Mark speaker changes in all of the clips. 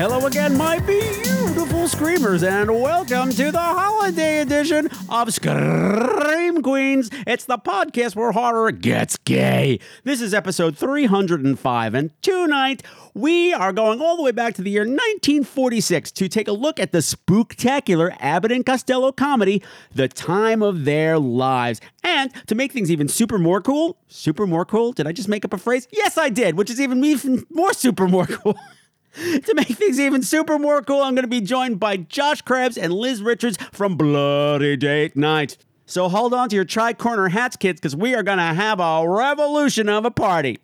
Speaker 1: Hello again, my beautiful screamers, and welcome to the holiday edition of Scream Queens. It's the podcast where horror gets gay. This is episode 305, and tonight we are going all the way back to the year 1946 to take a look at the spooktacular Abbott and Costello comedy, The Time of Their Lives. And to make things even super more cool, super more cool, did I just make up a phrase? Yes, I did, which is even even more super more cool. to make things even super more cool, I'm going to be joined by Josh Krebs and Liz Richards from Bloody Date Night. So hold on to your tri corner hats, kids, because we are going to have a revolution of a party,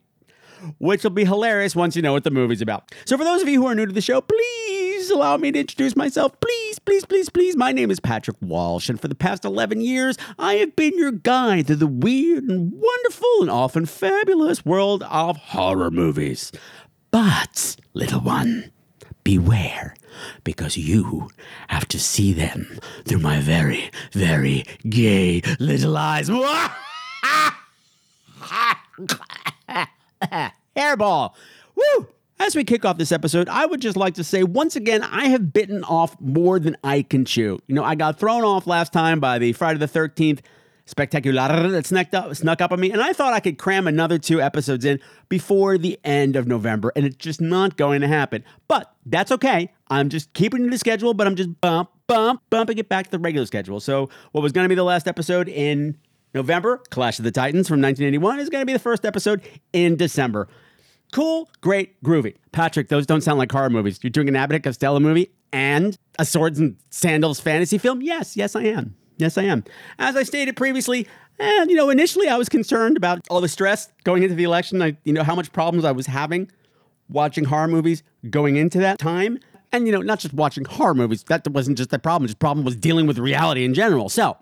Speaker 1: which will be hilarious once you know what the movie's about. So, for those of you who are new to the show, please allow me to introduce myself. Please, please, please, please. My name is Patrick Walsh, and for the past 11 years, I have been your guide through the weird and wonderful and often fabulous world of horror movies. But, little one, beware, because you have to see them through my very, very gay little eyes. Hairball! Woo! As we kick off this episode, I would just like to say once again, I have bitten off more than I can chew. You know, I got thrown off last time by the Friday the 13th spectacular that snuck up, snuck up on me, and I thought I could cram another two episodes in before the end of November, and it's just not going to happen. But that's okay. I'm just keeping to the schedule, but I'm just bump, bump, bumping it back to the regular schedule. So what was going to be the last episode in November, Clash of the Titans from 1981, is going to be the first episode in December. Cool, great, groovy. Patrick, those don't sound like horror movies. You're doing an Abbott and Costello movie and a swords and sandals fantasy film? Yes, yes, I am. Yes, I am. As I stated previously, and you know, initially I was concerned about all the stress going into the election. I, you know, how much problems I was having watching horror movies going into that time. And you know, not just watching horror movies. That wasn't just the problem. Just problem was dealing with reality in general. So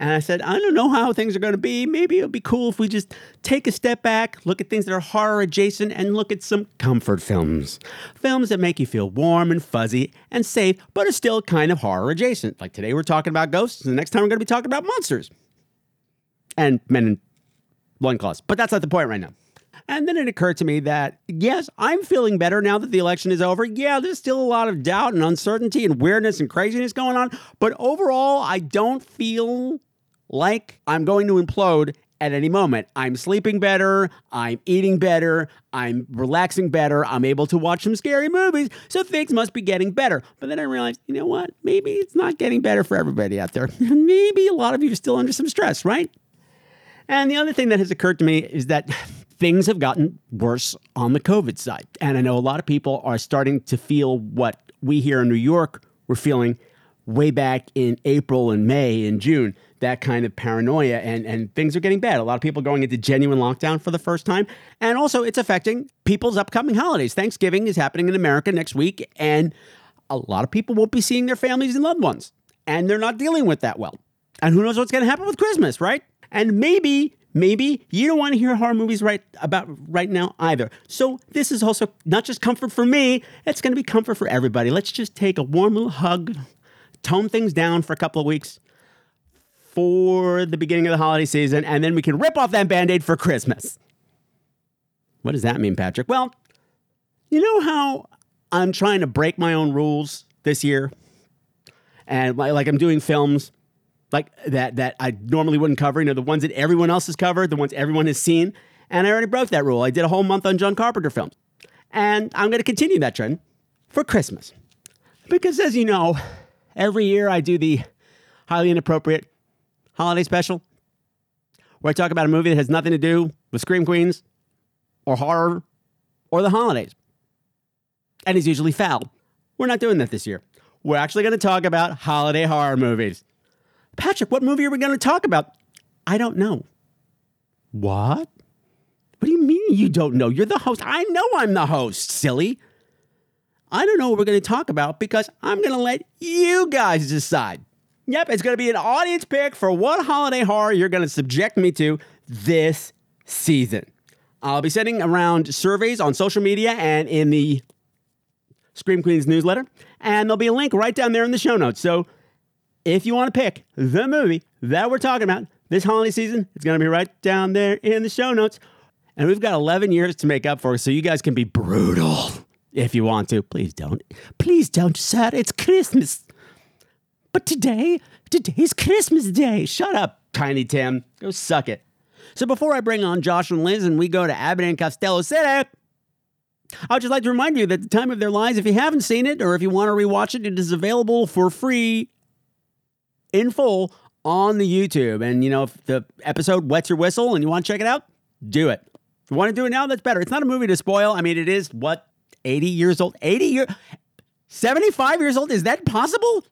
Speaker 1: and I said, I don't know how things are going to be. Maybe it would be cool if we just take a step back, look at things that are horror adjacent, and look at some comfort films. Films that make you feel warm and fuzzy and safe, but are still kind of horror adjacent. Like today, we're talking about ghosts, and the next time we're going to be talking about monsters and men in loincloths. But that's not the point right now. And then it occurred to me that, yes, I'm feeling better now that the election is over. Yeah, there's still a lot of doubt and uncertainty and weirdness and craziness going on. But overall, I don't feel like I'm going to implode at any moment. I'm sleeping better, I'm eating better, I'm relaxing better, I'm able to watch some scary movies, so things must be getting better. But then I realized, you know what? Maybe it's not getting better for everybody out there. Maybe a lot of you are still under some stress, right? And the other thing that has occurred to me is that things have gotten worse on the COVID side. And I know a lot of people are starting to feel what we here in New York were feeling way back in April and May and June that kind of paranoia and and things are getting bad. A lot of people going into genuine lockdown for the first time. And also it's affecting people's upcoming holidays. Thanksgiving is happening in America next week and a lot of people won't be seeing their families and loved ones and they're not dealing with that well. And who knows what's going to happen with Christmas, right? And maybe, maybe you don't want to hear horror movies right about right now either. So this is also not just comfort for me; it's going to be comfort for everybody. Let's just take a warm little hug, tone things down for a couple of weeks for the beginning of the holiday season, and then we can rip off that band-aid for Christmas. What does that mean, Patrick? Well, you know how I'm trying to break my own rules this year, and like, like I'm doing films like that that I normally wouldn't cover. You know, the ones that everyone else has covered, the ones everyone has seen. And I already broke that rule. I did a whole month on John Carpenter films, and I'm going to continue that trend for Christmas, because as you know, every year I do the highly inappropriate holiday special, where I talk about a movie that has nothing to do with scream queens, or horror, or the holidays and he's usually foul. We're not doing that this year. We're actually going to talk about holiday horror movies. Patrick, what movie are we going to talk about? I don't know. What? What do you mean you don't know? You're the host. I know I'm the host, silly. I don't know what we're going to talk about because I'm going to let you guys decide. Yep, it's going to be an audience pick for what holiday horror you're going to subject me to this season. I'll be sending around surveys on social media and in the Scream Queens newsletter, and there'll be a link right down there in the show notes. So if you want to pick the movie that we're talking about this holiday season, it's going to be right down there in the show notes. And we've got 11 years to make up for, so you guys can be brutal if you want to. Please don't. Please don't, sir. It's Christmas. But today, today's Christmas Day. Shut up, Tiny Tim. Go suck it. So before I bring on Josh and Liz and we go to Abbott and Costello City, I would just like to remind you that The Time of Their Lives, if you haven't seen it or if you want to rewatch it, it is available for free in full on the YouTube. And you know, if the episode wets your whistle and you want to check it out, do it. If you want to do it now, that's better. It's not a movie to spoil. I mean, it is what 80 years old, 80 year, 75 years old. Is that possible?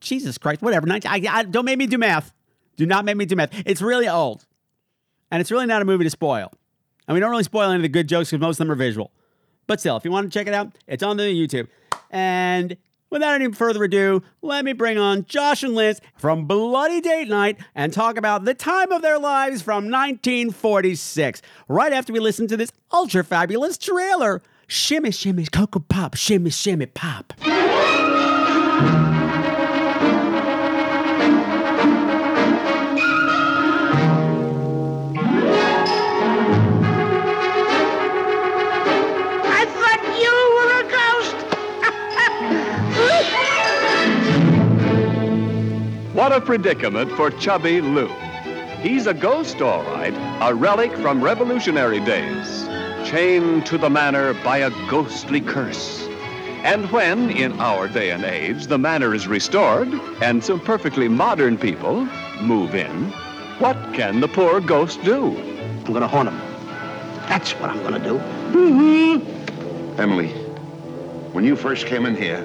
Speaker 1: Jesus Christ, whatever. 19, I, I, don't make me do math. Do not make me do math. It's really old, and it's really not a movie to spoil. And we don't really spoil any of the good jokes because most of them are visual. But still, if you want to check it out, it's on the YouTube. And without any further ado, let me bring on Josh and Liz from Bloody Date Night and talk about the time of their lives from 1946. Right after we listen to this ultra fabulous trailer. Shimmy, shimmy, cocoa pop, shimmy, shimmy, pop.
Speaker 2: I thought you were a ghost.
Speaker 3: What a predicament for Chubby Lou. He's a ghost, all right, a relic from revolutionary days, chained to the manor by a ghostly curse. And when, in our day and age, the manor is restored and some perfectly modern people move in, what can the poor ghost do?
Speaker 4: I'm gonna haunt him. That's what I'm gonna do.
Speaker 5: Emily, when you first came in here,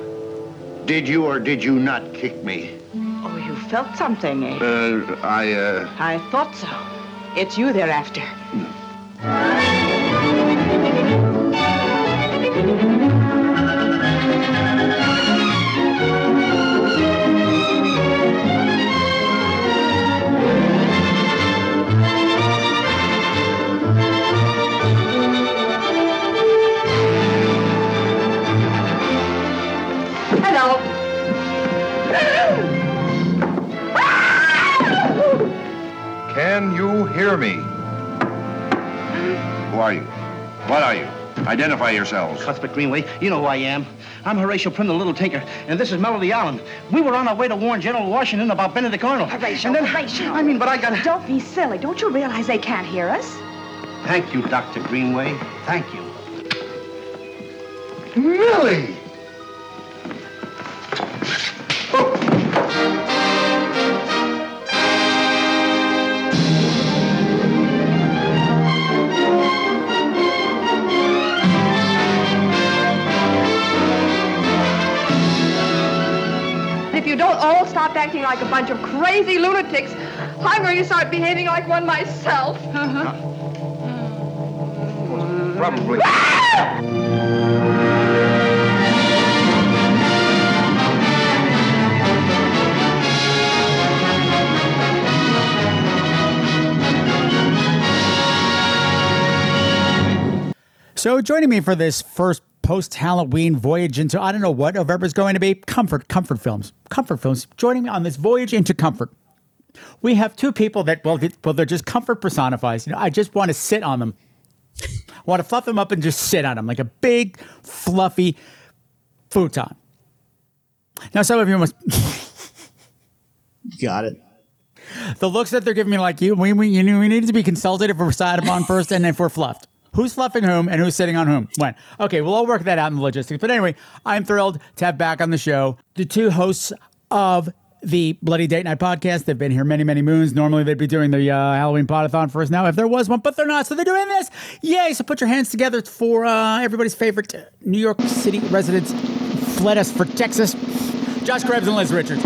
Speaker 5: did you or did you not kick me?
Speaker 6: Oh, you felt something, eh?
Speaker 5: Uh, I, uh,
Speaker 6: I thought so. It's you they're after.
Speaker 2: Hello.
Speaker 5: can you hear me? Who are you? What are you? Identify yourselves.
Speaker 4: Cuthbert Greenway, you know who I am. I'm Horatio Prim, the Little Tinker, and this is Melody Allen. We were on our way to warn General Washington about Benedict Arnold.
Speaker 6: Horatio,
Speaker 4: and then,
Speaker 6: Horatio.
Speaker 4: I mean, but I got...
Speaker 6: Don't be silly. Don't you realize they can't hear us?
Speaker 4: Thank you, Dr. Greenway. Thank you.
Speaker 5: Millie!
Speaker 2: If you don't all stop acting like a bunch of crazy lunatics, I'm going to start behaving like one myself.
Speaker 6: Uh-huh.
Speaker 5: Probably.
Speaker 7: So joining me for this first post-Halloween voyage into I don't know what November's going to be. Comfort, comfort films, comfort films. Joining me on this voyage into comfort, we have two people that well, th- well, they're just comfort personifies. You know, I just want to sit on them. I want to fluff them up and just sit on them like a big fluffy futon. Now, some of you must
Speaker 8: Got it.
Speaker 7: the looks that they're giving me like you. We we, you know, we need to be consulted if we're side upon first and if we're fluffed. Who's fluffing whom and who's sitting on whom? When? Okay, we'll all work that out in the logistics. But anyway, I'm thrilled to have back on the show the two hosts of the Bloody Date Night podcast. They've been here many, many moons. Normally, they'd be doing the uh, Halloween potathon for us now if there was one, but they're not. So they're doing this. Yay! So put your hands together for uh, everybody's favorite New York City residents fled us for Texas. Josh Krebs and Liz Richards.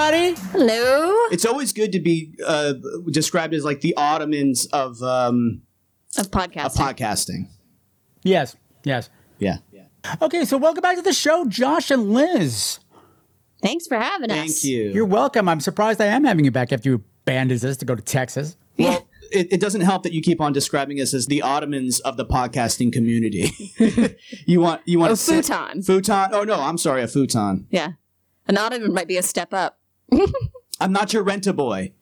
Speaker 9: Hello.
Speaker 10: It's always good to be uh, described as like the Ottomans of um,
Speaker 9: Of podcast.
Speaker 10: of podcasting.
Speaker 1: Yes. Yes.
Speaker 10: Yeah.
Speaker 1: Okay, so welcome back to the show, Josh and Liz.
Speaker 9: Thanks for having us.
Speaker 1: You're welcome. I'm surprised I am having you back after you abandoned us to go to Texas.
Speaker 10: Well, it, it doesn't help that you keep on describing us as the Ottomans of the podcasting community. you want you want
Speaker 9: Oh,
Speaker 10: to sit-
Speaker 9: futon.
Speaker 10: futon. Oh no, I'm sorry, a futon.
Speaker 9: Yeah. An ottoman might be a step up.
Speaker 10: I'm not your rent a boy.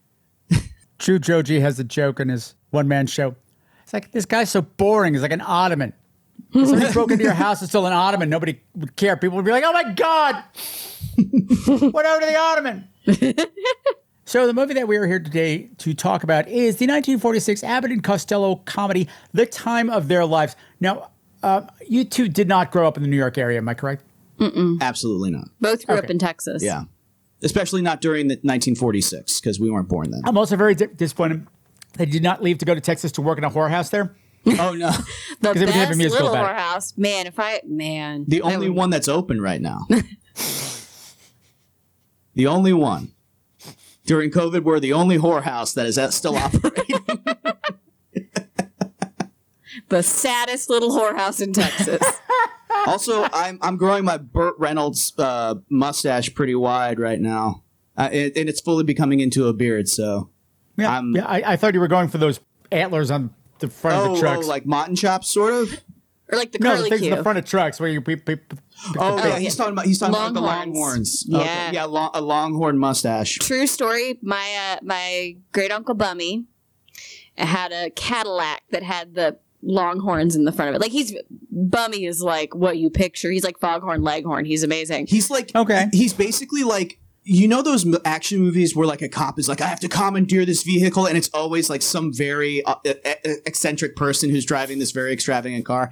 Speaker 1: True Joji has a joke in his one man show. It's like, this guy's so boring. He's like an ottoman. If somebody broke into your house and stole an ottoman, nobody would care. People would be like, oh my God, what happened to the ottoman? so the movie that we are here today to talk about is the 1946 Abbott and Costello comedy, The Time of Their Lives. Now, uh, you two did not grow up in the New York area, am I correct?
Speaker 9: Mm-mm.
Speaker 10: Absolutely not.
Speaker 9: Both grew up
Speaker 10: Okay.
Speaker 9: in Texas.
Speaker 10: Yeah. Especially not during the 1946 because we weren't born then.
Speaker 1: I'm also very di- disappointed they did not leave to go to Texas to work in a whorehouse there.
Speaker 10: Oh, no.
Speaker 9: The
Speaker 1: 'Cause they would have a
Speaker 9: best
Speaker 1: musical
Speaker 9: little
Speaker 1: about it.
Speaker 9: whorehouse. Man, if I man.
Speaker 10: The
Speaker 9: I
Speaker 10: only
Speaker 9: would-
Speaker 10: one that's open right now. the only one. During COVID, we're the only whorehouse that is at- still operating.
Speaker 9: the saddest little whorehouse in Texas.
Speaker 10: also, I'm, I'm growing my Burt Reynolds uh, mustache pretty wide right now. Uh, and, and it's fully becoming into a beard, so.
Speaker 1: Yeah, yeah I, I thought you were going for those antlers on the front of
Speaker 10: Oh,
Speaker 1: the trucks.
Speaker 10: oh, like mutton chops, sort of?
Speaker 9: or like the
Speaker 1: no, the
Speaker 9: curly
Speaker 1: things in
Speaker 9: Q.
Speaker 1: the front of trucks where you. Pe- pe- pe-
Speaker 10: Oh,
Speaker 9: Oh,
Speaker 10: yeah, he's talking about he's talking about the
Speaker 9: Longhorns.
Speaker 10: longhorns. Okay,
Speaker 9: Yeah.
Speaker 10: yeah, lo- a longhorn mustache.
Speaker 9: True story. My uh, my great uncle Bummy had a Cadillac that had the longhorns in the front of it. Like he's Bummy is like what you picture. He's like foghorn leghorn. He's amazing.
Speaker 10: He's like okay. He's basically like you know those m- action movies where like a cop is like I have to commandeer this vehicle and it's always like some very uh, e- e- eccentric person who's driving this very extravagant car.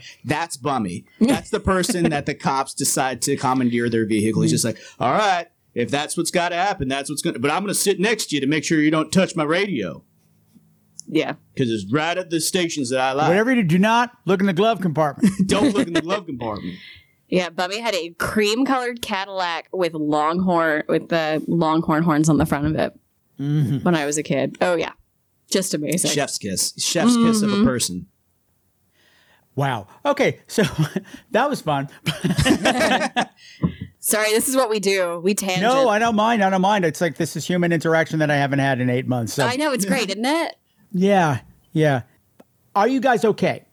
Speaker 10: That's Bummy. That's the person that the cops decide to commandeer their vehicle.
Speaker 9: Mm-hmm.
Speaker 10: He's just like, all right, if that's what's got to happen, that's what's going. to But I'm going to sit next to you to make sure you don't touch my radio
Speaker 9: yeah.
Speaker 10: because it's right at the stations that I like.
Speaker 1: Whatever you do, do not look in the glove compartment.
Speaker 10: Don't look in the glove compartment.
Speaker 9: Yeah, Bummy had a cream colored Cadillac with longhorn with the longhorn horns on the front of it when I was a kid. Oh yeah. Just amazing.
Speaker 10: Chef's kiss. Chef's kiss of a
Speaker 9: Mhm.
Speaker 10: person.
Speaker 1: Wow. Okay, so that was fun.
Speaker 9: Sorry, this is what we do. We tangent.
Speaker 1: No, I don't mind. I don't mind. It's like this is human interaction that I haven't had in eight months. So.
Speaker 9: I know it's great, isn't it?
Speaker 1: Yeah, yeah. Are you guys okay?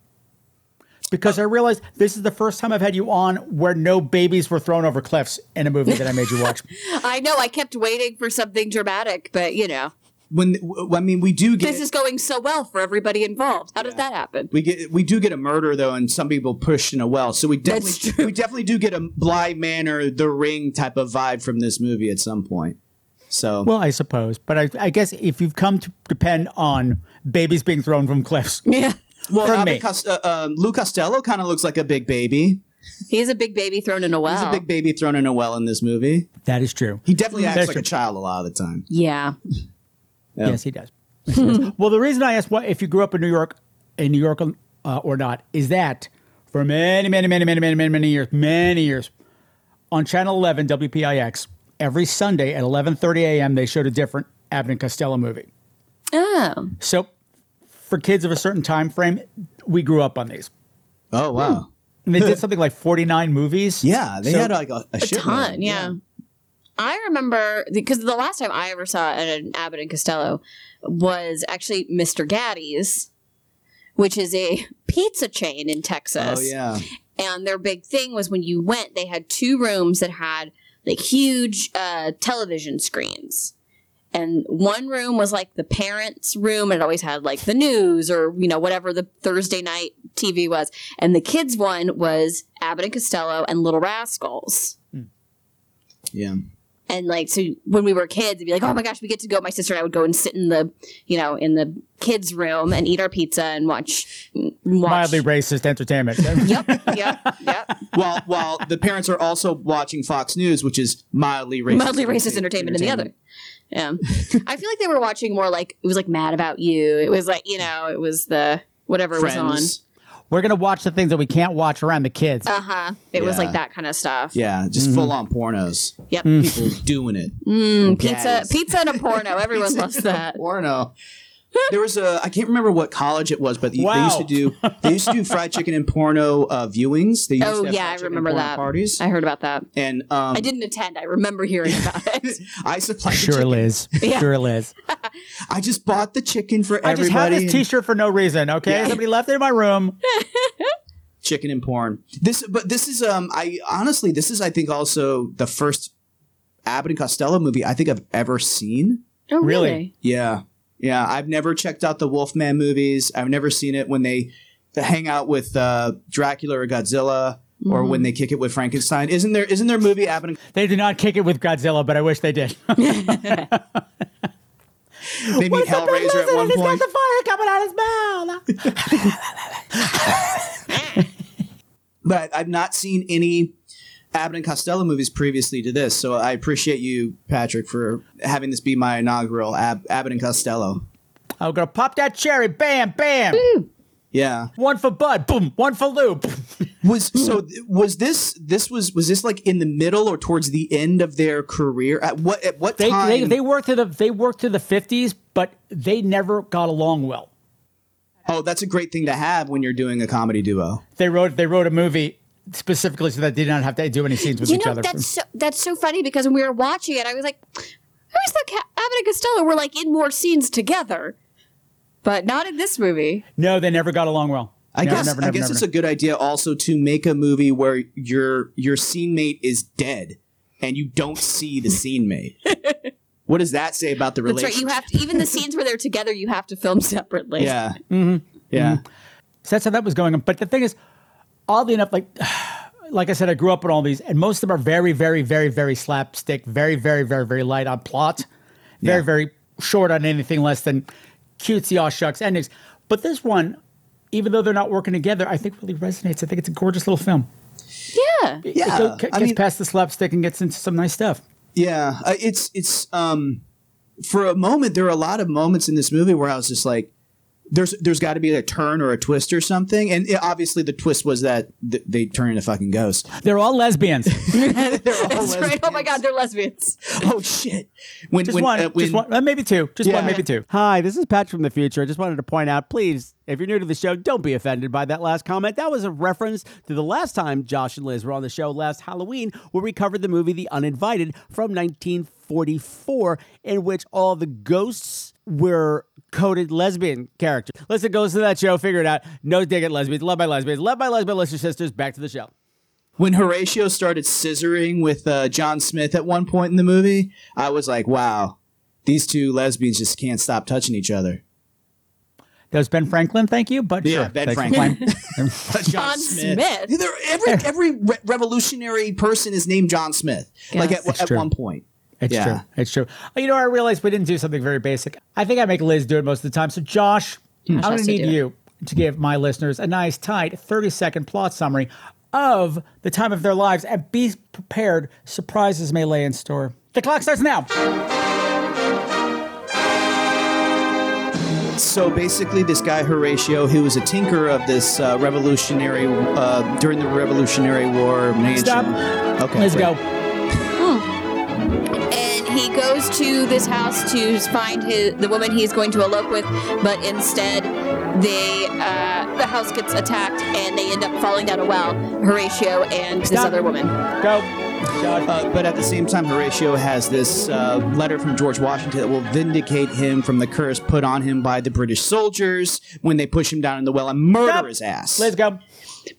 Speaker 1: Because I realized this is the first time I've had you on where no babies were thrown over cliffs in a movie that I made you watch.
Speaker 9: I know. I kept waiting for something dramatic, but you know,
Speaker 10: When w- I mean, we do get
Speaker 9: this is going so well for everybody involved. How did that happen?
Speaker 10: We get we do get a murder though, and some people pushed in a well. So we definitely we definitely do get a Bly Manor, The Ring type of vibe from this movie at some point. So
Speaker 1: Well, I suppose, but I, I guess if you've come to depend on babies being thrown from cliffs,
Speaker 9: yeah,
Speaker 10: well,
Speaker 1: from
Speaker 10: Abbott
Speaker 1: me.
Speaker 10: Cos- uh, um, Lou Costello kind of looks like a big baby.
Speaker 9: He's a big baby thrown in a well.
Speaker 10: He's a big baby thrown in a well in this movie.
Speaker 1: that is true.
Speaker 10: He definitely acts
Speaker 1: That's
Speaker 10: like
Speaker 1: true.
Speaker 10: a child a lot of the time.
Speaker 9: yeah.
Speaker 10: Yeah.
Speaker 1: Yes, he does. Yes, he does. well, the reason I asked what if you grew up in New York, in New York uh, or not, is that for many, many, many, many, many, many, many years, many years, on Channel 11 WPIX every Sunday at 11:30 a.m. they showed a different Abbott and Costello movie.
Speaker 9: Oh,
Speaker 1: So, for kids of a certain time frame, we grew up on these.
Speaker 10: Oh wow.
Speaker 9: Hmm.
Speaker 1: And they did something like 49 movies.
Speaker 10: Yeah, they
Speaker 1: So-
Speaker 10: had like a, a,
Speaker 9: a
Speaker 10: shitload.
Speaker 9: ton. Yeah. I remember because the last time I ever saw an Abbott and Costello was actually Mr. Gaddy's, which is a pizza chain in Texas.
Speaker 10: Oh yeah.
Speaker 9: and their big thing was when you went they had two rooms that had like huge uh, television screens and one room was like the parents room and it always had like the news or you know whatever the thursday night tv was and the kids one was abbott and costello and little rascals
Speaker 10: Yeah.
Speaker 9: and like so when we were kids it'd be like oh my gosh we get to go my sister and i would go and sit in the you know in the kids room and eat our pizza and watch watch
Speaker 1: Mildly racist entertainment.
Speaker 9: yep yep yep
Speaker 10: while while the parents are also watching Fox News, which is mildly racist.
Speaker 9: mildly racist entertainment in the other. Yeah. I feel like they were watching more like it was like Mad About You. It was like, you know, it was the whatever was on.
Speaker 10: Friends.
Speaker 1: We're gonna watch the things that we can't watch around the kids.
Speaker 9: Uh huh. It was like
Speaker 10: Yeah.
Speaker 9: that kind of stuff.
Speaker 10: Yeah, just
Speaker 1: Mhm.
Speaker 10: full on pornos.
Speaker 9: Yep. Mm.
Speaker 10: People doing it.
Speaker 9: Mm, pizza,
Speaker 10: Yes.
Speaker 9: pizza and a porno. Everyone loves that.
Speaker 10: Porno. There was a I can't remember what college it was, but they- they used to do they used to do fried chicken and porno uh, viewings. They used
Speaker 9: Oh,
Speaker 10: to have
Speaker 9: yeah,
Speaker 10: fried
Speaker 9: I
Speaker 10: chicken and
Speaker 9: remember
Speaker 10: porno
Speaker 9: that.
Speaker 10: parties.
Speaker 9: I heard about that.
Speaker 10: And um,
Speaker 9: I didn't attend. I remember hearing about it.
Speaker 10: I supplied. the
Speaker 1: Sure,
Speaker 10: chicken.
Speaker 1: Liz.
Speaker 9: Yeah.
Speaker 1: Sure, Liz.
Speaker 10: I just bought the chicken for
Speaker 1: I just had
Speaker 10: everybody
Speaker 1: this
Speaker 10: and-
Speaker 1: T-shirt for no reason. Okay,
Speaker 10: Yeah.
Speaker 1: somebody left it in my room.
Speaker 10: chicken and porn. This, but this is um, I honestly, this is I think also the first Abbott and Costello movie I think I've ever seen.
Speaker 9: Oh,
Speaker 1: Really? really?
Speaker 10: Yeah, yeah. I've never checked out the Wolfman movies. I've never seen it when they hang out with uh, Dracula or Godzilla, or
Speaker 1: Mhm.
Speaker 10: when they kick it with Frankenstein. Isn't there? Isn't there a movie Abbott? And-
Speaker 1: They did not kick it with Godzilla, but I wish they did.
Speaker 10: they meet Hellraiser at one point.
Speaker 1: fire coming out his mouth.
Speaker 10: but I've not seen any Abbott and Costello movies previously to this, so I appreciate you, Patrick, for having this be my inaugural Ab- Abbott and Costello.
Speaker 1: I'm gonna pop that cherry. Bam, bam.
Speaker 10: Yeah,
Speaker 1: One for Bud. Boom. One for Loop.
Speaker 10: was so th- was this this was was this like in the middle or towards the end of their career? At what at what
Speaker 1: They,
Speaker 10: time?
Speaker 1: they they worked to the they worked to the 50s, but they never got along well.
Speaker 10: oh, that's a great thing to have when you're doing a comedy duo.
Speaker 1: They wrote they wrote a movie specifically so that they did not have to do any scenes with
Speaker 9: you
Speaker 1: each
Speaker 9: know
Speaker 1: other.
Speaker 9: that's so, that's so funny because when we were watching it, I was like, "Who's the Ca- Abbott and Costello?" We're like in more scenes together, but not in this movie.
Speaker 1: no, they never got along well.
Speaker 10: I
Speaker 1: Never,
Speaker 10: guess
Speaker 1: never,
Speaker 10: I
Speaker 1: never,
Speaker 10: guess
Speaker 1: never,
Speaker 10: it's
Speaker 1: never.
Speaker 10: a good idea also to make a movie where your your scene mate is dead and you don't see the scene mate. what does that say about the
Speaker 9: That's
Speaker 10: relationship?
Speaker 9: right. You have to, even the scenes where they're together, you have to film separately.
Speaker 10: Yeah.
Speaker 1: Mm-hmm.
Speaker 10: Yeah.
Speaker 1: So that's how that was going on. But the thing is, oddly enough, like like I said, I grew up on all these, and most of them are very, very, very, very slapstick, very, very, very, very light on plot, very, very short on anything less than cutesy aw shucks endings. But this one, even though they're not working together, I think really resonates. I think it's a gorgeous little film.
Speaker 9: Yeah.
Speaker 1: It-
Speaker 10: Yeah,
Speaker 1: it go- gets
Speaker 10: I mean-
Speaker 1: past the slapstick and gets into some nice stuff.
Speaker 10: Yeah, uh, it's it's um for a moment there are a lot of moments in this movie where I was just like there's there's got to be a turn or a twist or something and it- obviously the twist was that th- they turn into fucking ghosts.
Speaker 1: They're all lesbians.
Speaker 9: That's right. Oh my God, they're lesbians.
Speaker 10: oh shit. When
Speaker 1: just
Speaker 10: when,
Speaker 1: one,
Speaker 10: uh, when-
Speaker 1: just one, uh, maybe two, just one,
Speaker 10: Yeah.
Speaker 1: maybe two. Hi, this is Patch from the future. I just wanted to point out, please, if you're new to the show, don't be offended by that last comment. That was a reference to the last time Josh and Liz were on the show last Halloween, where we covered the movie The Uninvited from 1944, in which all the ghosts were coded lesbian characters. Listen, go listen to that show, figure it out. No dig at lesbians, love by lesbians, love by lesbian lister sisters. Back to the show.
Speaker 10: when Horatio started scissoring with uh, John Smith at one point in the movie, I was like, wow, these two lesbians just can't stop touching each other.
Speaker 1: That was Ben Franklin, thank you. But
Speaker 10: Yeah,
Speaker 1: sure,
Speaker 10: Ben
Speaker 1: thanks for
Speaker 10: Franklin.
Speaker 1: playing.
Speaker 10: John,
Speaker 9: John Smith.
Speaker 10: They're- Every every re- revolutionary person is named John Smith. Like
Speaker 9: Yes.
Speaker 10: at, at
Speaker 1: true.
Speaker 10: one point.
Speaker 1: It's
Speaker 10: Yeah.
Speaker 1: true. It's true. Oh, You know, I realized we didn't do something very basic. I think I make Liz do it most of the time. So, Josh, I'm going
Speaker 9: Hmm. has
Speaker 1: to
Speaker 9: to
Speaker 1: need
Speaker 9: do it.
Speaker 1: you to give my listeners a nice, tight 30 second plot summary of the time of their lives and be prepared. Surprises may lay in store. The clock starts now.
Speaker 10: So basically, this guy Horatio, who was a tinker of this uh, revolutionary uh, during the Revolutionary War, made
Speaker 1: Stop.
Speaker 10: Okay,
Speaker 1: Let's
Speaker 10: great.
Speaker 1: go.
Speaker 9: And he goes to this house to find his, the woman he's going to elope with, but instead, they uh, the house gets attacked and they end up falling down a well. Horatio and this
Speaker 1: Stop.
Speaker 9: other woman.
Speaker 1: Go. Josh.
Speaker 10: Uh, but at the same time, Horatio has this uh, letter from George Washington that will vindicate him from the curse put on him by the British soldiers when they push him down in the well and murder
Speaker 1: Stop.
Speaker 10: his ass.
Speaker 1: Let's go.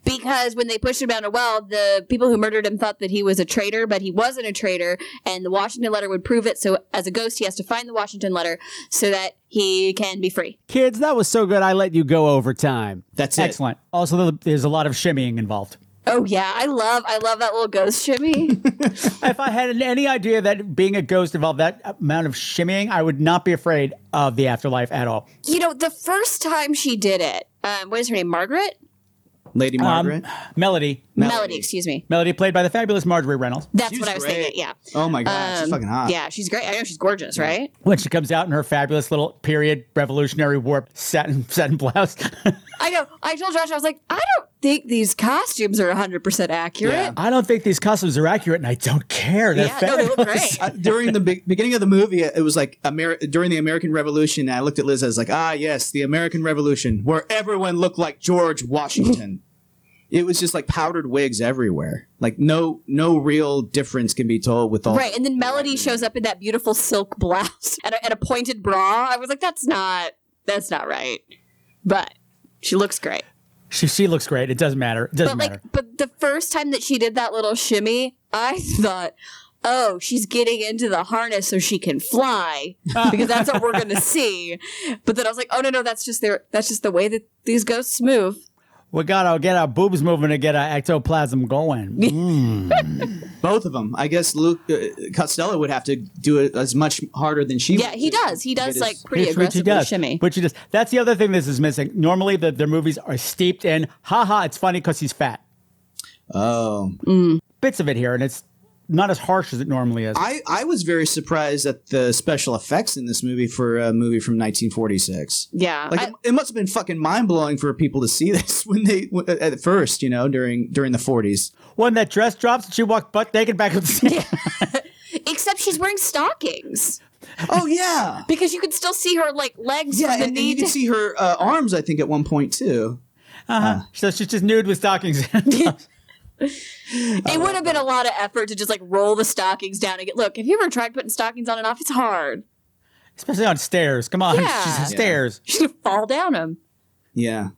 Speaker 9: Because when they pushed him down a well, the people who murdered him thought that he was a traitor, but he wasn't a traitor, and the Washington letter would prove it. So, as a ghost, he has to find the Washington letter so that he can be free.
Speaker 1: Kids, that was so good. I let you go over time.
Speaker 10: That's it.
Speaker 1: Excellent. Also, there's a lot of shimmying involved.
Speaker 9: Oh yeah, I love I love that little ghost shimmy.
Speaker 1: if I had any idea that being a ghost involved that amount of shimmying, I would not be afraid of the afterlife at all.
Speaker 9: you know, the first time she did it, um, what is her name, Margaret?
Speaker 10: Lady Margaret.
Speaker 1: Melody,
Speaker 9: Melody, excuse me.
Speaker 1: Melody played by the fabulous Marjorie Reynolds.
Speaker 9: That's what I was thinking. Yeah.
Speaker 1: Oh my God, she's fucking hot.
Speaker 9: Um, Yeah, she's great. I know she's gorgeous, right?
Speaker 1: When she comes out in her fabulous little period Revolutionary War satin satin blouse.
Speaker 9: I know. I told Josh, I was like, I don't think these costumes are 100% accurate.
Speaker 1: I don't think these costumes are accurate, and I don't care. They're fabulous.
Speaker 10: Uh, during the be- beginning of the movie, uh, it was like Amer- during the American Revolution. I looked at Liz. I was like, ah, yes, the American Revolution, where everyone looked like George Washington. it was just like powdered wigs everywhere. Like no, no real difference can be told with all.
Speaker 9: Right. And then Melody shows up in that beautiful silk blouse and a, and a pointed bra. I was like, that's not, that's not right. But she looks great.
Speaker 1: She she looks great. It doesn't matter. It doesn't
Speaker 9: but like,
Speaker 1: matter.
Speaker 9: but the first time that she did that little shimmy, I thought, oh, she's getting into the harness so she can fly because that's what we're gonna see. But then I was like, oh no, no, that's just their, that's just the way that these ghosts move.
Speaker 1: We gotta get our boobs moving to get our ectoplasm going. Mm.
Speaker 10: Both of them. I guess Luke uh, Costello would have to do it as much harder than she.
Speaker 9: yeah,
Speaker 10: would.
Speaker 9: he does. He does
Speaker 10: is-
Speaker 9: like pretty
Speaker 1: Which- which he
Speaker 9: aggressively
Speaker 1: does,
Speaker 9: shimmy.
Speaker 1: Which he does. That's the other thing this is missing. Normally, the, their movies are steeped in, haha, it's funny because he's fat.
Speaker 10: Oh.
Speaker 9: Mm.
Speaker 1: Bits of it here, and it's not as harsh as it normally is.
Speaker 10: I, I was very surprised at the special effects in this movie for a movie from 1946.
Speaker 9: Yeah,
Speaker 10: like
Speaker 9: I-
Speaker 10: it, it must have been fucking mind blowing for people to see this when they w- at first, you know, during during the 40s.
Speaker 1: When that dress drops and she walked butt naked back up the stairs.
Speaker 9: Except she's wearing stockings.
Speaker 10: Oh yeah,
Speaker 9: because you could still see her like legs
Speaker 10: Yeah,
Speaker 9: from the
Speaker 10: and, and
Speaker 9: knee.
Speaker 10: you can
Speaker 9: to-
Speaker 10: see her uh, arms. I think at one point too. Uh.
Speaker 1: Uh-huh. so she's just nude with stockings.
Speaker 9: it would have been a lot of effort to just like roll the stockings down and get. Look, have you ever tried putting stockings on and off? It's hard.
Speaker 1: Especially on stairs. Come on.
Speaker 9: Yeah.
Speaker 1: She's on
Speaker 9: Yeah.
Speaker 1: stairs.
Speaker 9: She's gonna fall down them.
Speaker 10: Yeah.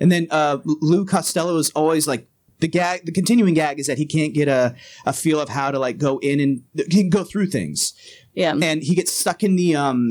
Speaker 10: And then uh, Lou Costello is always like the gag. The continuing gag is that he can't get a, a feel of how to like go in and he can go through things.
Speaker 9: Yeah.
Speaker 10: And he gets stuck in the um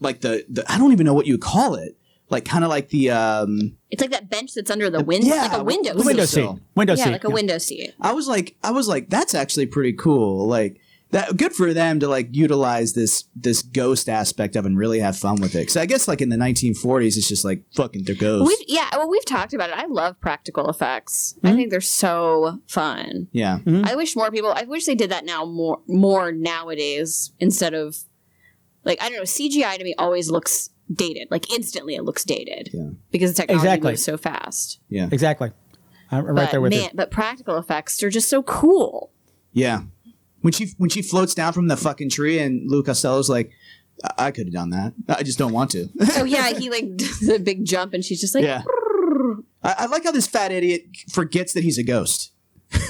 Speaker 10: like the, the I don't even know what you call it. Like kind of like the um
Speaker 9: It's like that bench that's under the window,
Speaker 10: Yeah,
Speaker 9: like a window,
Speaker 10: the window seat. Window
Speaker 9: yeah,
Speaker 10: seat,
Speaker 9: like a
Speaker 10: yeah.
Speaker 9: window seat.
Speaker 10: I was like I was like that's actually pretty cool. Like that good for them to like utilize this this ghost aspect of it and really have fun with it. Cuz I guess like in the 1940s it's just like fucking they're ghosts.
Speaker 9: We've, yeah, well, we've talked about it. I love practical effects.
Speaker 10: Hmm?
Speaker 9: I think they're so fun.
Speaker 10: yeah.
Speaker 9: I wish more people. I wish they did that now more more nowadays instead of like I don't know. CGI to me always looks dated. Like instantly, it looks dated because the technology
Speaker 1: Exactly.
Speaker 9: moves so fast.
Speaker 10: Yeah.
Speaker 1: Exactly. I'm right
Speaker 9: but
Speaker 1: there with
Speaker 9: man,
Speaker 1: you.
Speaker 9: but practical effects are just so cool.
Speaker 10: Yeah. When she when she floats down from the fucking tree and Lou Costello's like, I, I could have done that. I just don't want to.
Speaker 9: oh yeah, he like does a big jump and she's just like
Speaker 10: yeah. I, I like how this fat idiot forgets that he's a ghost.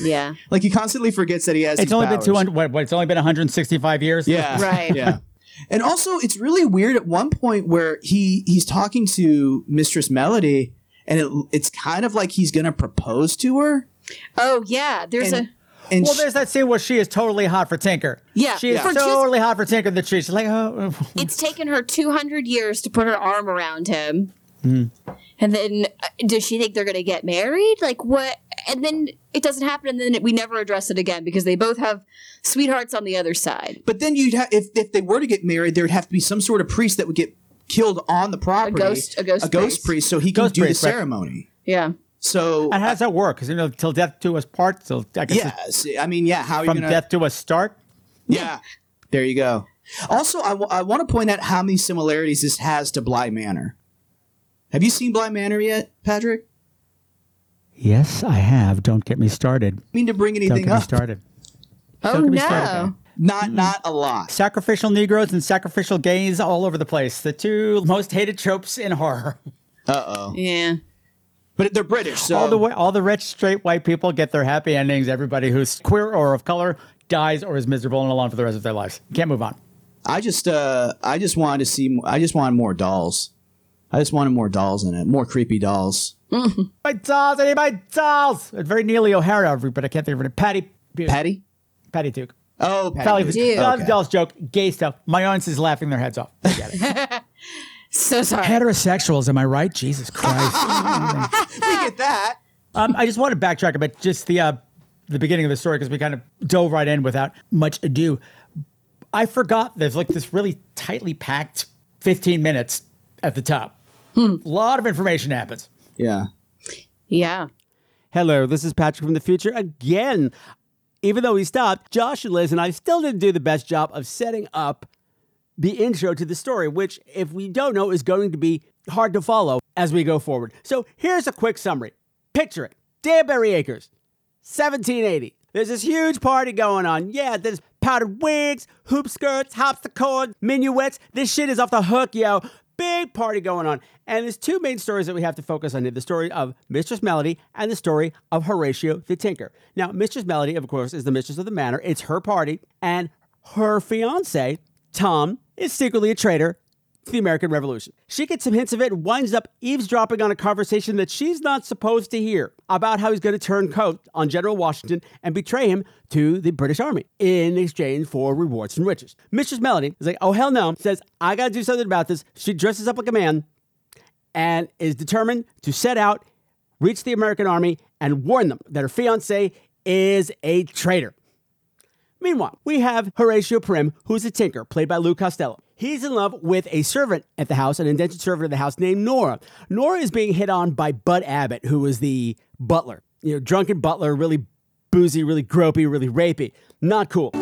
Speaker 9: Yeah.
Speaker 10: Like he constantly forgets that he has.
Speaker 1: It's
Speaker 10: these
Speaker 1: only
Speaker 10: powers.
Speaker 1: been 200, what, what, it's only been 165 years?
Speaker 10: Yeah. Yeah. And also, it's really weird at one point where he he's talking to Mistress Melody, and it, it's kind of like he's gonna propose to her.
Speaker 9: Oh yeah, there's
Speaker 10: And-
Speaker 9: a
Speaker 10: and
Speaker 1: well,
Speaker 10: sh-
Speaker 1: there's that scene where she is totally hot for Tinker.
Speaker 9: Yeah,
Speaker 1: she is
Speaker 9: yeah. For just-
Speaker 1: totally hot for Tinker. The tree. She's like, oh, oh.
Speaker 9: it's taken her 200 years to put her arm around him.
Speaker 1: Mhm.
Speaker 9: And then uh, does she think they're going to get married? Like what? And then it doesn't happen and then we never address it again because they both have sweethearts on the other side.
Speaker 10: But then you'd have if, if they were to get married, there would have to be some sort of priest that would get killed on the property.
Speaker 9: ghost- a ghost
Speaker 10: priest.
Speaker 9: priest.
Speaker 10: so he can
Speaker 1: Ghost
Speaker 10: do
Speaker 1: priest,
Speaker 10: the
Speaker 1: right.
Speaker 10: ceremony.
Speaker 9: Yeah.
Speaker 10: So
Speaker 1: and how does that work? Because you know, till death do us part. So I guess it's
Speaker 10: yes, I mean, yeah. How are you
Speaker 1: from
Speaker 10: gonna?
Speaker 1: death to us start.
Speaker 10: Yeah, there you go. Also, I want to point out how many similarities this has to Bly Manor. Have you seen Bly Manor yet, Patrick?
Speaker 1: Yes, I have. Don't get me started.
Speaker 10: mean to bring
Speaker 1: Don't
Speaker 10: anything
Speaker 1: get me
Speaker 10: up.
Speaker 1: started.
Speaker 9: Oh,
Speaker 1: Don't get me
Speaker 9: no.
Speaker 1: started.
Speaker 10: Not not a lot.
Speaker 1: Sacrificial Negroes and sacrificial gays all over the place. The two most hated tropes in horror.
Speaker 10: Uh oh.
Speaker 9: Yeah.
Speaker 10: But they're British, so
Speaker 1: all the way, all the rich straight white people get their happy endings. Everybody who's queer or of color dies or is miserable and alone for the rest of their lives. Can't move on.
Speaker 10: I just uh I just wanted to see I just wanted more dolls. I just wanted more dolls in it, more creepy dolls.
Speaker 9: Mm-hmm.
Speaker 1: My dolls, I need my dolls. It's very Neely O'Hara, but I can't think of her name. Patty. Duke.
Speaker 10: Patty?
Speaker 1: Patty Duke.
Speaker 10: Oh, Patty.
Speaker 1: Patty Duke.
Speaker 9: Duke.
Speaker 1: Not a
Speaker 10: Okay.
Speaker 1: Dolls joke, gay stuff. My audience is laughing their heads off. I get it.
Speaker 9: So sorry.
Speaker 1: Heterosexuals, am I right? Jesus Christ.
Speaker 10: we get that.
Speaker 1: um, I just want to backtrack about just the uh, the beginning of the story because we kind of dove right in without much ado. I forgot there's like this really tightly packed 15 minutes
Speaker 9: Hmm.
Speaker 1: at the top. A lot of information happens.
Speaker 10: Yeah.
Speaker 9: yeah.
Speaker 1: Hello, this is Patrick from the future again. Even though we stopped, Josh and Liz and I still didn't do the best job of setting up the intro to the story, which, if we don't know, is going to be hard to follow as we go forward. So here's a quick summary. Picture it Danbury Acres, 1780. There's this huge party going on. Yeah, there's powdered wigs, hoop skirts, harpsichord, minuets. This shit is off the hook, yo. Big party going on. And there's two main stories that we have to focus on here the story of Mistress Melody and the story of Horatio the Tinker. Now, Mistress Melody, of course, is the mistress of the manor. It's her party, and her fiance, Tom, is secretly a traitor to the American Revolution. She gets some hints of it and winds up eavesdropping on a conversation that she's not supposed to hear about how he's going to turn coat on General Washington and betray him to the British Army in exchange for rewards and riches. Mistress Melody is like, oh, hell no, says, I got to do something about this. She dresses up like a man and is determined to set out, reach the American Army, and warn them that her fiance is a traitor. Meanwhile, we have Horatio Prim, who's a tinker, played by Lou Costello. He's in love with a servant at the house, an indentured servant of the house named Nora. Nora is being hit on by Bud Abbott, who is the butler. You know, drunken butler, really boozy, really gropey, really rapey. Not cool.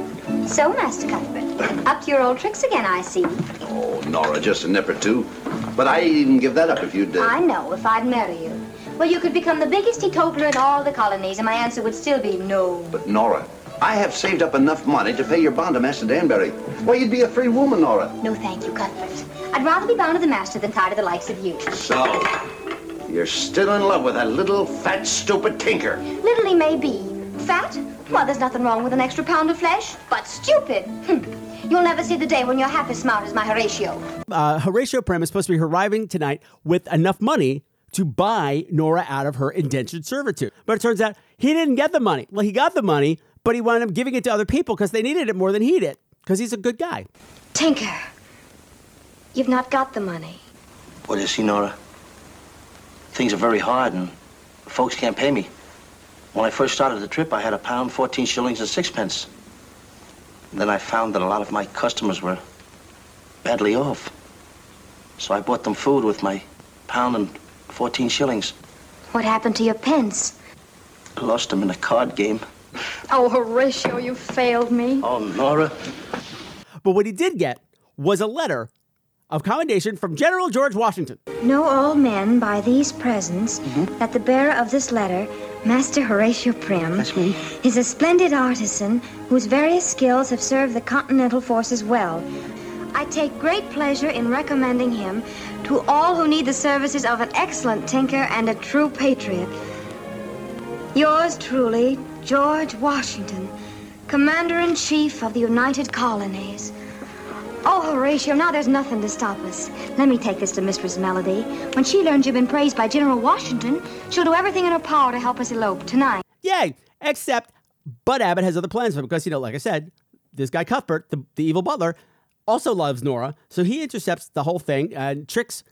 Speaker 11: So, Master Cuthbert, up to your old tricks again, I see.
Speaker 5: Oh, Nora, just a nip or two. But I'd even give that up if you did.
Speaker 11: I know, if I'd marry you. Well, you could become the biggest teetotaler in all the colonies, and my answer would still be no.
Speaker 5: But Nora, I have saved up enough money to pay your bond to Master Danbury. Why, you'd be a free woman, Nora.
Speaker 11: No, thank you, Cuthbert. I'd rather be bound to the Master than tied to the likes of you.
Speaker 5: So, you're still in love with that little, fat, stupid tinker.
Speaker 11: Little he may be. Fat? Well, there's nothing wrong with an extra pound of flesh, but stupid. Hm. You'll never see the day when you're half as smart as my Horatio.
Speaker 1: Uh, Horatio Prim is supposed to be arriving tonight with enough money to buy Nora out of her indentured servitude. But it turns out he didn't get the money. Well, he got the money, but he wound up giving it to other people because they needed it more than he did because he's a good guy.
Speaker 11: Tinker, you've not got the money.
Speaker 4: Well, you see, Nora, things are very hard and folks can't pay me. When I first started the trip, I had a pound, 14 shillings, and sixpence. And then I found that a lot of my customers were badly off. So I bought them food with my pound and 14 shillings.
Speaker 11: What happened to your pence?
Speaker 4: I lost them in a card game.
Speaker 12: Oh, Horatio, you failed me.
Speaker 4: Oh, Nora.
Speaker 1: But what he did get was a letter of commendation from General George Washington.
Speaker 11: Know all men by these presents that the bearer of this letter, Master Horatio Prim, is a splendid artisan whose various skills have served the Continental forces well. I take great pleasure in recommending him to all who need the services of an excellent tinker and a true patriot. Yours truly, George Washington, Commander in Chief of the United Colonies. Oh, Horatio, now there's nothing to stop us. Let me take this to Mistress Melody. When she learns you've been praised by General Washington, she'll do everything in her power to help us elope tonight.
Speaker 1: Yay! Except Bud Abbott has other plans for him because, you know, like I said, this guy Cuthbert, the, the evil butler, also loves Nora. So he intercepts the whole thing and tricks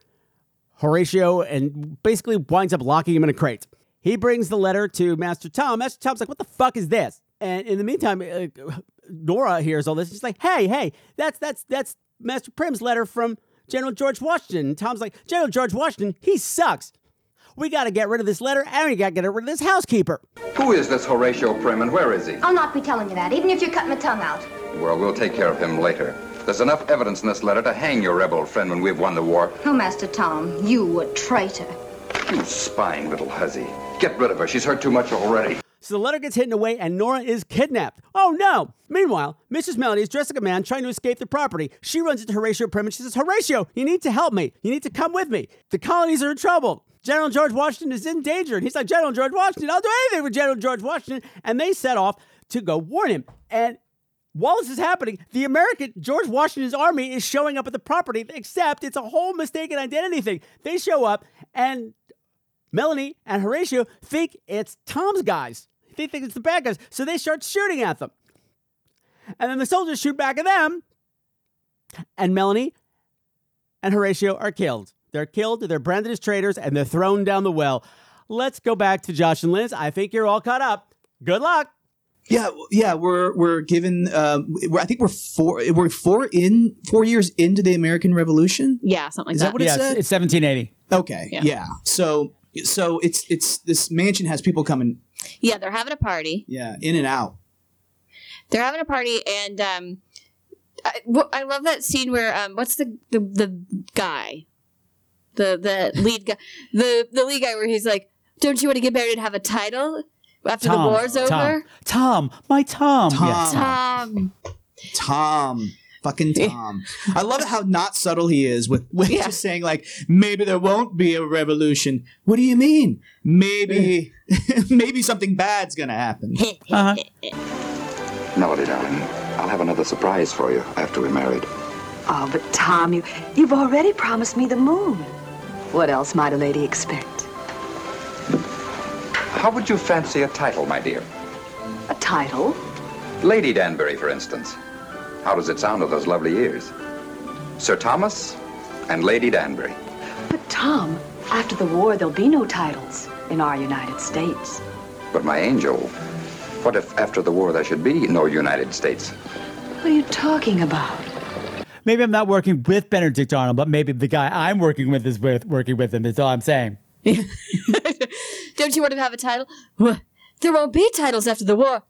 Speaker 1: Horatio and basically winds up locking him in a crate. He brings the letter to Master Tom. Master Tom's like, what the fuck is this? And in the meantime, uh, Nora hears all this. She's like, hey, hey, that's that's that's Master Prim's letter from General George Washington. And Tom's like, General George Washington, he sucks. We got to get rid of this letter and we got to get rid of this housekeeper.
Speaker 7: Who is this Horatio Prim and where is he?
Speaker 11: I'll not be telling you that, even if you cut my tongue out.
Speaker 7: Well, we'll take care of him later. There's enough evidence in this letter to hang your rebel friend when we've won the war.
Speaker 11: Oh, Master Tom, you a traitor.
Speaker 7: You spine, little hussy. Get rid of her. She's heard too much already.
Speaker 1: So the letter gets hidden away and Nora is kidnapped. Oh no! Meanwhile, Mrs. Melody is dressed like a man trying to escape the property. She runs into Horatio Prim and she says, Horatio, you need to help me. You need to come with me. The colonies are in trouble. General George Washington is in danger. And he's like, General George Washington, I'll do anything for General George Washington. And they set off to go warn him. And while this is happening, the American George Washington's army is showing up at the property, except it's a whole mistaken identity thing. They show up and Melanie and Horatio think it's Tom's guys. They think it's the bad guys. So they start shooting at them. And then the soldiers shoot back at them. And Melanie and Horatio are killed. They're killed, they're branded as traitors, and they're thrown down the well. Let's go back to Josh and Liz. I think you're all caught up. Good luck.
Speaker 10: Yeah, w- yeah, we're we're given. Um, we're, I think we're four. We're four in four years into the American Revolution.
Speaker 9: Yeah, something like
Speaker 10: Is
Speaker 9: that.
Speaker 10: that what it
Speaker 9: yeah,
Speaker 10: said?
Speaker 13: It's 1780.
Speaker 10: Okay.
Speaker 9: Yeah.
Speaker 10: Yeah. So so it's it's this mansion has people coming
Speaker 9: Yeah, they're having a party.
Speaker 10: yeah in and out.
Speaker 9: They're having a party, and um, I, wh- I love that scene where um, what's the the, the guy, the the lead guy, the the lead guy where he's like, "Don't you want to get married and have a title after the war's over?"
Speaker 1: Tom, my Tom.
Speaker 10: Tom.
Speaker 1: Yes.
Speaker 9: Tom.
Speaker 10: Tom. Fucking Tom. I love how not subtle he is with, with just saying, like, maybe there won't be a revolution. What do you mean? Maybe maybe something bad's gonna happen.
Speaker 1: uh
Speaker 7: Melody, darling, I'll have another surprise for you after we're married.
Speaker 14: Oh, but Tom, you, you've already promised me the moon. What else might a lady expect?
Speaker 7: How would you fancy a title, my dear?
Speaker 14: A title?
Speaker 7: Lady Danbury, for instance. How does it sound of those lovely ears? Sir Thomas and Lady Danbury.
Speaker 14: But Tom, after the war, there'll be no titles in our United States.
Speaker 7: But my angel, what if after the war there should be no United States?
Speaker 14: What are you talking about?
Speaker 1: Maybe I'm not working with Benedict Arnold, but maybe the guy I'm working with is with working with him. That's all I'm saying.
Speaker 9: Don't you want to have a title? "Wha- There won't be titles after the war.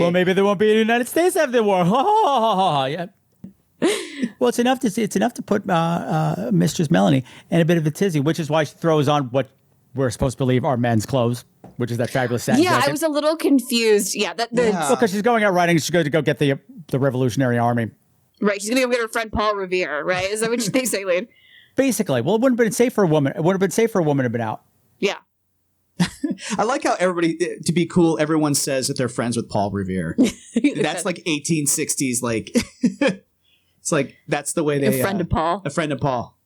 Speaker 1: Well, maybe there won't be a United States after the war. Ha ha ha ha ha. ha. Yeah. Well, it's enough to it's enough to put uh, uh, Mistress Melanie in a bit of a tizzy, which is why she throws on what we're supposed to believe are men's clothes, which is that fabulous satin
Speaker 9: yeah,
Speaker 1: jacket.
Speaker 9: I was a little confused. Yeah, that the
Speaker 1: because she's going out riding. She's going to go get the the Revolutionary Army.
Speaker 9: right. She's gonna go get her friend Paul Revere. Right? Is that what you think, Aileen?
Speaker 1: Basically, well, it wouldn't have been safe for a woman. It would have been safe for a woman to have been out.
Speaker 9: Yeah.
Speaker 10: I like how everybody eh, to be cool, everyone says that they're friends with Paul Revere. that's like eighteen sixties, like it's like that's the way
Speaker 9: A
Speaker 10: they uh,
Speaker 9: friend of Paul.
Speaker 10: A friend of Paul.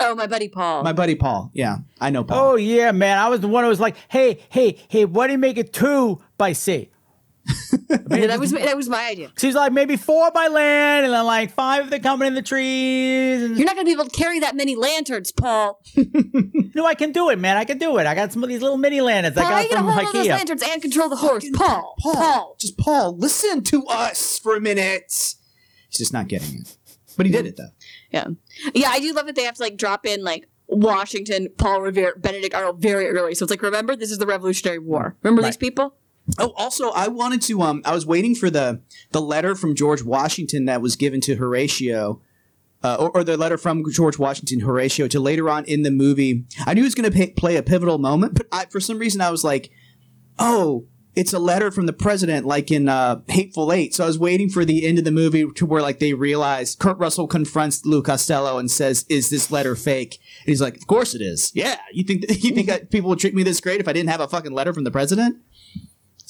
Speaker 9: Oh, my buddy Paul.
Speaker 10: My buddy Paul. Yeah. I know Paul.
Speaker 1: Oh yeah, man! I was the one who was like, "Hey, hey, hey! Why do you make it two by sea?"
Speaker 9: Yeah, that was that was my idea.
Speaker 1: She's like, "Maybe four by land, and then like five if they're coming in the trees." And
Speaker 9: You're not gonna be able to carry that many lanterns, Paul.
Speaker 1: no, I can do it, man! I can do it. I got some of these little mini lanterns
Speaker 9: Paul,
Speaker 1: I
Speaker 9: how
Speaker 1: got
Speaker 9: you gonna
Speaker 1: from
Speaker 9: hold all those
Speaker 1: IKEA.
Speaker 9: lanterns and control the horse, Paul? Paul.
Speaker 10: Just Paul, listen to us for a minute. He's just not getting it. But he did it though.
Speaker 9: Yeah. Yeah, I do love that they have to like drop in like Washington, Paul Revere, Benedict Arnold very early. So it's like, remember, this is the Revolutionary War. Remember these people?
Speaker 10: Oh, also, I wanted to. Um, I was waiting for the the letter from George Washington that was given to Horatio, uh, or, or the letter from George Washington Horatio to later on in the movie. I knew it was going to play a pivotal moment, but I, for some reason, I was like, "Oh, it's a letter from the president," like in uh, *Hateful Eight. So I was waiting for the end of the movie to where like they realize Kurt Russell confronts Lou Costello and says, "Is this letter fake?" And he's like, "Of course it is. Yeah, you think you think that people would treat me this great if I didn't have a fucking letter from the president?"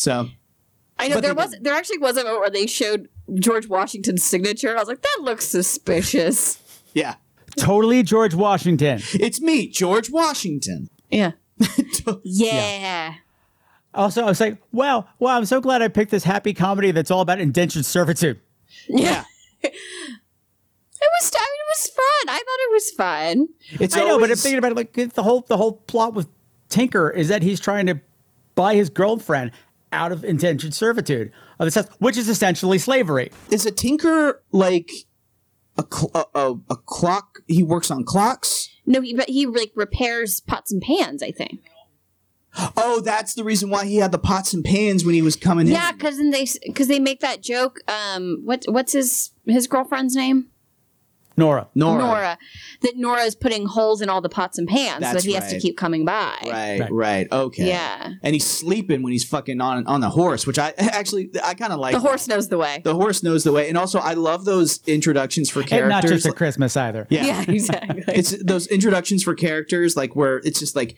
Speaker 10: So
Speaker 9: I know there was there actually was a moment where they showed George Washington's signature. I was like, that looks suspicious.
Speaker 10: Yeah.
Speaker 1: Totally George Washington.
Speaker 10: It's me, George Washington.
Speaker 9: Yeah.
Speaker 1: Yeah. Also, I was like, "Wow, wow! I'm so glad I picked this happy comedy that's all about indentured servitude."
Speaker 10: Yeah.
Speaker 9: It was I mean, it was fun. I thought it was fun.
Speaker 1: It's I know, but I'm thinking about it like it's the whole the whole plot with Tinker is that he's trying to buy his girlfriend out of indentured servitude, of the South, which is essentially slavery.
Speaker 10: Is a tinker like a, cl- a, a, a clock? He works on clocks.
Speaker 9: No, he, but he like repairs pots and pans. I think.
Speaker 10: Oh, that's the reason why he had the pots and pans when he was coming
Speaker 9: Yeah,
Speaker 10: in.
Speaker 9: because then they because they make that joke. Um, what what's his his girlfriend's name?
Speaker 1: Nora.
Speaker 10: Nora.
Speaker 9: That Nora is putting holes in all the pots and pans so
Speaker 10: That's
Speaker 9: that he has to
Speaker 10: right.
Speaker 9: keep coming by.
Speaker 10: Right, right, okay.
Speaker 9: Yeah.
Speaker 10: and he's sleeping when he's fucking on on the horse, which I actually I kind of like.
Speaker 9: the horse knows the way.
Speaker 10: The horse knows the way, and also I love those introductions for characters.
Speaker 1: And not just at Christmas either.
Speaker 10: Yeah.
Speaker 9: exactly.
Speaker 10: it's those introductions for characters like where it's just like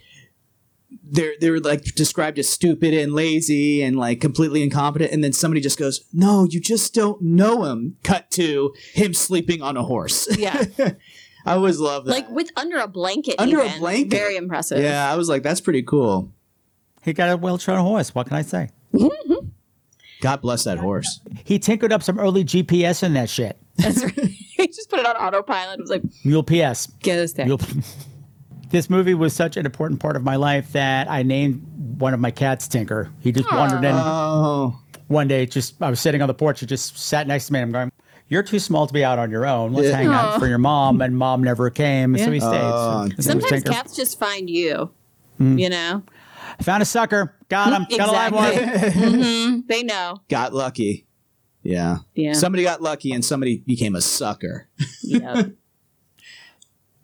Speaker 10: they're they're like described as stupid and lazy and like completely incompetent and then somebody just goes no you just don't know him cut to him sleeping on a horse
Speaker 9: Yeah.
Speaker 10: i always love that
Speaker 9: like with under a blanket.
Speaker 10: Under a
Speaker 9: even.
Speaker 10: blanket.
Speaker 9: Very impressive.
Speaker 10: yeah i was like that's pretty cool
Speaker 1: He got a well trained horse. What can I say?
Speaker 10: god bless that horse.
Speaker 1: He tinkered up some early GPS in that shit.
Speaker 9: he just put it on autopilot. It was like,
Speaker 1: Mule PS.
Speaker 9: Get us there.
Speaker 1: this movie was such an important part of my life that I named one of my cats Tinker. He just wandered in
Speaker 10: Oh.
Speaker 1: one day. Just I was sitting on the porch. He just sat next to me. and I'm going, You're too small to be out on your own. Let's
Speaker 9: Yeah.
Speaker 1: hang out
Speaker 9: Aw.
Speaker 1: for your mom. And mom never came, so he
Speaker 9: Yeah.
Speaker 1: stayed.
Speaker 9: Oh,
Speaker 1: His name was
Speaker 9: Sometimes
Speaker 1: Tinker.
Speaker 9: cats just find you.
Speaker 1: Mm.
Speaker 9: You know.
Speaker 1: Found a sucker. Got him. Got a live one.
Speaker 9: hmm They know.
Speaker 10: Got lucky. Yeah.
Speaker 9: Yeah.
Speaker 10: Somebody got lucky and somebody became a sucker.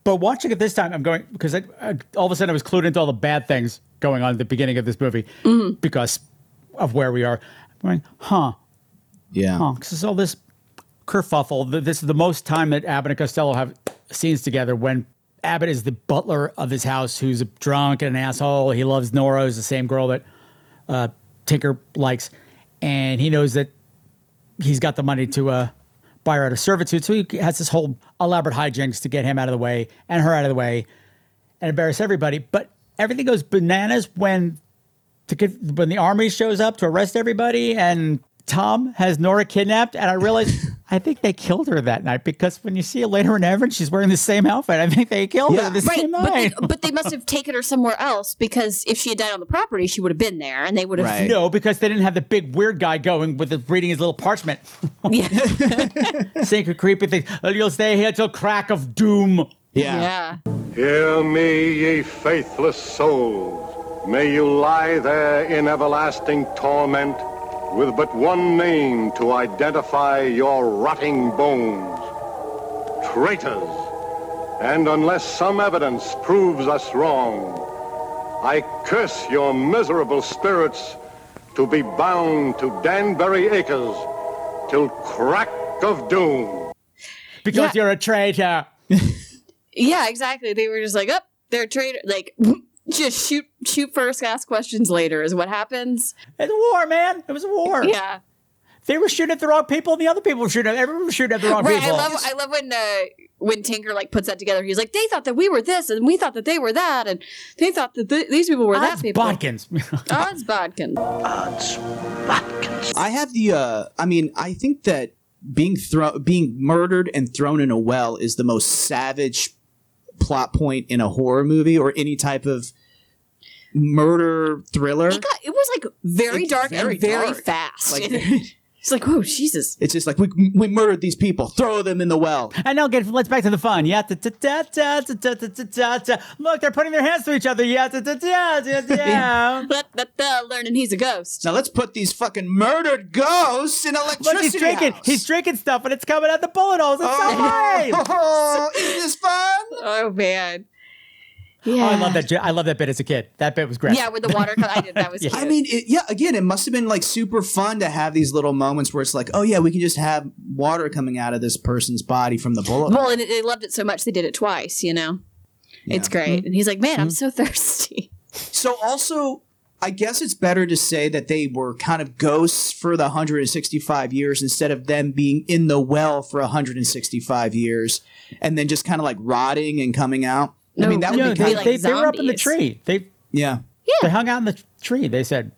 Speaker 1: But watching it this time, I'm going because I, I, all of a sudden I was clued into all the bad things going on at the beginning of this movie
Speaker 9: Mm-hmm.
Speaker 1: because of where we are. I'm going, huh?
Speaker 10: Yeah.
Speaker 1: Huh? Because all this kerfuffle. th- This is the most time that Abbott and Costello have scenes together when Abbott is the butler of his house, who's a drunk and an asshole. He loves Nora, who's the same girl that uh, Tinker likes, and he knows that he's got the money to uh, buy her out of servitude. So he has this whole elaborate hijinks to get him out of the way and her out of the way and embarrass everybody. But everything goes bananas when to get, when the army shows up to arrest everybody and Tom has Nora kidnapped. And I realized I think they killed her that night because when you see her later in Everett, she's wearing the same outfit. I think they killed her the
Speaker 9: Right,
Speaker 1: same
Speaker 9: but they,
Speaker 1: night.
Speaker 9: but they must have taken her somewhere else because if she had died on the property, she would have been there, and they would have.
Speaker 1: No, because they didn't have the big weird guy going with the, reading his little parchment. Sacred creepy thing. "Oh, You'll stay here till crack of doom.
Speaker 15: Hear me, ye faithless souls. May you lie there in everlasting torment with but one name to identify your rotting bones traitors. And unless some evidence proves us wrong, I curse your miserable spirits to be bound to Danbury Acres till crack of doom.
Speaker 1: Because you're a traitor.
Speaker 9: Yeah, exactly. They were just like, "Up, they're a traitor." Like, just shoot, shoot first, ask questions later is what happens.
Speaker 1: It's war, man. It was a war.
Speaker 9: Yeah.
Speaker 1: They were shooting at the wrong people, and the other people were shooting at everyone was shooting at the wrong
Speaker 9: Right, I
Speaker 1: people.
Speaker 9: love, I love when uh, when Tinker like puts that together. He's like, they thought that we were this, and we thought that they were that, and they thought that th- these people were that people.
Speaker 1: Bodkins.
Speaker 9: Odds Bodkin. Odds.
Speaker 10: I have the. Uh, I mean, I think that being thrown, being murdered and thrown in a well is the most savage plot point in a horror movie or any type of murder thriller.
Speaker 9: It got it was like very
Speaker 10: It's
Speaker 9: dark
Speaker 10: very
Speaker 9: and very
Speaker 10: dark.
Speaker 9: fast.
Speaker 10: Like-
Speaker 9: it's like, oh Jesus!
Speaker 10: It's just like we, we murdered these people, throw them in the well.
Speaker 1: And now get let's back to the fun. Yeah, ta- ta- ta- ta- ta- ta- ta- ta- ta- ta. look, they're putting their hands to each other. Yeah, ta- ta- ta- ta- ta.
Speaker 9: But but uh, learning he's a ghost.
Speaker 10: Now let's put these fucking murdered ghosts in
Speaker 1: Look,
Speaker 10: electricity.
Speaker 1: he's drinking.
Speaker 10: house.
Speaker 1: He's drinking stuff, and it's coming out the bullet holes. It's so fine.
Speaker 10: Oh, isn't this fun?
Speaker 9: Oh man.
Speaker 1: Oh, I love that. j- I love that bit as a kid. That bit was great.
Speaker 9: Yeah, with the water. co- I did that was.
Speaker 10: I
Speaker 9: cute.
Speaker 10: mean, it, yeah. Again, it must have been like super fun to have these little moments where it's like, oh yeah, we can just have water coming out of this person's body from the bullet.
Speaker 9: well, and they loved it so much they did it twice. You know, it's great.
Speaker 10: Mm-hmm.
Speaker 9: And he's like, man, I'm so thirsty.
Speaker 10: So also, I guess it's better to say that they were kind of ghosts for the 165 years instead of them being in the well for 165 years and then just kind of like rotting and coming out. I mean, that would
Speaker 1: Yeah,
Speaker 10: be
Speaker 1: they,
Speaker 10: kind of
Speaker 1: they, they were up in the tree. They
Speaker 10: yeah.
Speaker 1: They hung out in the t- tree. They said,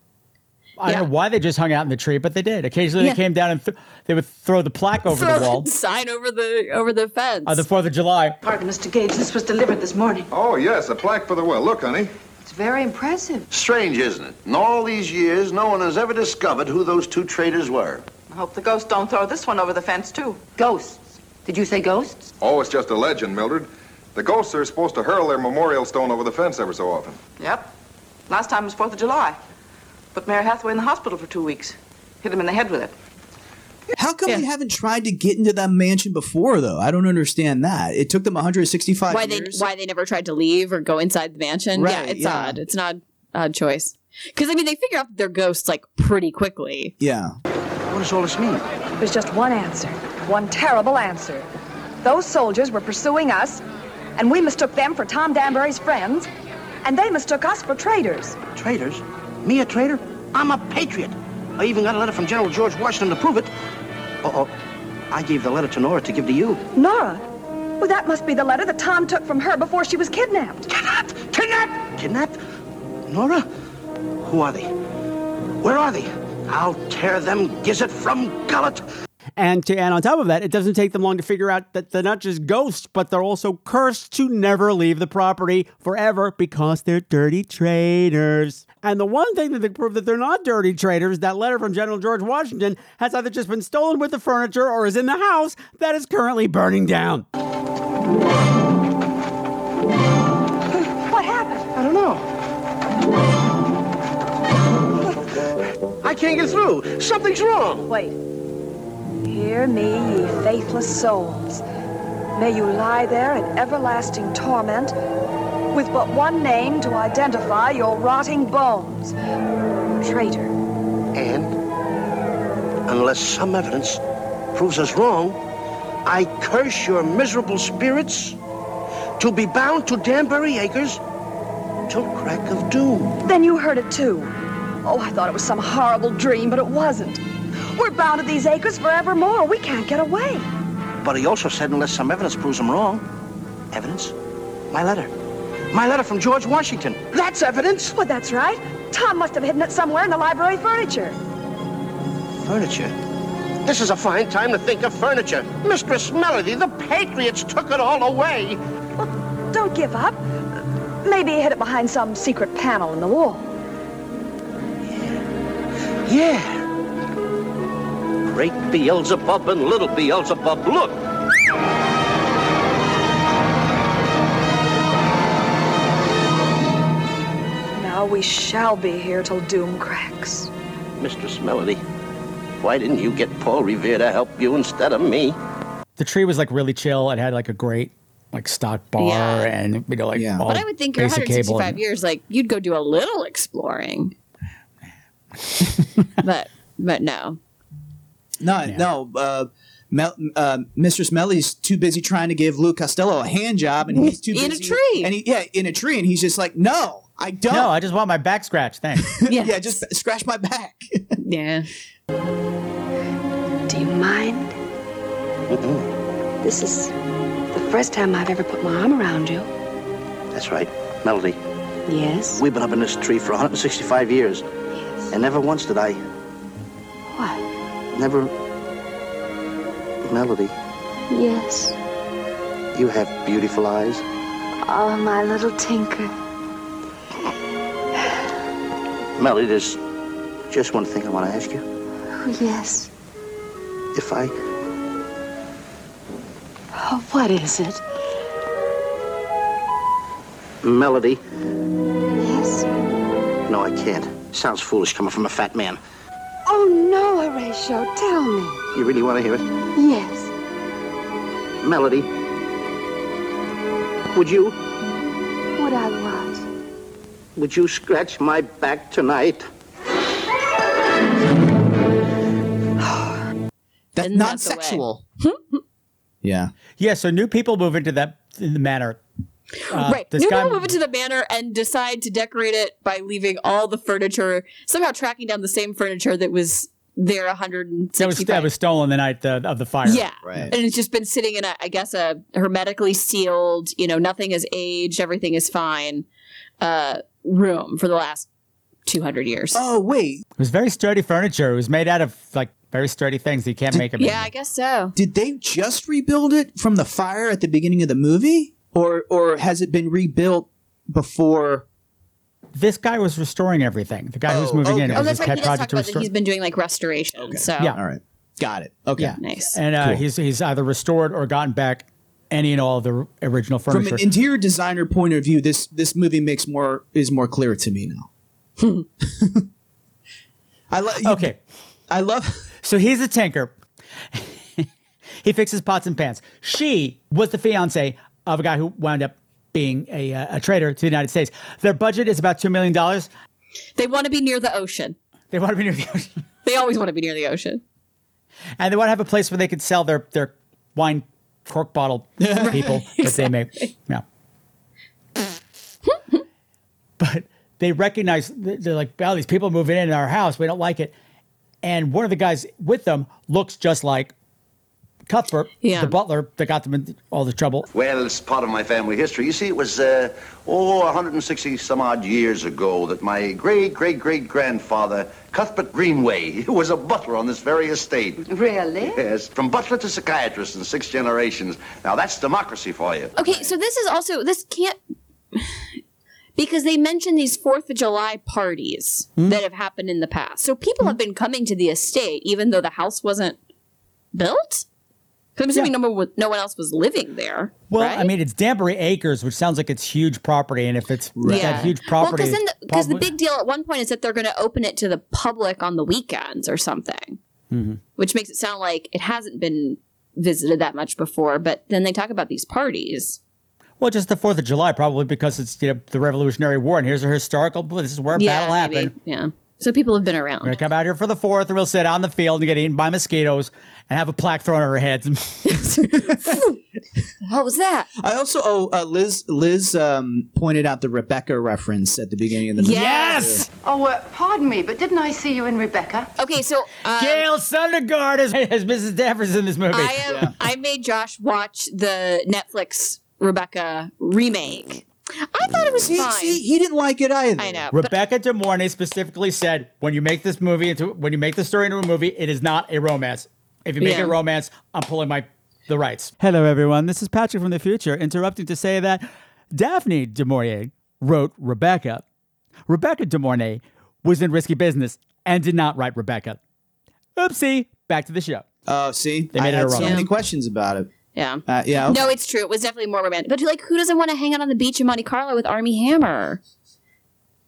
Speaker 1: I don't know why they just hung out in the tree, but they did. Occasionally
Speaker 9: Yeah.
Speaker 1: they came down and th- they would throw the plaque over
Speaker 9: Throw
Speaker 1: the wall
Speaker 9: sign over the over the fence.
Speaker 1: on the 4th of July.
Speaker 6: Pardon, Mr. Gage, this was delivered this morning.
Speaker 5: Oh, yes, a plaque for the well. Look, honey.
Speaker 6: It's very impressive.
Speaker 5: Strange, isn't it? In all these years, no one has ever discovered who those two traitors were.
Speaker 6: I hope the ghosts don't throw this one over the fence, too. Ghosts? Did you say ghosts?
Speaker 7: Oh, it's just a legend, Mildred. The ghosts are supposed to hurl their memorial stone over the fence ever so often.
Speaker 6: Yep. Last time was 4th of July. Put Mayor Hathaway in the hospital for two weeks. Hit him in the head with it.
Speaker 10: How come they haven't tried to get into that mansion before, though? I don't understand that. It took them 165
Speaker 9: why
Speaker 10: years.
Speaker 9: they why they never tried to leave or go inside the mansion. yeah,
Speaker 10: Right,
Speaker 9: it's
Speaker 10: yeah.
Speaker 9: odd. It's an odd odd choice. Because I mean, they figure out that they're ghosts like pretty quickly.
Speaker 10: Yeah.
Speaker 6: What does all this mean?
Speaker 16: There's just one answer, one terrible answer. Those soldiers were pursuing us, and we mistook them for Tom Danbury's friends, and they mistook us for traitors.
Speaker 4: Traitors?
Speaker 6: Me a traitor?
Speaker 4: I'm a patriot. I even got a letter from General George Washington to prove it. Uh-oh. I gave the letter to Nora to give to you.
Speaker 16: Nora? Well, that must be the letter that Tom took from her before she was kidnapped. Kidnapped? Kidnapped?
Speaker 4: Kidnapped? Nora? Who are they? Where are they? I'll tear them gizzard from gullet.
Speaker 17: And to and on top of that, it doesn't take them long to figure out that they're not just ghosts, but they're also cursed to never leave the property forever because they're dirty traitors. And the one thing that they prove that they're not dirty traitors, that letter from General George Washington has either just been stolen with the furniture or is in the house that is currently burning down.
Speaker 16: What happened?
Speaker 4: I don't know. I can't get through. Something's wrong.
Speaker 16: Wait. Hear me, ye faithless souls. May you lie there in everlasting torment with but one name to identify your rotting bones. Traitor.
Speaker 4: And unless some evidence proves us wrong, I curse your miserable spirits to be bound to Danbury Acres till crack of doom.
Speaker 16: Then you heard it too. Oh, I thought it was some horrible dream, but it wasn't. We're bound to these acres forevermore. We can't get away.
Speaker 4: But he also said unless some evidence proves him wrong. Evidence? My letter. My letter from George Washington. That's evidence.
Speaker 16: Well, that's right. Tom must have hidden it somewhere in the library furniture.
Speaker 4: Furniture? This is a fine time to think of furniture. Mistress Melody, the Patriots took it all away.
Speaker 16: Don't give up. Maybe he hid it behind some secret panel in the wall.
Speaker 4: Yeah. Great Beelzebub and little Beelzebub, look.
Speaker 16: Now we shall be here till doom cracks.
Speaker 4: Mistress Melody, why didn't you get Paul Revere to help you instead of me?
Speaker 1: The tree was like really chill. It had like a great like stock bar
Speaker 9: Yeah.
Speaker 1: and you know like yeah.
Speaker 9: but I would think you're 165 years, like you'd go do a little exploring. but but no,
Speaker 10: No, no. Uh, Mel, uh, Mistress Melly's too busy trying to give Lou Costello a hand job, and he's too
Speaker 9: In a
Speaker 10: busy-
Speaker 9: tree.
Speaker 10: And he, yeah, in a tree, and he's just like, "No, I don't.
Speaker 1: No, I just want my back scratched. Thanks.
Speaker 10: yeah. just scratch my back."
Speaker 9: yeah.
Speaker 14: Do you mind?
Speaker 4: Mm-hmm.
Speaker 14: This is the first time I've ever put my arm around you.
Speaker 4: That's right, Melody.
Speaker 14: Yes?
Speaker 4: We've been up in this tree for 165 years, and never once did I.
Speaker 14: What?
Speaker 4: Never. Melody,
Speaker 14: Yes.
Speaker 4: you have beautiful eyes.
Speaker 14: Oh, my little tinker.
Speaker 4: Melody, there's just one thing I want to ask you.
Speaker 14: Oh, yes.
Speaker 4: If I.
Speaker 14: Oh, what is it?
Speaker 4: Melody.
Speaker 14: Yes?
Speaker 4: No, I can't. Sounds foolish coming from a fat man.
Speaker 14: Oh, no, Horatio, tell me.
Speaker 4: You really want to hear it?
Speaker 14: Yes.
Speaker 4: Melody. Would you.
Speaker 14: What I was.
Speaker 4: Would you scratch my back tonight?
Speaker 10: That's
Speaker 1: not
Speaker 10: sexual.
Speaker 1: yeah. Yeah. So new people move into that in the manor. Uh,
Speaker 9: right.
Speaker 1: This
Speaker 9: New
Speaker 1: guy,
Speaker 9: people move into the manor and decide to decorate it by leaving all the furniture, somehow tracking down the same furniture that was there 165
Speaker 1: that was that was stolen the night uh, of the fire.
Speaker 9: Yeah. And it's just been sitting in a, I guess, a hermetically sealed, you know, nothing has aged, everything is fine uh, room for the last 200 years.
Speaker 10: Oh, wait.
Speaker 1: It was very sturdy furniture. It was made out of like very sturdy things. You can't make it.
Speaker 9: Yeah, I guess so.
Speaker 10: Did they just rebuild it from the fire at the beginning of the movie, or or has it been rebuilt before?
Speaker 1: This guy was restoring everything. The guy who's moving in. it
Speaker 9: Oh,
Speaker 1: was
Speaker 9: that's
Speaker 1: his
Speaker 9: right. He
Speaker 1: pet
Speaker 9: does talk
Speaker 1: project to
Speaker 9: about that
Speaker 1: restore.
Speaker 9: he's been doing like restoration. So
Speaker 1: Yeah. All right.
Speaker 10: Got it. Okay.
Speaker 9: Nice.
Speaker 1: And uh,
Speaker 10: Cool.
Speaker 1: he's he's either restored or gotten back any and all of the r- original
Speaker 10: From
Speaker 1: furniture.
Speaker 10: an interior designer point of view, this this movie makes more is more clear to me now. I love.
Speaker 1: Okay.
Speaker 10: I love.
Speaker 1: So he's a tinker. he fixes pots and pans. She was the fiance of a guy who wound up being a, uh, a traitor to the United States. Their budget is about two million dollars.
Speaker 9: they want to be near the ocean.
Speaker 1: They want to be near the ocean,
Speaker 9: They always want to be near the ocean.
Speaker 1: and they want to have a place where they could sell their their wine cork bottle to people that they make. Yeah. but they recognize they're like, "Wow, these people moving in our house. We don't like it." And one of the guys with them looks just like Cuthbert,
Speaker 9: Yeah.
Speaker 1: the butler that got them in all the trouble.
Speaker 5: Well, it's part of my family history. You see, it was, uh, oh, 160 some odd years ago that my great great great grandfather, Cuthbert Greenway, was a butler on this very estate.
Speaker 6: Really?
Speaker 5: Yes, from butler to psychiatrist in six generations. Now, that's democracy for you.
Speaker 9: Okay, so this is also this can't because they mentioned these Fourth of July parties
Speaker 1: Hmm?
Speaker 9: that have happened in the past. So people have been coming to the estate, even though the house wasn't built. 'Cause I'm assuming no, one, wa- no one else was living there.
Speaker 1: Well, I mean, it's Danbury Acres, which sounds like it's huge property, and if it's that huge property,
Speaker 9: Well, because
Speaker 1: it's
Speaker 9: the, 'cause the
Speaker 1: probably-
Speaker 9: big deal at one point is that they're going to open it to the public on the weekends or something,
Speaker 1: Mhm.
Speaker 9: which makes it sound like it hasn't been visited that much before. But then they talk about these parties.
Speaker 1: Well, just the Fourth of July, probably because it's you know, the Revolutionary War, and here's a historical. This is where a battle happened.
Speaker 9: maybe. Yeah. So people have been around.
Speaker 1: We're gonna come out here for the Fourth, and we'll sit out in the field and get eaten by mosquitoes, and have a plaque thrown on our
Speaker 9: Um,
Speaker 1: heads.
Speaker 9: What was that?
Speaker 10: I also oh uh, Liz Liz um, pointed out the Rebecca reference at the beginning of the movie.
Speaker 6: Oh, uh, pardon me, but didn't I see you in Rebecca?
Speaker 9: Okay, so um,
Speaker 1: Gail Sundergaard is, is Mrs. Danvers in this movie.
Speaker 9: I am. uh, I made Josh watch the Netflix Rebecca remake. I thought it was
Speaker 10: See,
Speaker 9: fine.
Speaker 10: see, he didn't like it either.
Speaker 9: I know. but-
Speaker 1: Rebecca De Mornay specifically said, "When you make this movie into when you make the story into a movie, it is not a romance. If you make
Speaker 9: Yeah.
Speaker 1: it a romance, I'm pulling my the rights."
Speaker 17: Hello, everyone. This
Speaker 1: is Patrick from the future, interrupting to say that Daphne Du Maurier wrote Rebecca. Rebecca Du Maurier was in risky business and did not write Rebecca. Oopsie. Back to the show.
Speaker 10: Oh, see,
Speaker 1: They made
Speaker 10: I
Speaker 1: it a
Speaker 10: had so
Speaker 1: romance.
Speaker 10: many questions about it.
Speaker 9: Yeah,
Speaker 10: uh, yeah.
Speaker 9: No, it's true. It was definitely more romantic. But like, who doesn't want to hang out on the beach in Monte Carlo with Army Hammer?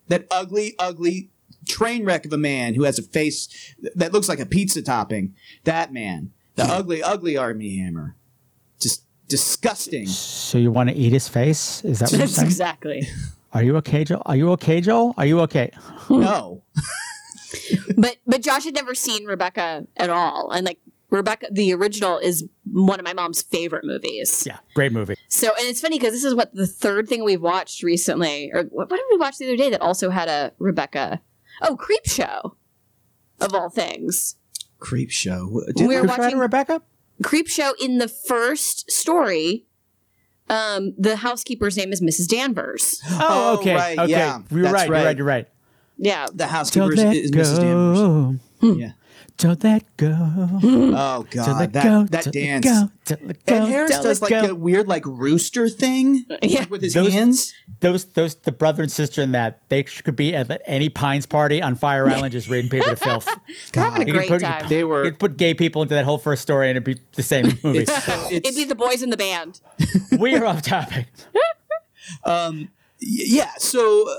Speaker 10: that ugly, ugly train wreck of a man who has a face th- that looks like a pizza topping. That man, the ugly, ugly Army Hammer, just disgusting.
Speaker 1: So you want to eat his face? Is that what you're saying?
Speaker 9: exactly.
Speaker 1: Are you okay, Joe? Are you okay, Joe? Are you okay?
Speaker 10: No.
Speaker 9: But but Josh had never seen Rebecca at all, and like Rebecca, the original is one of my mom's favorite movies.
Speaker 1: Yeah. Great movie.
Speaker 9: So and it's funny because this is what the third thing we've watched recently, or what, what did we watch the other day that also had a Rebecca? Oh, Creep Show, of all things.
Speaker 10: Creep show.
Speaker 9: we were watching
Speaker 1: Rebecca.
Speaker 9: Creep show in the first story. Um, the housekeeper's name is Mrs. Danvers.
Speaker 1: Oh, okay.
Speaker 10: right,
Speaker 1: okay.
Speaker 10: yeah,
Speaker 1: You're
Speaker 10: that's
Speaker 1: right, You're
Speaker 10: right.
Speaker 1: right. You're right.
Speaker 9: Yeah,
Speaker 10: the housekeeper is, is Mrs. Danvers. Hmm. Yeah.
Speaker 1: Don't let go. Oh
Speaker 10: God,
Speaker 1: Don't let
Speaker 10: that-
Speaker 1: go.
Speaker 10: that
Speaker 1: don't let
Speaker 10: dance.
Speaker 1: Go, don't let go,
Speaker 10: Ed Harris
Speaker 1: don't
Speaker 10: does
Speaker 1: let
Speaker 10: like
Speaker 1: go.
Speaker 10: a weird like rooster thing
Speaker 9: yeah.
Speaker 10: with his
Speaker 1: Those-
Speaker 10: hands.
Speaker 1: Those, those, the brother and sister in that they sh- could be at any Pines party on Fire Island, just reading paper to filth.
Speaker 9: having a
Speaker 1: You could
Speaker 9: great time.
Speaker 10: They were.
Speaker 1: You could put gay people into that whole first story, and it'd be the same movie.
Speaker 9: It'd be the boys in the band.
Speaker 1: we are off topic.
Speaker 10: Um, y- yeah, so uh,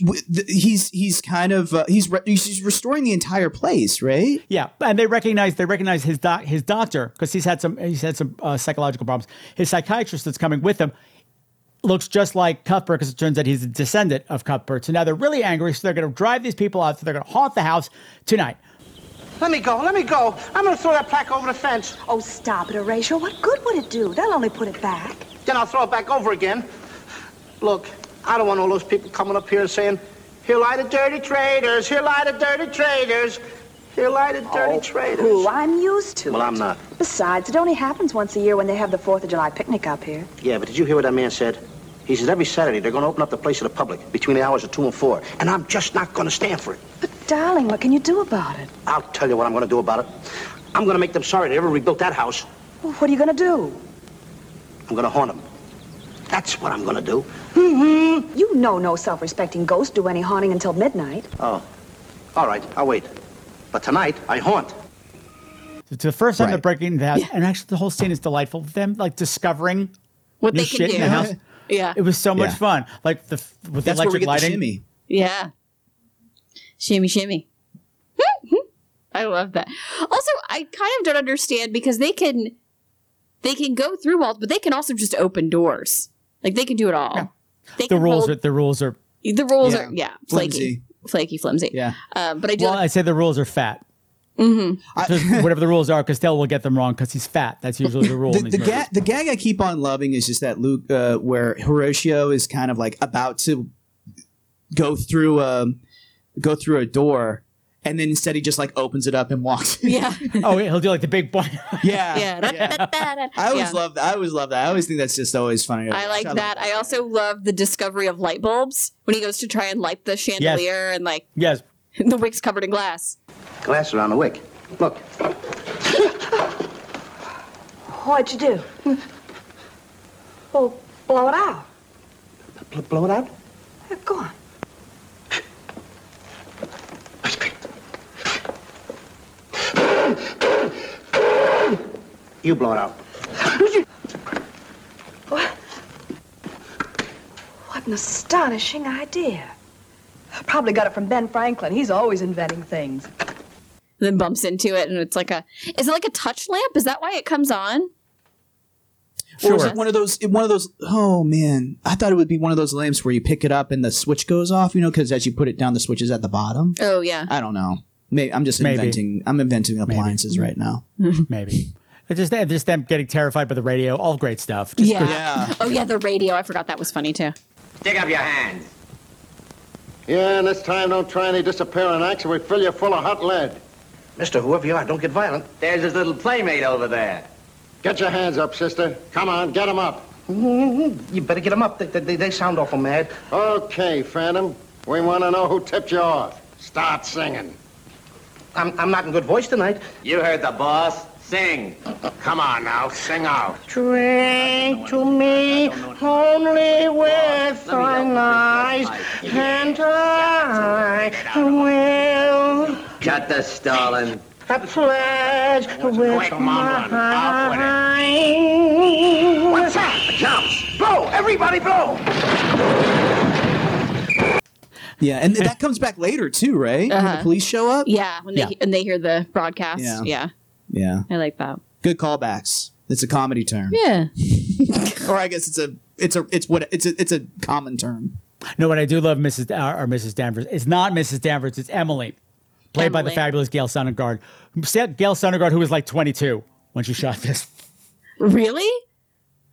Speaker 10: w- th- he's he's kind of uh, he's re- he's restoring the entire place, right?
Speaker 1: Yeah, and they recognize they recognize his doc his doctor because he's had some he's had some uh, psychological problems. His psychiatrist that's coming with him looks just like Cuthbert because it turns out he's a descendant of Cuthbert. So now they're really angry. So they're going to drive these people out. So they're going to haunt the house tonight.
Speaker 18: Let me go. Let me go. I'm going to throw that plaque over the fence.
Speaker 14: Oh, stop it, Horatio. What good would it do? They'll only put it back.
Speaker 18: Then I'll throw it back over again. Look, I don't want all those people coming up here and saying, here lie the dirty traitors, here lie the dirty traitors, here lie the dirty traitors.
Speaker 14: Pooh, Oh, I'm used to
Speaker 4: Well,
Speaker 14: it.
Speaker 4: I'm not.
Speaker 14: Besides, it only happens once a year when they have the Fourth of July picnic up here.
Speaker 4: Yeah, but did you hear what that man said? He says every Saturday they're going to open up the place to the public between the hours of 2 and 4, and I'm just not going to stand for it.
Speaker 14: Darling, what can you do about it?
Speaker 4: I'll tell you what I'm going to do about it. I'm going to make them sorry they ever rebuilt that house.
Speaker 14: Well, what are you going to do?
Speaker 4: I'm going to haunt them. That's what I'm going to do.
Speaker 14: Mm-hmm. You know no self-respecting ghost do any haunting until midnight.
Speaker 4: Oh, all right, I'll wait. But tonight, I haunt.
Speaker 1: It's the first time they're breaking the house, and actually the whole scene is delightful. Them like discovering
Speaker 9: What
Speaker 1: new
Speaker 9: they can
Speaker 1: shit in
Speaker 9: do.
Speaker 1: the house.
Speaker 9: Yeah.
Speaker 1: It was so much
Speaker 9: Yeah.
Speaker 1: fun. Like the f- with the
Speaker 10: That's where we
Speaker 1: electric
Speaker 10: get the
Speaker 1: lighting.
Speaker 10: shimmy.
Speaker 9: Yeah. Shimmy, shimmy. I love that. Also, I kind of don't understand because they can they can go through walls, but they can also just open doors. Like they can do it all. They
Speaker 1: The
Speaker 9: can
Speaker 1: rules
Speaker 9: hold-
Speaker 1: are the rules are.
Speaker 9: the rules
Speaker 1: Yeah.
Speaker 9: are yeah, flaky. Flaky, flimsy. Yeah. Um, but I do
Speaker 1: Well, I say the rules are fat.
Speaker 9: mm-hmm.
Speaker 1: Just whatever the rules are, Costello will get them wrong because he's fat. That's usually the rule.
Speaker 10: The,
Speaker 1: in these
Speaker 10: the,
Speaker 1: movies.
Speaker 10: ga- the gag I keep on loving is just that Luke, uh, where Horatio is kind of like about to go through um go through a door, and then instead he just like opens it up and walks.
Speaker 9: Yeah.
Speaker 1: oh, he'll do like the big boy.
Speaker 10: yeah.
Speaker 9: Yeah.
Speaker 10: I always
Speaker 9: Yeah.
Speaker 10: love that. I always love that. I always think that's just always funny.
Speaker 9: I like that. I also love the discovery of light bulbs when he goes to try and light the chandelier and like
Speaker 1: Yes.
Speaker 9: the wick's covered in glass.
Speaker 4: Glass around the wick. Look.
Speaker 16: What'd you do?
Speaker 14: Oh,
Speaker 16: Well, blow it out.
Speaker 4: Bl- blow it out?
Speaker 16: Go on.
Speaker 4: You blow it out.
Speaker 16: What? What an astonishing idea. Probably got it from Ben Franklin. He's always inventing things.
Speaker 9: Then bumps into it and it's like a is it like a touch lamp? Is that why it comes on?
Speaker 10: Or is it one of those? One of those. Oh man, I thought it would be one of those lamps where you pick it up and the switch goes off. You know, because as you put it down, the switch is at the bottom.
Speaker 9: Oh yeah.
Speaker 10: I don't know. Maybe I'm just
Speaker 1: Maybe.
Speaker 10: inventing. I'm inventing appliances right now.
Speaker 1: Maybe. It's just, just them getting terrified by the radio. All great stuff. Just
Speaker 9: yeah.
Speaker 1: great-
Speaker 9: Oh yeah, the radio. I forgot that was funny too.
Speaker 18: Stick up your hands.
Speaker 4: Yeah, and this time don't try any disappearing acts or we fill you full of hot lead. Mister, whoever you are, don't get violent.
Speaker 18: There's his little playmate over there.
Speaker 4: Get your hands up, sister. Come on, get 'em up. You better get 'em up. They, they, they sound awful mad. Okay, Phantom. We want to know who tipped you off. Start singing. I'm, I'm not in good voice tonight.
Speaker 18: You heard the boss. Sing. Come on now, sing out.
Speaker 4: Drink
Speaker 18: to me
Speaker 4: only with
Speaker 18: thine
Speaker 4: eyes, and I will
Speaker 18: Cut the stalling.
Speaker 4: I pledge with mine. What's that? The jumps. Blow, everybody blow.
Speaker 10: Yeah, and th- that comes back later too, right? When the
Speaker 9: Uh-huh.
Speaker 10: police show up.
Speaker 9: Yeah, when they
Speaker 10: Yeah.
Speaker 9: and they hear the broadcast.
Speaker 10: Yeah.
Speaker 9: Yeah.
Speaker 10: Yeah.
Speaker 9: I like that.
Speaker 10: Good callbacks. It's a comedy term.
Speaker 9: Yeah.
Speaker 10: or I guess it's a it's a it's what it's a it's a common term.
Speaker 1: No, what I do love, Mrs. Uh, or Mrs. Danvers, is not Mrs. Danvers. It's Emily, played by the
Speaker 9: Emily.
Speaker 1: fabulous Gail Sondergaard. Gail Sondergaard, who was like 22 when she shot this.
Speaker 9: Really?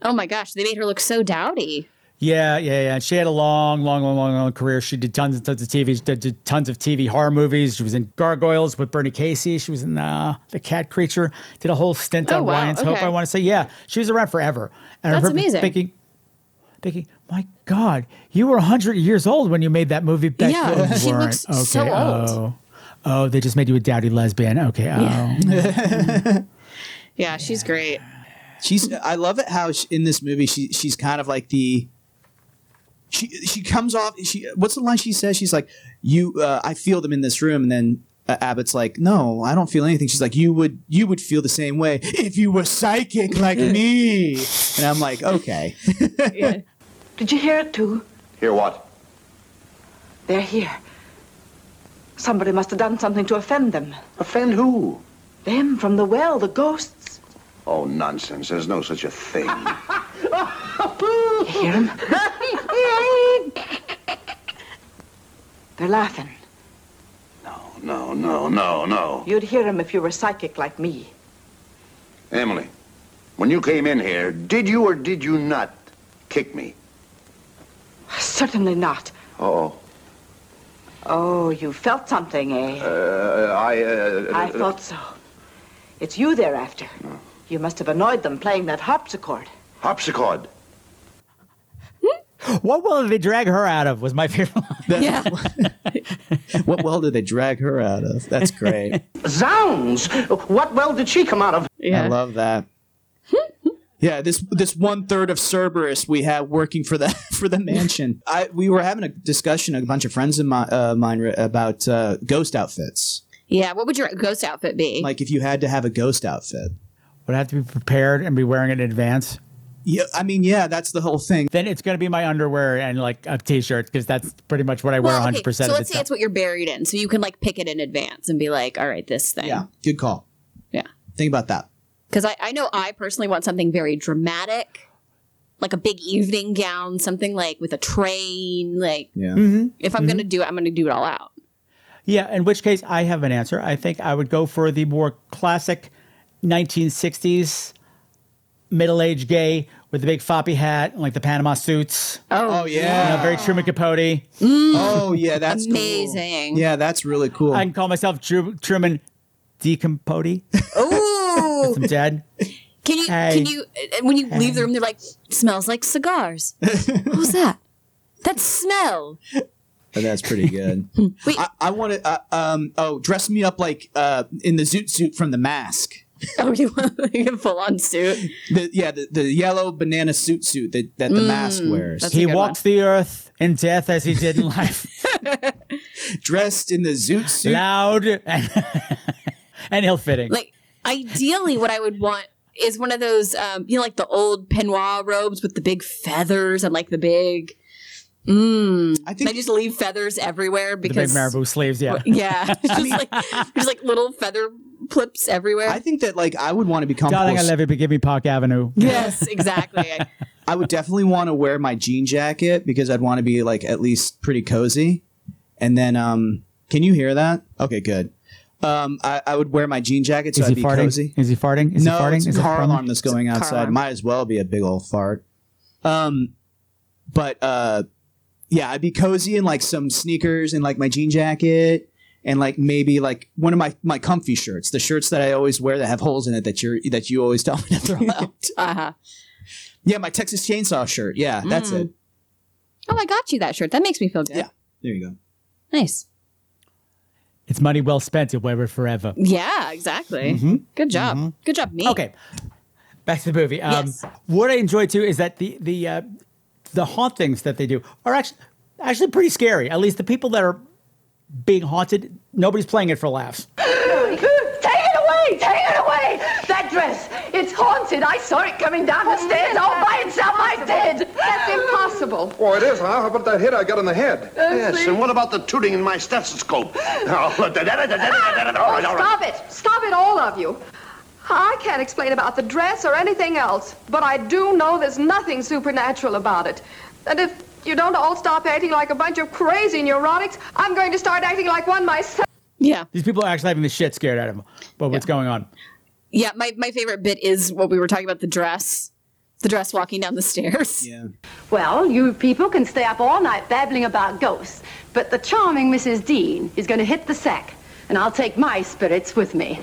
Speaker 9: Oh my gosh, they made her look so dowdy.
Speaker 1: Yeah, yeah, yeah. And She had a long, long, long, long, long career. She did tons and tons of TV. She did, did tons of TV horror movies. She was in Gargoyles with Bernie Casey. She was in uh, The Cat Creature. Did a whole stint
Speaker 9: Oh,
Speaker 1: on
Speaker 9: wow,
Speaker 1: Ryan's Hope.
Speaker 9: okay.
Speaker 1: I want to say, yeah, she was around forever. And I
Speaker 9: That's
Speaker 1: remember
Speaker 9: amazing.
Speaker 1: Thinking, thinking, my God, you were hundred years old when you made that movie. Back
Speaker 9: Yeah,
Speaker 1: then. You
Speaker 9: she
Speaker 1: weren't.
Speaker 9: looks so old.
Speaker 1: Oh. Oh, they just made you a dowdy lesbian. Okay. Oh.
Speaker 9: Yeah, she's great.
Speaker 10: She's I love it how she, in this movie she she's kind of like the she she comes off she what's the line she says she's like you uh, I feel them in this room and then uh, Abbott's like no I don't feel anything she's like you would you would feel the same way if you were psychic like me and I'm like okay
Speaker 16: Did you hear it too?
Speaker 5: Hear what?
Speaker 6: They're here. Somebody must have done something to offend them.
Speaker 5: Offend who?
Speaker 6: Them from the well, the ghosts.
Speaker 5: Oh, nonsense. There's no such a thing.
Speaker 6: You hear them? They're laughing.
Speaker 5: no, no, no, no.
Speaker 6: You'd hear them if you were psychic like me.
Speaker 5: Emily, when you came in here, did you or did you not kick me?
Speaker 6: Certainly not.
Speaker 5: Oh,
Speaker 6: Oh, you felt something, eh?
Speaker 5: uh, I. Uh,
Speaker 6: I thought so. It's you they're after. You must have annoyed them playing that harpsichord.
Speaker 5: Harpsichord.
Speaker 1: What well did they drag her out of? Was my favorite line.
Speaker 6: Yeah.
Speaker 10: what well did they drag her out of that's great
Speaker 18: Zounds! What well did she come out of?
Speaker 10: I love that. yeah, this this one third of Cerberus we have working for the for the mansion. I we were having a discussion a bunch of friends of my, uh, mine re- about uh, ghost outfits.
Speaker 9: Yeah, what would your ghost outfit be?
Speaker 10: Like if you had to have a ghost outfit.
Speaker 1: Would I have to be prepared and be wearing it in advance?
Speaker 10: Yeah, I mean, yeah, that's the whole thing.
Speaker 1: Then it's going to be my underwear and like a t-shirt because that's pretty much what I wear 100%
Speaker 9: okay, so
Speaker 1: of the
Speaker 9: let's say
Speaker 1: time.
Speaker 9: it's what you're buried in, so you can like pick it in advance and be like, all right, this thing.
Speaker 10: Yeah, good call.
Speaker 9: Yeah.
Speaker 10: Think about that.
Speaker 9: Because I, I know I personally want something very dramatic, like a big evening gown, something like with a train. Like,
Speaker 10: Yeah. Mm-hmm.
Speaker 9: if I'm going to do it, I'm going to do it all out.
Speaker 1: Yeah, in which case I have an answer. I think I would go for the more classic 1960s middle-aged gay with the big floppy hat and like the Panama suits.
Speaker 9: Oh,
Speaker 10: Oh, yeah.
Speaker 1: You know, very Truman Capote.
Speaker 10: Oh yeah, that's cool.
Speaker 9: amazing.
Speaker 10: Yeah, that's really cool.
Speaker 1: I can call myself Drew, Truman D. Capote.
Speaker 9: Ooh.
Speaker 1: I'm dead.
Speaker 9: Can you
Speaker 1: Hey.
Speaker 9: can you and when you leave the room they're like smells like cigars. Who's that? That smell. Hmm.
Speaker 10: That's pretty good. I, I want to. Uh, um, oh, dress me up like uh, in the zoot suit from The Mask.
Speaker 9: Oh, you want a full on suit?
Speaker 10: The, yeah, the, the yellow banana suit suit that, that the mask
Speaker 1: Mm,
Speaker 10: wears.
Speaker 1: He walks the earth in death as he did in life.
Speaker 10: Dressed in the zoot suit.
Speaker 1: Loud and, and ill-fitting.
Speaker 9: Like ideally what I would want is one of those um you know like the old peignoir robes with the big feathers and like the big Mm. I think they just leave feathers everywhere
Speaker 1: the big
Speaker 9: because
Speaker 1: marabou sleeves, yeah.
Speaker 9: yeah, it's just like there's like little feather plips everywhere.
Speaker 10: I think that like I would want to become.
Speaker 1: Darling, I
Speaker 10: post-
Speaker 1: love you, but give me Park Avenue.
Speaker 9: yes, exactly.
Speaker 10: I would definitely want to wear my jean jacket because I'd want to be like at least pretty cozy. And then, um, can you hear that? Okay, good. Um, I, I would wear my jean jacket so
Speaker 1: Is
Speaker 10: I'd
Speaker 1: he
Speaker 10: be
Speaker 1: farting?
Speaker 10: cozy.
Speaker 1: Is he farting? Is
Speaker 10: no,
Speaker 1: he farting?
Speaker 10: it's a
Speaker 1: Is it
Speaker 10: car
Speaker 1: farting?
Speaker 10: alarm that's going
Speaker 1: It's a car
Speaker 10: outside.
Speaker 1: alarm.
Speaker 10: Might as well be a big old fart. Um, but uh, yeah, I'd be cozy in like some sneakers and like my jean jacket and like maybe like one of my my comfy shirts, the shirts that I always wear that have holes in it that you're that you always tell me to throw out.
Speaker 9: Uh-huh.
Speaker 10: Yeah, my Texas chainsaw shirt. Yeah, that's
Speaker 9: Mm.
Speaker 10: it.
Speaker 9: Oh, I got you that shirt. That makes me feel good. Yeah.
Speaker 10: There you go.
Speaker 9: Nice.
Speaker 1: It's money well spent. You'll wear it forever.
Speaker 9: Yeah, exactly.
Speaker 10: Mm-hmm.
Speaker 1: Mhm.
Speaker 9: Good job. Good job, me.
Speaker 1: Okay. Back to the movie. Um, What I enjoy too is that the the uh, the hauntings that they do are actually actually pretty scary. At least the people that are being haunted, nobody's playing it for laughs.
Speaker 2: Take it away! Take it away! That dress, it's haunted. I saw it coming down the stairs all by itself. I did. That's impossible.
Speaker 15: Oh, it is, huh? How about that hit I got on the head?
Speaker 9: Uh,
Speaker 2: Yes,
Speaker 5: Yes, and what about the tooting in my stethoscope? Oh, all right, Oh, all right.
Speaker 2: Stop it! Stop it, all of you. I can't explain about the dress or anything else, but I do know there's nothing supernatural about it. And if you don't all stop acting like a bunch of crazy neurotics, I'm going to start acting like one myself.
Speaker 9: Yeah.
Speaker 1: These people are actually having the shit scared out of them. But what's going on?
Speaker 9: Yeah, my, my favorite bit is what we were talking about the dress. The dress walking down the stairs.
Speaker 10: Yeah.
Speaker 19: Well, you people can stay up all night babbling about ghosts, but the charming Mrs. Dean is going to hit the sack, and I'll take my spirits with me.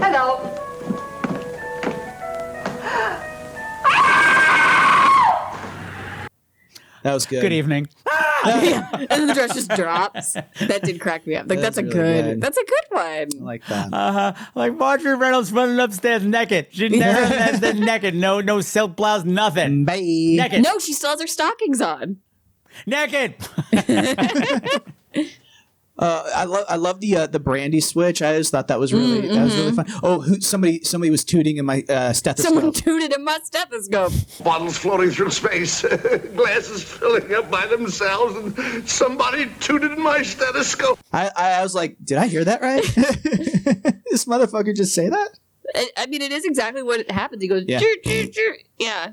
Speaker 2: Hello.
Speaker 10: That was good.
Speaker 1: Good evening. Ah!
Speaker 9: yeah. And then the dress just drops. That did crack me up. Like that's,
Speaker 1: That's
Speaker 9: a
Speaker 1: really
Speaker 9: good,
Speaker 1: good.
Speaker 9: that's a good one.
Speaker 10: like that.
Speaker 1: Uh huh. Like Marjorie Reynolds running upstairs naked. She never has the naked. No, no silk blouse, nothing.
Speaker 10: Bye.
Speaker 1: Naked.
Speaker 9: No, she still has her stockings on.
Speaker 1: Naked.
Speaker 10: Uh, I love I love the uh, the brandy switch. I just thought that was really
Speaker 1: Mm,
Speaker 10: that was really fun.
Speaker 1: mm-hmm.
Speaker 10: Oh, who, somebody somebody was tooting in my uh,
Speaker 9: Someone
Speaker 10: stethoscope.
Speaker 9: tooted in my stethoscope.
Speaker 5: Bottles floating through space, glasses filling up by themselves, and somebody tooted in my stethoscope.
Speaker 10: I, I I was like, did I hear that right? this motherfucker just say that?
Speaker 9: I, I mean, it is exactly what happens. He goes,
Speaker 10: Yeah.
Speaker 9: "Choo, choo, choo." yeah.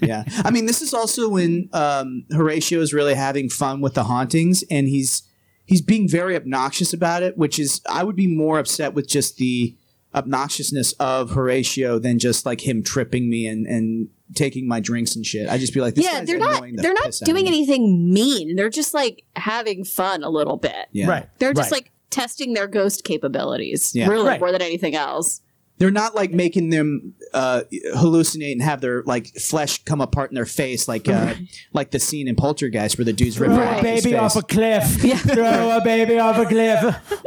Speaker 10: yeah. I mean, this is also when um, Horatio is really having fun with the hauntings, and he's he's being very obnoxious about it. Which is, I would be more upset with just the obnoxiousness of Horatio than just like him tripping me and and taking my drinks and shit. I would just be like, this
Speaker 9: yeah,
Speaker 10: guy's
Speaker 9: they're not
Speaker 10: annoying the
Speaker 9: they're not
Speaker 10: piss out of
Speaker 9: doing
Speaker 10: me.
Speaker 9: anything mean. They're just like having fun a little bit.
Speaker 10: Yeah. Right,
Speaker 9: They're just
Speaker 10: right.
Speaker 9: like testing their ghost capabilities.
Speaker 10: Yeah.
Speaker 9: Really
Speaker 10: Right.
Speaker 9: more than anything else.
Speaker 10: They're not like making them uh, hallucinate and have their like flesh come apart in their face, like uh, like the scene in Poltergeist where the dude's ripping
Speaker 1: Throw
Speaker 10: off
Speaker 1: a
Speaker 10: his
Speaker 1: baby
Speaker 10: face.
Speaker 1: off a cliff. Throw a baby off a cliff.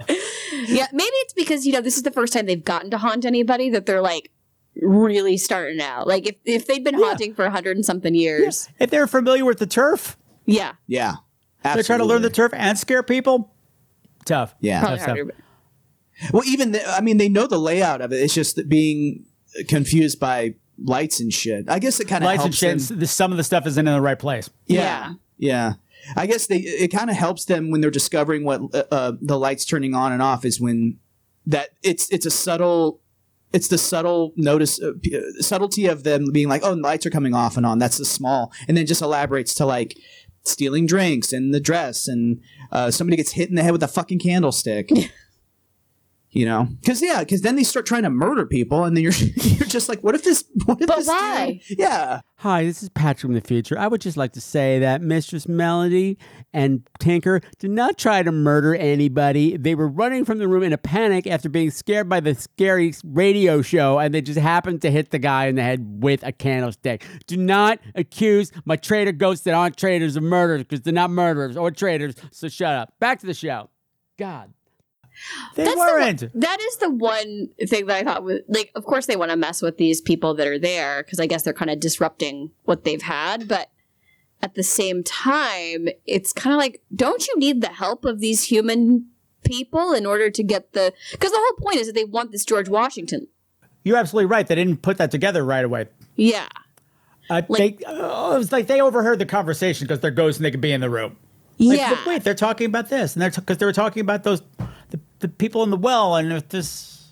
Speaker 9: Yeah. Maybe it's because, you know, this is the first time they've gotten to haunt anybody that they're like really starting out. Like if, if they'd been haunting for a hundred and something years.
Speaker 1: If they're familiar with the turf,
Speaker 9: Yeah.
Speaker 10: Yeah.
Speaker 1: they're trying to learn
Speaker 10: absolutely.
Speaker 1: the turf and scare people. Tough.
Speaker 10: Yeah.
Speaker 1: Tough stuff.
Speaker 10: Well, even the, I mean, they know the layout of it. It's just that being confused by lights and shit. I guess it kind of
Speaker 1: Lights
Speaker 10: helps
Speaker 1: and shit.
Speaker 10: them.
Speaker 1: the- Some of the stuff isn't in the right place.
Speaker 10: Yeah. yeah, I guess they it kind of helps them when they're discovering what uh, uh, the lights turning on and off is when that it's it's a subtle. It's the subtle notice, uh, p- uh, subtlety of them being like, "Oh, lights are coming off and on." That's the small, and then just elaborates to like stealing drinks and the dress, and uh, somebody gets hit in the head with a fucking candlestick. You know, because yeah, because then they start trying to murder people, and then you're you're just like, what if this? What if this why? yeah.
Speaker 17: Hi, this is Patrick from the future. I would just like to say that Mistress Melody and Tinker did not try to murder anybody. They were running from the room in a panic after being scared by the scary radio show, and they just happened to hit the guy in the head with a candlestick. Do not accuse my traitor ghosts that aren't traitors of murders because they're not murderers or traitors. So shut up. Back to the show. God. They
Speaker 9: That's the one-
Speaker 17: weren't.
Speaker 9: that is the one thing that I thought was like, of course, they want to mess with these people that are there because I guess they're kind of disrupting what they've had. But at the same time, it's kind of like, don't you need the help of these human people in order to get the. Because the whole point is that they want this George Washington.
Speaker 1: You're absolutely right. They didn't put that together right away.
Speaker 9: Yeah.
Speaker 1: Uh, they, uh, it was like they overheard the conversation because they're ghosts and they could be in the room. Like,
Speaker 9: Yeah.
Speaker 1: look, wait, they're talking about this, and they're because they were talking about those the, the people in the well, and if this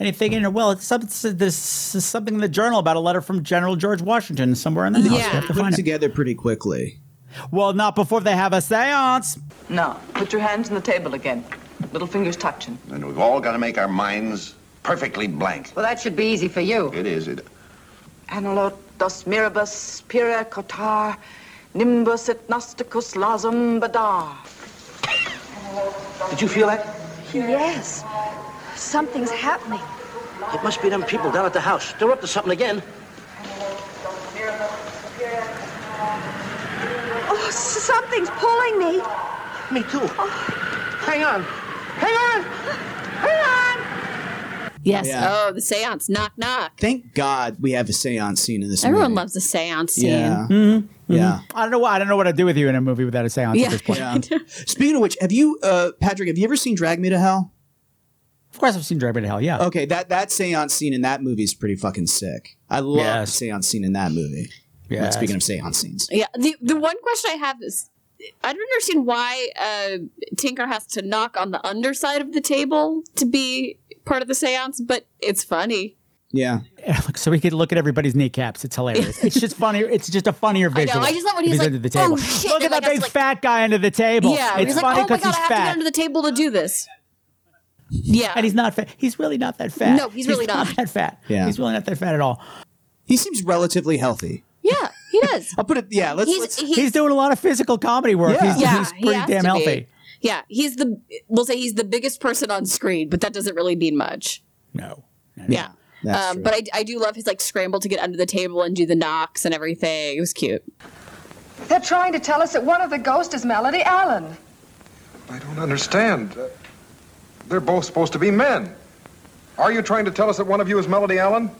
Speaker 1: anything in the well, it's some, it's- this is something in the journal about a letter from General George Washington somewhere in the house. We have to
Speaker 10: Put
Speaker 1: find it.
Speaker 10: together pretty quickly.
Speaker 1: Well, not before they have a séance.
Speaker 6: Now, put your hands on the table again. Little fingers touching.
Speaker 5: And we've all got to make our minds perfectly blank.
Speaker 6: Well, that should be easy for you.
Speaker 5: It is. It,
Speaker 6: Analot dos miribus pira cotar nimbus et nosticus lazum badar.
Speaker 4: Did you feel that?
Speaker 16: Yes. Something's happening.
Speaker 4: It must be them people down at the house. They're up to something again.
Speaker 16: Oh, s- something's pulling me.
Speaker 4: Me too.
Speaker 18: Hang on. Hang on. Hang on.
Speaker 9: Yes.
Speaker 10: Yeah.
Speaker 9: Oh, the seance. Knock, knock.
Speaker 10: Thank God we have a seance scene in this.
Speaker 9: Everyone
Speaker 10: movie.
Speaker 9: loves a seance scene.
Speaker 10: Yeah. Yeah.
Speaker 1: Mm-hmm. I don't know. why- I don't know what I'd do with you in a movie without a séance at this point.
Speaker 10: Speaking of which, have you, uh, Patrick? Have you ever seen Drag Me to Hell?
Speaker 1: Of course, I've seen Drag Me to Hell. Yeah.
Speaker 10: Okay, that that seance scene in that movie is pretty fucking sick. I love the seance scene in that movie. Yeah.
Speaker 1: Yes.
Speaker 10: Speaking of seance scenes,
Speaker 9: Yeah. The the one question I have is I don't understand why uh, Tinker has to knock on the underside of the table to be part of the seance, but it's funny.
Speaker 10: yeah.
Speaker 1: Look, so we could look at everybody's kneecaps. It's hilarious. It's just funnier. It's just a funnier
Speaker 9: know.
Speaker 1: visual.
Speaker 9: I just love when
Speaker 1: if
Speaker 9: he's like,
Speaker 1: under the
Speaker 9: "Oh,
Speaker 1: table.
Speaker 9: shit,"
Speaker 1: Look
Speaker 9: and,
Speaker 1: at
Speaker 9: like,
Speaker 1: that
Speaker 9: I
Speaker 1: big fat guy under the table.
Speaker 9: Yeah.
Speaker 1: it's
Speaker 9: he's
Speaker 1: funny
Speaker 9: like, oh my
Speaker 1: because
Speaker 9: god, I
Speaker 1: he's
Speaker 9: have to get
Speaker 1: fat.
Speaker 9: under the table to do this. Yeah.
Speaker 1: And he's not fat. He's really not that fat.
Speaker 9: No, he's really not.
Speaker 1: that fat.
Speaker 10: Yeah.
Speaker 1: He's really not that fat at all.
Speaker 10: He seems relatively healthy.
Speaker 9: Yeah, he does.
Speaker 10: I'll put it. Yeah, let's.
Speaker 9: He's-
Speaker 10: let's
Speaker 9: he-
Speaker 1: He's doing a lot of physical comedy work.
Speaker 10: Yeah.
Speaker 1: He's,
Speaker 9: yeah,
Speaker 1: he's
Speaker 9: he
Speaker 1: pretty
Speaker 9: has
Speaker 1: damn
Speaker 9: to be.
Speaker 1: healthy.
Speaker 9: Yeah, he's the we'll say he's the biggest person on screen, but that doesn't really mean much.
Speaker 1: No.
Speaker 9: yeah.
Speaker 1: That's
Speaker 9: Um,
Speaker 1: true.
Speaker 9: but I, I do love his like scramble to get under the table and do the knocks and everything. It was cute.
Speaker 2: They're trying to tell us that one of the ghosts is Melody Allen.
Speaker 20: I don't understand. Uh, They're both supposed to be men. Are you trying to tell us that one of you is Melody Allen?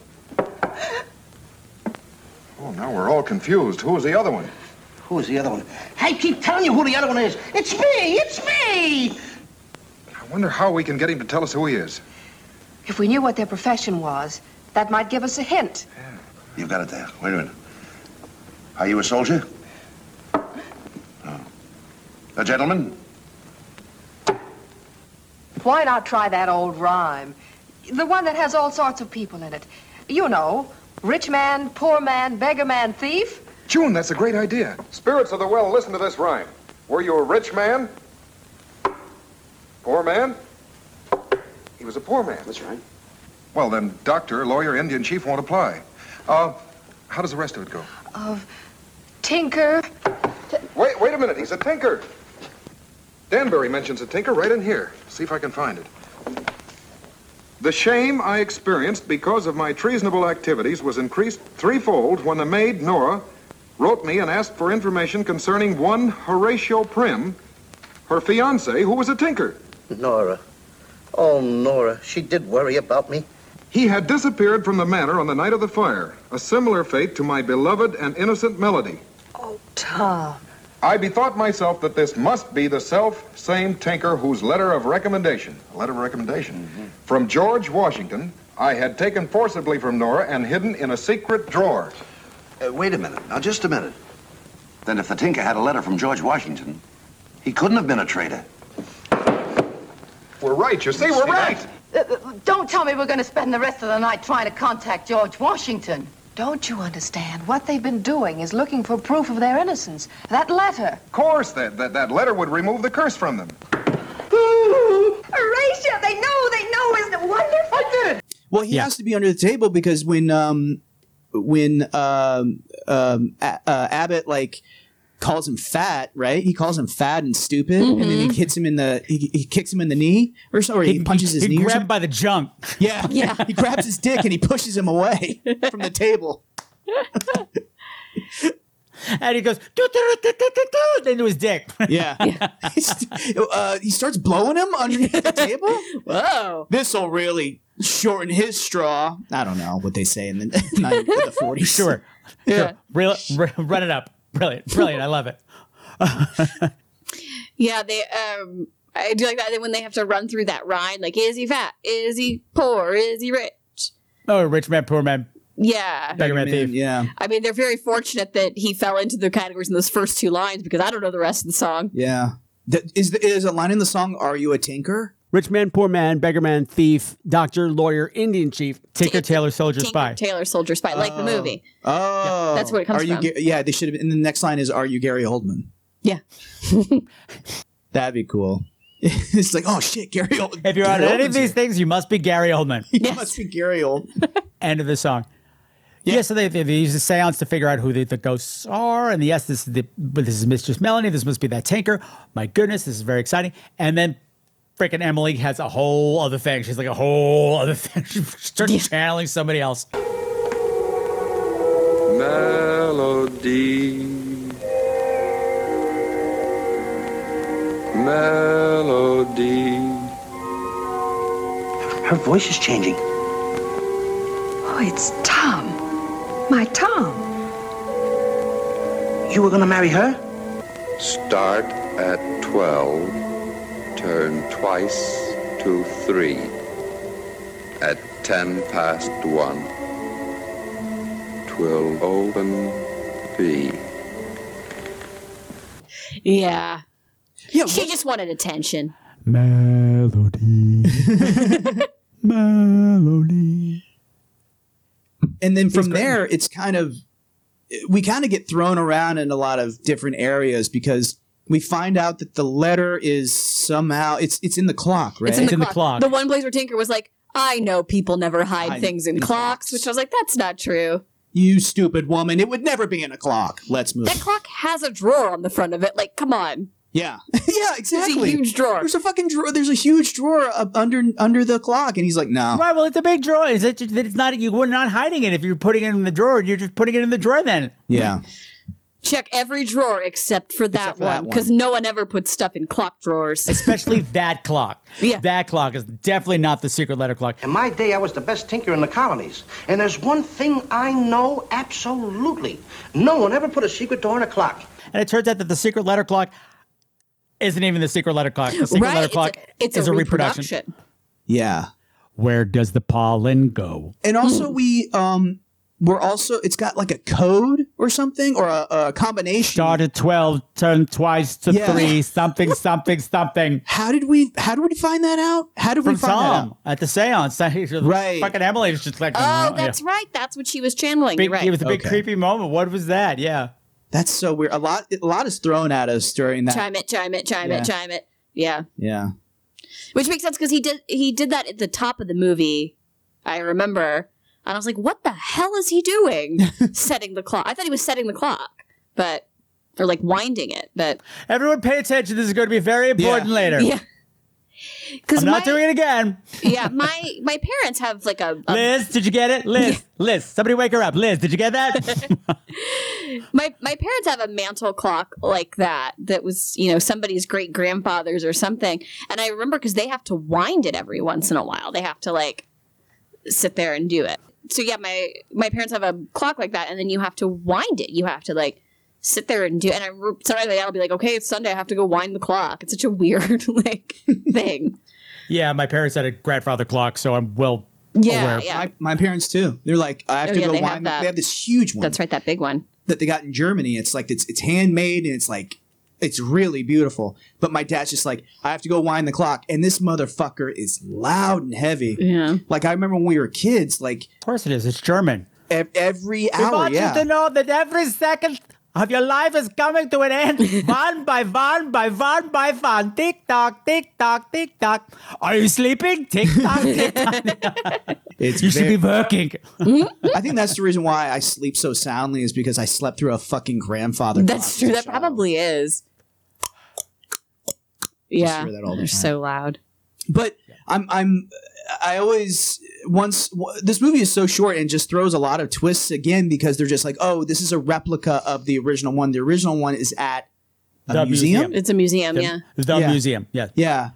Speaker 20: Oh, now we're all confused. Who is the other one?
Speaker 4: Who is the other one? I keep telling you who the other one is. It's me! It's me!
Speaker 20: I wonder how we can get him to tell us who he is.
Speaker 2: If we knew what their profession was, that might give us a hint.
Speaker 5: you've got it there. Wait a minute. Are you a soldier? No. A gentleman?
Speaker 2: Why not try that old rhyme? The one that has all sorts of people in it. You know, rich man, poor man, beggar man, thief.
Speaker 20: June, that's a great idea. Spirits of the well, listen to this rhyme. Were you a rich man? Poor man? He was a poor man. That's right. Well, then, doctor, lawyer, Indian chief won't apply. Uh, how does the rest of it go?
Speaker 2: Of tinker.
Speaker 20: Wait, wait a minute. He's a tinker. Danbury mentions a tinker right in here. See if I can find it. The shame I experienced because of my treasonable activities was increased threefold when the maid Nora wrote me and asked for information concerning one Horatio Prim, her fiance, who was a tinker.
Speaker 4: Nora. Oh, Nora. She did worry about me.
Speaker 20: He had disappeared from the manor on the night of the fire, a similar fate to my beloved and innocent Melody.
Speaker 2: Tom.
Speaker 20: I bethought myself that this must be the self same tinker whose letter of recommendation, a letter of recommendation,
Speaker 5: Mm-hmm.
Speaker 20: from George Washington, I had taken forcibly from Nora and hidden in a secret drawer.
Speaker 5: Uh, wait a minute. Now, just a minute. Then, if the tinker had a letter from George Washington, he couldn't have been a traitor.
Speaker 20: We're right. You see, we're right.
Speaker 19: Uh, uh, Don't tell me we're going to spend the rest of the night trying to contact George Washington.
Speaker 2: Don't you understand? What they've been doing is looking for proof of their innocence. That letter.
Speaker 20: Of course, that, that, that letter would remove the curse from them.
Speaker 2: Horatio, they know, they know his
Speaker 18: did it.
Speaker 10: Well, he
Speaker 18: Yeah.
Speaker 10: has to be under the table because when um when um um A- uh, Abbott like calls him fat, right? He calls him fat and stupid, and then
Speaker 1: Mhm.
Speaker 10: he hits him in the he, he kicks him in the knee or sorry, he, punches his
Speaker 1: he
Speaker 10: knee. or
Speaker 1: grabbed
Speaker 10: something.
Speaker 1: by the junk.
Speaker 10: Yeah, yeah. he grabs his dick and he pushes him away from the table.
Speaker 1: and he goes doo, doo, doo, doo, doo, doo, doo, into his dick.
Speaker 10: Yeah. uh, he starts blowing him underneath the table.
Speaker 9: Whoa!
Speaker 10: This will really shorten his straw. I don't know what they say in the, in the 40s. Sure.
Speaker 1: Yeah. Real, re- run it up. Brilliant. Brilliant. I love it.
Speaker 9: Yeah, they. Um, I do like that when they have to run through that ride. Like, is he fat? Is he poor? Is he rich?
Speaker 1: Oh, rich man, poor man.
Speaker 9: Yeah.
Speaker 1: Beggar man, thief.
Speaker 10: Yeah.
Speaker 9: I mean, they're very fortunate that he fell into the categories in those first two lines because I don't know the rest of the song.
Speaker 10: Yeah. That, is, the, is a line in the song, Are You a Tinker?
Speaker 17: Rich man, poor man, beggar man, thief, doctor, lawyer, Indian chief, tinker, tailor, soldier,
Speaker 9: Tinker,
Speaker 17: spy.
Speaker 9: Taylor Soldier Spy, like the movie.
Speaker 10: Oh.
Speaker 9: That's where it comes
Speaker 10: are you
Speaker 9: from.
Speaker 10: Ga- yeah, they should have. And the next line is, Are you Gary Oldman?
Speaker 9: Yeah.
Speaker 10: That'd be cool. it's like, oh shit, Gary Oldman.
Speaker 1: If you're on
Speaker 10: Gary
Speaker 1: any of
Speaker 10: Oldman's
Speaker 1: these things, you must be Gary Oldman.
Speaker 10: You must be Gary Oldman.
Speaker 1: End of the song. Yeah. so they, they, they use the seance to figure out who the, the ghosts are. And yes, this is the but this is Mistress Melanie. This must be that tinker. My goodness, this is very exciting. And then freaking Emily has a whole other thing. She's like a whole other thing. She starts channeling somebody else.
Speaker 21: Melody. Melody.
Speaker 4: Her voice is changing.
Speaker 16: Oh, it's Tom. My Tom.
Speaker 4: You were going to marry her?
Speaker 7: Start at 12, turn twice to 3. At 10 past 1, 'twill open be.
Speaker 9: Yeah. she just wanted attention.
Speaker 1: Melody. Melody.
Speaker 10: and then from there it's kind of we kind of get thrown around in a lot of different areas because we find out that the letter is somehow it's it's in the clock right
Speaker 9: It's in, the, clock. The one place where Tinker was like, I know people never hide
Speaker 10: Hide
Speaker 9: things in
Speaker 10: in
Speaker 9: clocks, which I was like, that's not true.
Speaker 10: you stupid woman it would never be in a clock let's move
Speaker 9: That clock has a drawer on the front of it. Like, come on.
Speaker 10: yeah yeah exactly
Speaker 9: huge drawer.
Speaker 10: there's a fucking drawer there's a huge drawer up under under the clock and he's like no
Speaker 1: Right. Well, it's a big drawer. Is it? It's not. You were not hiding it. If you're putting it in the drawer, you're just putting it in the drawer. Then.
Speaker 10: Yeah.
Speaker 9: Check every drawer except for that
Speaker 1: for
Speaker 9: one
Speaker 1: that
Speaker 9: because no one ever puts stuff in clock drawers.
Speaker 1: Especially that clock.
Speaker 9: Yeah.
Speaker 1: That clock is definitely not the secret letter clock.
Speaker 4: In my day, I was the best tinker in the colonies. And there's one thing I know absolutely. No one ever put a secret door in a clock.
Speaker 1: And it turns out that the secret letter clock isn't even the secret letter clock. The secret
Speaker 4: Right,
Speaker 1: letter
Speaker 4: it's
Speaker 1: clock
Speaker 4: a- it's a
Speaker 1: is a, reproduction.
Speaker 4: reproduction.
Speaker 10: yeah
Speaker 1: Where does the pollen go?
Speaker 10: and
Speaker 4: Mm.
Speaker 10: also we um we're also it's got like a code or something or a, a combination
Speaker 1: Start at twelve, turn twice to
Speaker 10: Yeah.
Speaker 1: three, something, something, something.
Speaker 10: how did we how did we find that out how did
Speaker 1: From
Speaker 10: we find that out
Speaker 1: Tom at the seance. Right. Fucking Emily was just like, uh,
Speaker 9: Oh,
Speaker 1: yeah.
Speaker 9: that's right. That's what she was channeling.
Speaker 1: Big-
Speaker 9: You're right.
Speaker 1: It was a big creepy moment. What was that? Yeah.
Speaker 10: That's so weird. A lot a lot is thrown at us during that.
Speaker 9: Chime it, chime it, chime
Speaker 10: Yeah.
Speaker 9: it, chime it. Yeah.
Speaker 10: Yeah.
Speaker 9: Which makes sense because he did he did that at the top of the movie. I remember, and I was like, "What the hell is he doing? setting the clock? I thought he was setting the clock, but or like winding it, but
Speaker 1: Everyone pay attention. This is going to be very important later.
Speaker 9: Yeah. 'Cause
Speaker 1: I'm not
Speaker 9: my-
Speaker 1: doing it again.
Speaker 9: yeah." My my parents have like a, a-
Speaker 1: Liz, did you get it? Liz, Liz, somebody wake her up. Liz, did you get that?
Speaker 9: my my parents have a mantle clock like that that was you know somebody's great grandfather's or something, and I remember because they have to wind it every once in a while. They have to like sit there and do it. So yeah, my my parents have a clock like that, and then you have to wind it. You have to like sit there and do. And I re- sometimes I'll be like, okay, it's Sunday. I have to go wind the clock. It's such a weird like thing.
Speaker 1: yeah, my parents had a grandfather clock, so I'm well
Speaker 9: Yeah,
Speaker 1: aware.
Speaker 9: yeah. My-
Speaker 10: My parents too. They're like, I have
Speaker 9: Oh,
Speaker 10: to
Speaker 9: yeah,
Speaker 10: go
Speaker 9: they have
Speaker 10: wine.
Speaker 9: that.
Speaker 10: They have this huge one. That's
Speaker 9: right, that big one
Speaker 10: that they got in Germany. It's like it's it's handmade and it's like it's really beautiful. But my dad's just like, I have to go wind the clock, and this motherfucker is loud and heavy.
Speaker 1: Yeah.
Speaker 10: Like I remember when we were kids, like
Speaker 1: Of course it is. It's German.
Speaker 10: ev- every
Speaker 1: We
Speaker 10: hour,
Speaker 1: want you to
Speaker 10: yeah.
Speaker 1: know that every second of your life is coming to an end, one by one by one by one. Tick tock, tick tock, tick tock. Are you sleeping? Tick tock, tick tock.
Speaker 10: It's
Speaker 1: You should be working.
Speaker 10: I think that's the reason why I sleep so soundly is because I slept through a fucking grandfather.
Speaker 9: That's true. That probably is. Yeah,
Speaker 10: hear that all the
Speaker 9: they're so loud.
Speaker 10: but I'm I'm I always once w- this movie is so short and just throws a lot of twists again because they're just like oh this is a replica of the original one the original one is at a
Speaker 1: The
Speaker 10: museum?
Speaker 1: museum.
Speaker 9: It's a museum. yeah.
Speaker 1: The
Speaker 10: Yeah.
Speaker 1: museum. Yeah.
Speaker 10: yeah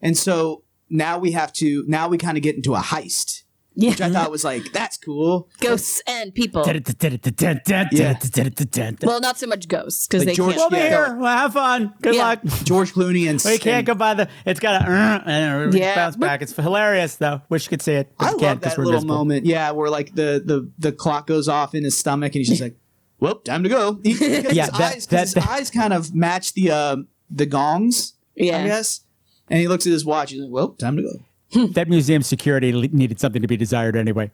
Speaker 10: and so now we have to now we kind of get into a heist which I thought was like that's cool
Speaker 9: Ghosts and people. Well, not so much ghosts because
Speaker 10: Like
Speaker 9: they
Speaker 10: George-
Speaker 9: can't.
Speaker 10: We'll be Yeah.
Speaker 1: Well, have fun. Good luck.
Speaker 10: George Clooney and
Speaker 1: We can't go by the. It's got a. Uh, and it
Speaker 10: Yeah,
Speaker 1: bounce back. It's hilarious though. Wish you could see it. But
Speaker 10: I
Speaker 1: you
Speaker 10: love
Speaker 1: can't
Speaker 10: that
Speaker 1: because we're
Speaker 10: little
Speaker 1: invisible.
Speaker 10: moment yeah where like the the the clock goes off in his stomach and he's just like well time to go He- because
Speaker 1: Yeah,
Speaker 10: his,
Speaker 1: that-
Speaker 10: eyes, 'cause
Speaker 1: that-
Speaker 10: his eyes kind of match the uh, the gongs
Speaker 9: yeah
Speaker 10: I guess and he looks at his watch he's like well time to go
Speaker 1: that museum security le- needed something to be desired anyway.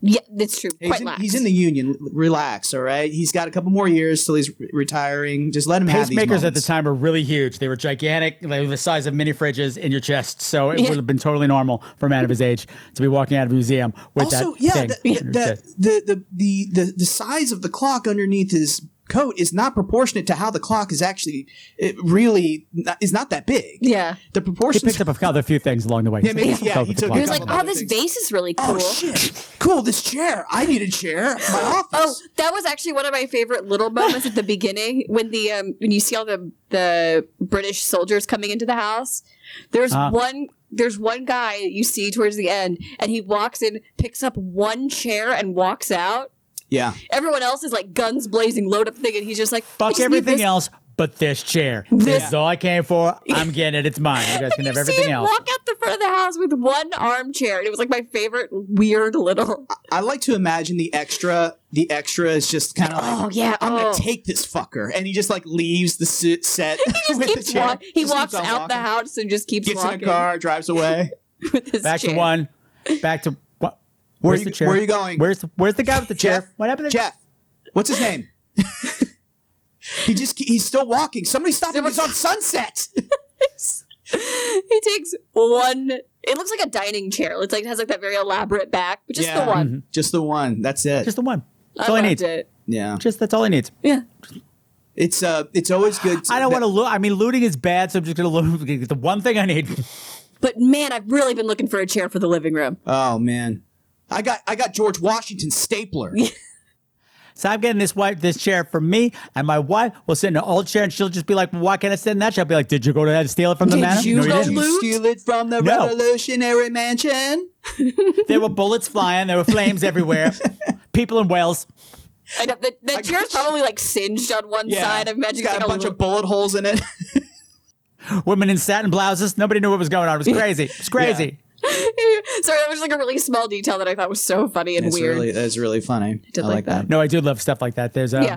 Speaker 9: Yeah, that's true.
Speaker 10: He's in, he's in the union. L- Relax, all right. He's got a couple more years till he's re- retiring. Just let him have these
Speaker 1: Pacemakers at the
Speaker 10: moments.
Speaker 1: time were really huge. They were gigantic. They were the size of mini fridges in your chest. So it
Speaker 10: Yeah.
Speaker 1: would have been totally normal for a man of his age to be walking out of a museum with
Speaker 10: also,
Speaker 1: that
Speaker 10: yeah,
Speaker 1: thing.
Speaker 10: that,
Speaker 1: in your
Speaker 10: that,
Speaker 1: chest.
Speaker 10: the, the the the the size of the clock underneath his coat is not proportionate to how the clock is actually it really not, is not that big.
Speaker 9: Yeah,
Speaker 10: the
Speaker 1: he
Speaker 10: proportions.
Speaker 1: picked up a couple- a few things along the way.
Speaker 10: Yeah, maybe- yeah,
Speaker 1: Felt
Speaker 10: he
Speaker 1: with the
Speaker 10: took-
Speaker 1: clock.
Speaker 9: He was like, "Oh, this vase is really cool."
Speaker 10: Oh shit! Cool, this chair. I need a chair. My office.
Speaker 9: Oh, that was actually one of my favorite little moments at the beginning when the um, when you see all the the British soldiers coming into the house. There's
Speaker 22: Ah.
Speaker 9: one there's one guy you see towards the end, and he walks in, picks up one chair, and walks out.
Speaker 10: Yeah.
Speaker 9: Everyone else is like guns blazing, load up thing, and he's just like, "I
Speaker 1: Fuck
Speaker 9: just need
Speaker 1: everything
Speaker 9: this."
Speaker 1: else but this chair. This, is all I came for. I'm getting it. It's mine. You guys can have
Speaker 9: You see
Speaker 1: everything
Speaker 9: him
Speaker 1: else.
Speaker 9: walk out the front of the house with one armchair, and it was like my favorite weird little.
Speaker 10: I like to imagine the extra. The extra is just kind of like,
Speaker 9: Oh, yeah,
Speaker 10: I'm
Speaker 9: oh.
Speaker 10: gonna take this fucker, and he just like leaves the su- set.
Speaker 9: He just
Speaker 10: with the
Speaker 9: keeps
Speaker 10: chair.
Speaker 9: walk- He
Speaker 10: Just keeps
Speaker 9: walks
Speaker 10: on
Speaker 9: out the
Speaker 10: walking.
Speaker 9: house and just keeps
Speaker 10: Gets
Speaker 9: walking.
Speaker 10: in a car, drives away.
Speaker 1: Back to one. Back to what?
Speaker 10: Where
Speaker 1: Where's
Speaker 10: you-
Speaker 1: the chair?
Speaker 10: where you going?
Speaker 1: Where's Where's the guy with the chair? What happened to
Speaker 10: Jeff? What's his name? he just he's still walking. Somebody stop him. He's on Sunset.
Speaker 9: he takes one. It looks like a dining chair. It's like it has like that very elaborate back, but just
Speaker 10: Yeah.
Speaker 9: the one.
Speaker 10: Mhm. Just the one. That's it.
Speaker 1: Mm-hmm. Just the one.
Speaker 9: I loved it.
Speaker 10: Yeah.
Speaker 1: Just that's all he needs.
Speaker 9: Yeah.
Speaker 10: It's uh it's always good.
Speaker 1: I don't want to loot. I mean, looting is bad, so I'm just gonna loot the one thing I need.
Speaker 9: But man, I've really been looking for a chair for the living room.
Speaker 10: Oh man, I got I got George Washington stapler.
Speaker 1: So I'm getting this wife, this chair for me, and my wife will sit in an old chair, and she'll just be like, "Why can't I sit in that chair?" I'll be like, "Did you go to that and steal it from the
Speaker 10: Did
Speaker 1: man?"
Speaker 10: you
Speaker 1: no, you
Speaker 10: go
Speaker 1: didn't.
Speaker 10: loot? Steal it from the
Speaker 1: No.
Speaker 10: Revolutionary Mansion.
Speaker 1: There were bullets flying. There were flames everywhere. People in Wales.
Speaker 9: I know, the the chair's probably like singed on one side. I imagine
Speaker 10: It's got
Speaker 9: it's
Speaker 10: a
Speaker 9: like
Speaker 10: bunch of bullet holes in it.
Speaker 1: Women in satin blouses. Nobody knew what was going on. It was crazy. It was crazy.
Speaker 9: Sorry, that was like a really small detail that I thought was so funny and
Speaker 10: That's
Speaker 9: weird.
Speaker 10: really that's really funny. I, like that.
Speaker 1: No, I do love stuff like that. There's a
Speaker 9: Yeah.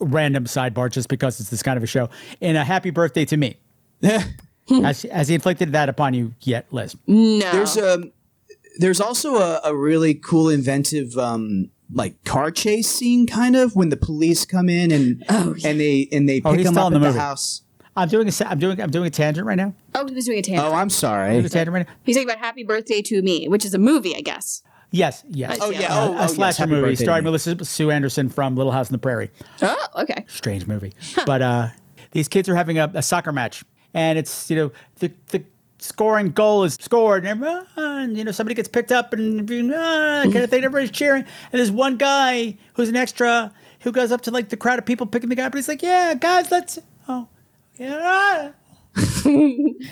Speaker 1: random sidebar just because it's this kind of a show. And a happy birthday to me. has, has he inflicted that upon you yet, Liz?
Speaker 9: No.
Speaker 10: There's um there's also a, a really cool inventive um like car chase scene kind of when the police come in and and they and they
Speaker 1: Oh,
Speaker 10: pick
Speaker 1: he's
Speaker 10: him
Speaker 1: still
Speaker 10: up
Speaker 1: in
Speaker 10: at
Speaker 1: the
Speaker 10: the,
Speaker 1: movie.
Speaker 10: house.
Speaker 1: I'm doing a sa- I'm doing I'm doing a tangent right now.
Speaker 9: oh, he was doing a tangent.
Speaker 10: Oh, I'm sorry.
Speaker 1: Doing a tangent right now.
Speaker 9: He's talking about Happy Birthday to Me, which is a movie, I guess.
Speaker 1: Yes, yes.
Speaker 9: Oh, yeah. Oh,
Speaker 1: Uh,
Speaker 9: oh,
Speaker 1: a
Speaker 9: yes.
Speaker 1: slasher
Speaker 10: Happy
Speaker 1: movie
Speaker 10: birthday,
Speaker 1: starring
Speaker 10: Nick.
Speaker 1: Melissa Sue Anderson from Little House on the Prairie.
Speaker 9: Oh, okay.
Speaker 1: strange movie. but uh, these kids are having a, a soccer match, and it's you know the the scoring goal is scored, and everyone, ah, and, you know somebody gets picked up, and ah, kind of thing. Everybody's cheering, and there's one guy who's an extra who goes up to like the crowd of people picking the guy, but he's like, "Yeah, guys, let's." Oh, yeah. ah."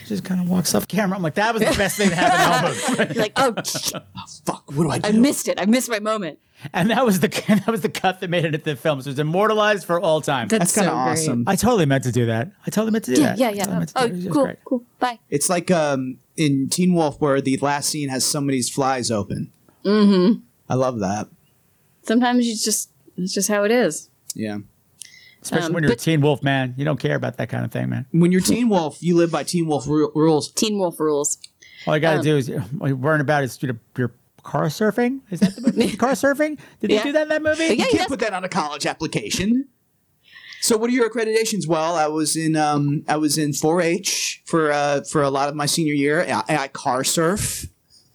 Speaker 1: Just kind of walks off camera. I'm like, that was the best thing that happened in the whole movie.
Speaker 9: like, oh, fuck,
Speaker 10: what do I
Speaker 9: I missed it. I missed my moment.
Speaker 1: And that was the that was the cut that made it into the film. So it's immortalized for all time.
Speaker 9: That's That's kinda so great. awesome.
Speaker 1: I totally meant to do that. I totally meant to do
Speaker 9: Yeah,
Speaker 1: that.
Speaker 9: yeah,
Speaker 1: Totally
Speaker 9: yeah.
Speaker 1: meant to do
Speaker 9: Oh,
Speaker 1: it. It was
Speaker 9: cool,
Speaker 1: great.
Speaker 9: cool. Bye.
Speaker 10: It's like um in Teen Wolf where the last scene has somebody's flies open.
Speaker 9: Mm-hmm.
Speaker 10: I love that.
Speaker 9: Sometimes you just it's just how it is.
Speaker 10: Yeah.
Speaker 1: Especially
Speaker 9: Um,
Speaker 1: when you're a
Speaker 9: but-
Speaker 1: teen wolf, man. You don't care about that kind of thing, man.
Speaker 10: When you're Teen Wolf, you live by Teen Wolf ru- rules.
Speaker 9: Teen Wolf rules.
Speaker 1: All you got to
Speaker 9: Um,
Speaker 1: do is all you're worrying about is your, your car surfing. Is that the movie? car surfing? Did they
Speaker 9: Yeah.
Speaker 1: do that in that movie?
Speaker 9: Yeah,
Speaker 10: You can't put that on a college application. So, what are your accreditations? Well, I was in um, I was in 4-H for uh, for a lot of my senior year. I, I car surf.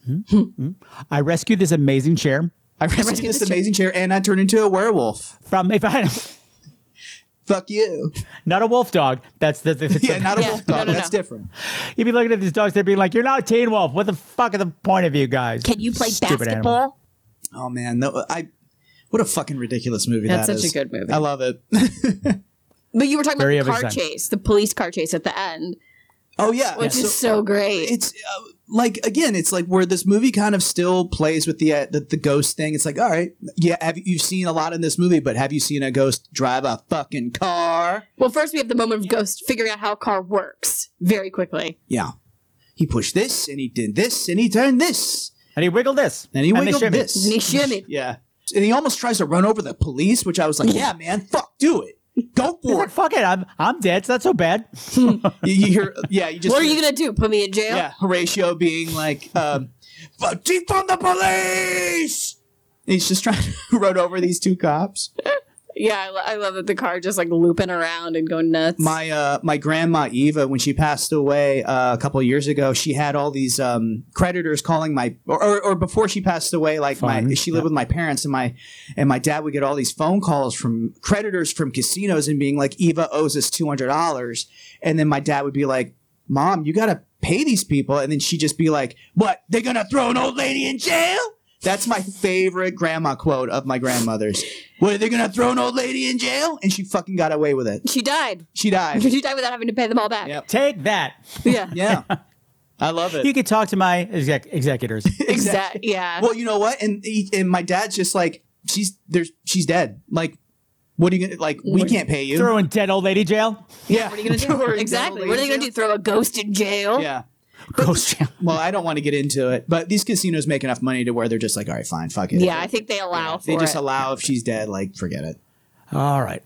Speaker 1: Hmm? I rescued this amazing chair.
Speaker 10: I rescued this amazing chair, and I turned into a werewolf.
Speaker 1: From if I
Speaker 10: fuck you,
Speaker 1: not a wolf dog. That's the,
Speaker 10: Yeah, not a wolf dog. That's different.
Speaker 1: You'd be looking at these dogs. They'd be like, "You're not a teen wolf. What the fuck are the point of you guys?
Speaker 9: Can you play
Speaker 1: Stupid animal."
Speaker 9: basketball?
Speaker 10: Oh man, no, I what a fucking ridiculous movie.
Speaker 9: That's
Speaker 10: that
Speaker 9: such a
Speaker 10: is.
Speaker 9: good movie.
Speaker 10: I love it.
Speaker 9: But you were talking
Speaker 10: Very
Speaker 9: about the car
Speaker 10: epic time.
Speaker 9: chase, the police car chase at the end.
Speaker 10: Oh yeah,
Speaker 9: which
Speaker 10: Yeah.
Speaker 9: is so great.
Speaker 10: It's uh, like again, it's like where this movie kind of still plays with the, uh, the the ghost thing. It's like, all right, yeah, have you- you've seen a lot in this movie, but have you seen a ghost drive a fucking car?
Speaker 9: Well, first we have the moment of Ghost figuring out how a car works very quickly.
Speaker 10: Yeah, he pushed this and he did this and he turned this
Speaker 1: and he wiggled this
Speaker 10: and he
Speaker 9: And they
Speaker 10: wiggled
Speaker 9: shimmied.
Speaker 10: this
Speaker 9: And he shimmied.
Speaker 10: Yeah, and he almost tries to run over the police, which I was like, yeah, man, fuck, do it. Go for
Speaker 1: it. Fuck it. I'm I'm dead. It's not so bad.
Speaker 10: you, you hear, yeah, you just
Speaker 9: what are you gonna do? Put me in jail?
Speaker 10: Yeah, Horatio being like, um, "But defund the police. He's just trying to run over these two cops.
Speaker 9: Yeah, I, lo- I love that the car just like looping around and going nuts.
Speaker 10: My uh, my grandma Eva, when she passed away uh, a couple years ago, she had all these um, creditors calling my or, or, or before she passed away, like my she lived with my parents and my and my dad would get all these phone calls from creditors from casinos and being like Eva owes us two hundred dollars, and then my dad would be like, Mom, you gotta pay these people, and then she'd just be like, What? They're gonna throw an old lady in jail? That's my favorite grandma quote of my grandmother's. What are they gonna throw an old lady in jail? And she fucking got away with it.
Speaker 9: she died.
Speaker 10: She died.
Speaker 9: She died without having to pay them all back.
Speaker 1: Take that.
Speaker 9: Yeah.
Speaker 10: Yeah. I love it.
Speaker 1: You could talk to my exec- executors.
Speaker 9: Exactly. Yeah.
Speaker 10: Well, you know what? And he, and my dad's just like, she's there's she's dead. Like, what are you gonna like? We can't pay you.
Speaker 1: Throw in dead old lady jail.
Speaker 10: yeah.
Speaker 9: What are you gonna do? exactly. What are they gonna do? Throw a ghost in jail?
Speaker 10: Yeah. Well, I don't want to get into it, but these casinos make enough money to where they're just like, all right, fine, fuck it.
Speaker 9: Yeah, I think they allow for
Speaker 10: They just
Speaker 9: it.
Speaker 10: allow if she's dead, like, forget it.
Speaker 1: All right.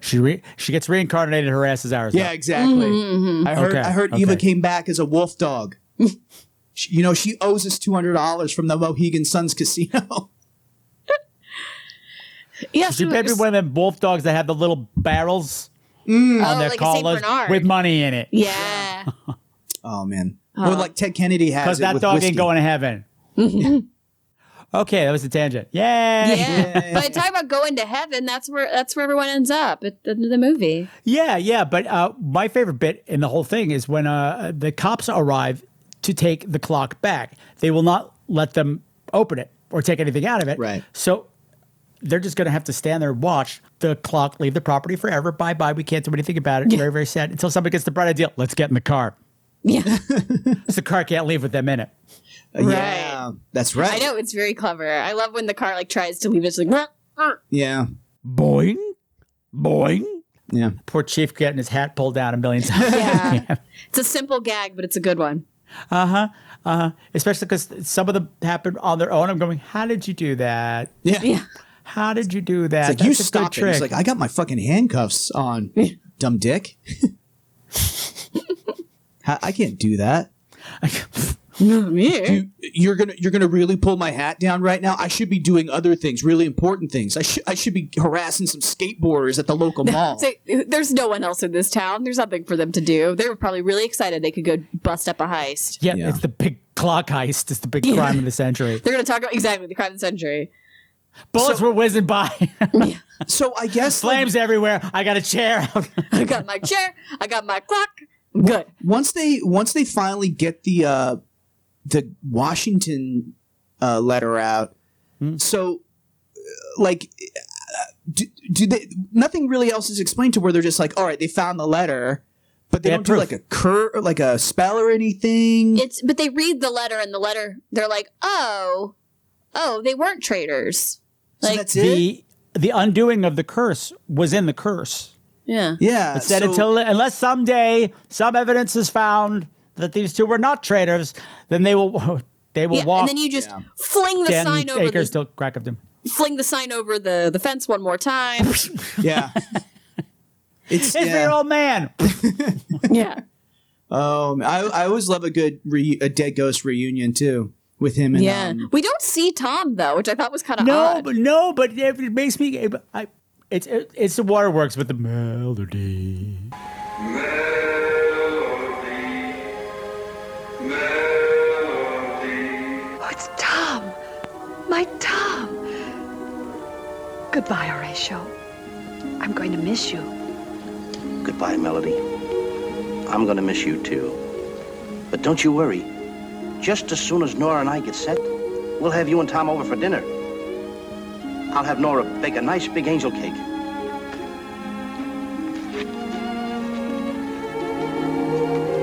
Speaker 1: she re- she gets reincarnated. Her ass is ours.
Speaker 10: Yeah, exactly.
Speaker 1: Mm-hmm,
Speaker 9: Mm-hmm,
Speaker 10: I heard.
Speaker 1: Okay,
Speaker 10: I heard Eva came back as a wolf dog. She- you know, she owes us two hundred dollars from the Mohegan Suns casino.
Speaker 9: Yeah,
Speaker 1: she paid me one of them wolf dogs that have the little barrels
Speaker 10: Mm.
Speaker 1: on
Speaker 9: Oh,
Speaker 1: their
Speaker 9: like a Saint
Speaker 1: collars
Speaker 9: Bernard.
Speaker 1: with money in it.
Speaker 9: Yeah.
Speaker 10: oh man,
Speaker 9: Oh.
Speaker 10: or like Ted Kennedy has
Speaker 1: because
Speaker 10: it
Speaker 1: that
Speaker 10: with
Speaker 1: dog
Speaker 10: whiskey.
Speaker 1: ain't going to heaven. okay, that was a tangent. Yay!
Speaker 9: Mm-hmm. Yeah. By the time about going to heaven, that's where that's where everyone ends up at the end of the movie.
Speaker 1: Yeah, yeah, but uh, my favorite bit in the whole thing is when uh, the cops arrive to take the clock back. They will not let them open it or take anything out of it. Right. So they're just going to have to stand there and watch the clock leave the property forever. Bye bye. We can't do anything about it. Very very sad. Until somebody gets the bright idea, let's get in the car. Yeah. the car can't leave with them in it.
Speaker 10: Yeah, that's right.
Speaker 9: I know it's very clever. I love when the car like tries to leave. It's like, "Ruh, ruh."
Speaker 10: Yeah.
Speaker 1: Boing, boing.
Speaker 10: Yeah.
Speaker 1: Poor chief getting his hat pulled down a million times.
Speaker 9: it's a simple gag, but it's a good one.
Speaker 1: Uh huh. Uh huh. Especially because some of them happened on their own. I'm going, how did you do that?
Speaker 10: Yeah.
Speaker 1: How did you do that?
Speaker 10: It's like you
Speaker 1: That's a good
Speaker 10: stop it. It's like I got my fucking handcuffs on, dumb dick. How- I can't do that.
Speaker 9: You,
Speaker 10: you're gonna you're gonna really pull my hat down right now. I should be doing other things, really important things. I should I should be harassing some skateboarders at the local mall.
Speaker 9: So, there's no one else in this town. There's nothing for them to do. They were probably really excited they could go bust up a heist.
Speaker 1: yeah, it's the big clock heist. It's the big
Speaker 9: Yeah.
Speaker 1: crime of the century.
Speaker 9: They're going to talk about exactly the crime of the century.
Speaker 1: Bullets were whizzing by.
Speaker 10: so I guess
Speaker 1: flames everywhere. I got a chair.
Speaker 9: I got my chair. I got my clock.
Speaker 10: Good. Once they once they finally get the uh, the Washington uh, letter out,
Speaker 1: Hmm.
Speaker 10: so uh, like uh, do, do they? Nothing really else is explained to where they're just like, all right, they found the letter, but they
Speaker 1: They had
Speaker 10: don't do like a cur like a spell or anything.
Speaker 9: It's but they read the letter and the letter. They're like, oh, oh, they weren't traitors. Like
Speaker 1: the the undoing of the curse was in the curse.
Speaker 9: yeah
Speaker 10: Yeah.
Speaker 1: It said until unless someday some evidence is found that these two were not traitors, then they will they will
Speaker 9: yeah,
Speaker 1: walk.
Speaker 9: and then you just fling the
Speaker 1: Ten
Speaker 9: sign over
Speaker 1: acres
Speaker 9: the,
Speaker 1: still crack of them.
Speaker 9: fling the sign over the the fence one more time.
Speaker 10: Yeah.
Speaker 1: It's, for your old man.
Speaker 9: yeah.
Speaker 10: Um, I I always love a good re- a dead ghost reunion too with him and
Speaker 9: yeah.
Speaker 10: um,
Speaker 9: we don't see Tom though, which I thought was kind of
Speaker 1: No,
Speaker 9: odd.
Speaker 1: but no, but it, it makes me. I It's it, it's the waterworks with the melody.
Speaker 14: Oh, it's Tom. My Tom. Goodbye, Horatio. I'm going to miss you.
Speaker 4: Goodbye, Melody. I'm going to miss you too. But don't you worry. Just as soon as Nora and I get set, we'll have you and Tom over for dinner. I'll have Nora bake a nice big angel cake.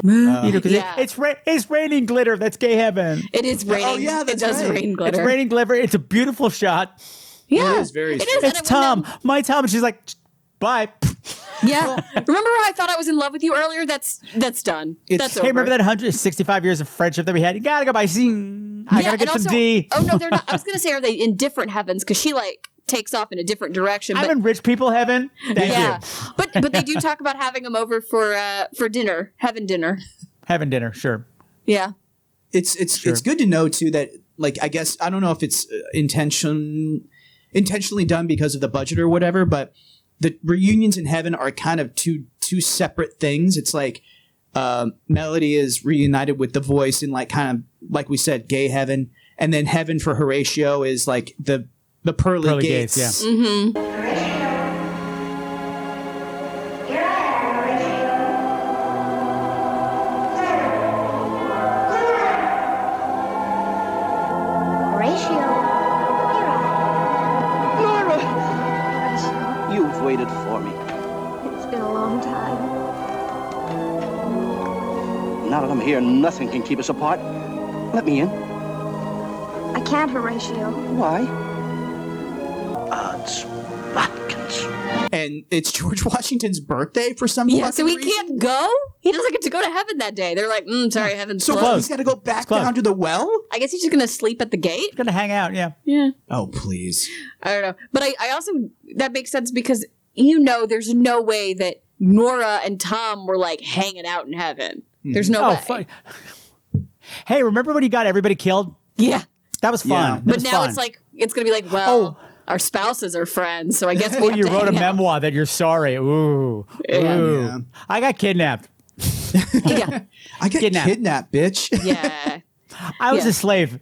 Speaker 9: Uh,
Speaker 1: You know, 'cause it- it's ra- it's raining glitter. That's gay heaven.
Speaker 9: It is raining.
Speaker 1: Oh yeah,
Speaker 9: It that's does right. rain glitter.
Speaker 1: It's raining glitter. It's a beautiful shot.
Speaker 9: Yeah. It is very It is, and
Speaker 1: It's
Speaker 9: it wouldn't
Speaker 1: Tom, my Tom. She's like, bye.
Speaker 9: Yeah. remember how I thought I was in love with you earlier? That's that's done. that's
Speaker 1: hey,
Speaker 9: over.
Speaker 1: remember that 165 years of friendship that we had? You gotta go by. Zing. I
Speaker 9: Yeah,
Speaker 1: gotta get
Speaker 9: and
Speaker 1: some
Speaker 9: also-
Speaker 1: D.
Speaker 9: Oh no, they're not. I was gonna say, are they in different heavens? Because she like takes off in a different direction.
Speaker 1: I'm
Speaker 9: but-
Speaker 1: in rich people heaven. Thank
Speaker 9: yeah,
Speaker 1: you.
Speaker 9: but but they do talk about having them over for uh for dinner, heaven dinner.
Speaker 1: Heaven dinner, sure.
Speaker 9: Yeah,
Speaker 10: it's it's it's good to know too that like I guess I don't know if it's uh, intention intentionally done because of the budget or whatever, but the reunions in heaven are kind of two two separate things. It's like um, Melody is reunited with the voice in like kind of like we said gay heaven, and then heaven for Horatio is like the the pearly,
Speaker 1: Pearly
Speaker 10: gates.
Speaker 1: gates,
Speaker 10: yeah.
Speaker 9: Mm-hmm.
Speaker 11: Horatio.
Speaker 4: Nora! You've waited for me.
Speaker 11: It's been a long time.
Speaker 4: Now that I'm here, nothing can keep us apart. Let me in.
Speaker 11: I can't, Horatio.
Speaker 4: Why? Odds.
Speaker 10: And it's George Washington's birthday for some
Speaker 9: yeah.
Speaker 10: fucking
Speaker 9: So he
Speaker 10: reason.
Speaker 9: can't go. He doesn't get to go to heaven that day. They're like, mm, sorry, heaven's
Speaker 10: So
Speaker 9: closed.
Speaker 10: he's got to go back down to the well.
Speaker 9: I guess he's just gonna sleep at the gate.
Speaker 1: Gonna hang out, yeah.
Speaker 9: Yeah.
Speaker 10: Oh please.
Speaker 9: I don't know. But I, I also that makes sense because you know there's no way that Nora and Tom were like hanging out in heaven.
Speaker 10: Hmm.
Speaker 9: There's no
Speaker 1: Oh,
Speaker 9: way.
Speaker 1: fuck. Hey, remember when you got everybody killed?
Speaker 9: Yeah.
Speaker 1: That was fun. That
Speaker 9: But
Speaker 1: was
Speaker 9: now
Speaker 1: fun.
Speaker 9: it's like it's gonna be like, well, our spouses are friends, so I guess we
Speaker 1: Oh,
Speaker 9: have
Speaker 1: you
Speaker 9: to
Speaker 1: wrote a
Speaker 9: hang out.
Speaker 1: memoir that you're sorry. Ooh.
Speaker 9: Yeah.
Speaker 1: Ooh.
Speaker 9: Yeah.
Speaker 1: I got kidnapped.
Speaker 10: I got kidnapped, bitch.
Speaker 9: Yeah.
Speaker 1: I was
Speaker 9: Yeah.
Speaker 1: a slave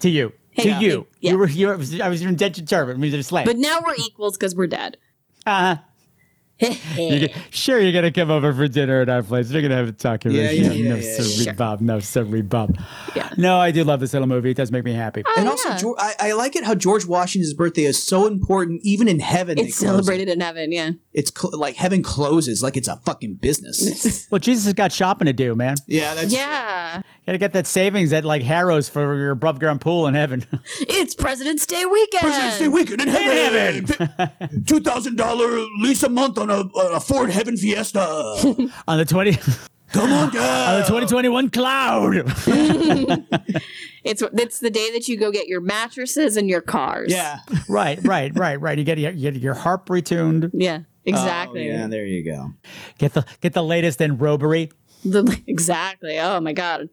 Speaker 1: to you.
Speaker 9: Hey, uh,
Speaker 1: to
Speaker 9: yeah.
Speaker 1: you. You were, you were, I was your indentured servant. We were a slave.
Speaker 9: But now we're equals because we're dead.
Speaker 1: Uh You get- sure, you're gonna come over for dinner at our place. We're gonna have a talk.
Speaker 10: Yeah,
Speaker 1: Horatio.
Speaker 10: yeah, yeah,
Speaker 1: no,
Speaker 10: yeah,
Speaker 1: sir,
Speaker 10: yeah. Sure.
Speaker 1: Bob. No, sir, Bob. No, I do love this little movie. It does make me happy.
Speaker 9: Oh,
Speaker 10: and also, Geor- I, I like it how George Washington's birthday is so important, even in heaven.
Speaker 9: It's
Speaker 10: they close it.
Speaker 9: celebrated in heaven, yeah.
Speaker 10: It's cl- like heaven closes, like it's a fucking business.
Speaker 1: well, Jesus has got shopping to do, man.
Speaker 10: yeah,
Speaker 9: yeah.
Speaker 1: Gotta get that savings at like Harrow's for your above ground pool in heaven.
Speaker 9: It's President's Day weekend.
Speaker 10: President's Day weekend in heaven. Two thousand dollar lease a month on a, on a Ford Heaven Fiesta.
Speaker 1: on the twenty. oh, Come on, On the twenty twenty one cloud.
Speaker 9: It's it's the day that you go get your mattresses and your cars.
Speaker 1: right, right, right, right. You get your, you get your harp retuned.
Speaker 9: Yeah. Exactly.
Speaker 10: Oh, there you go.
Speaker 1: Get the get the latest in robery.
Speaker 9: The- exactly. Oh my god.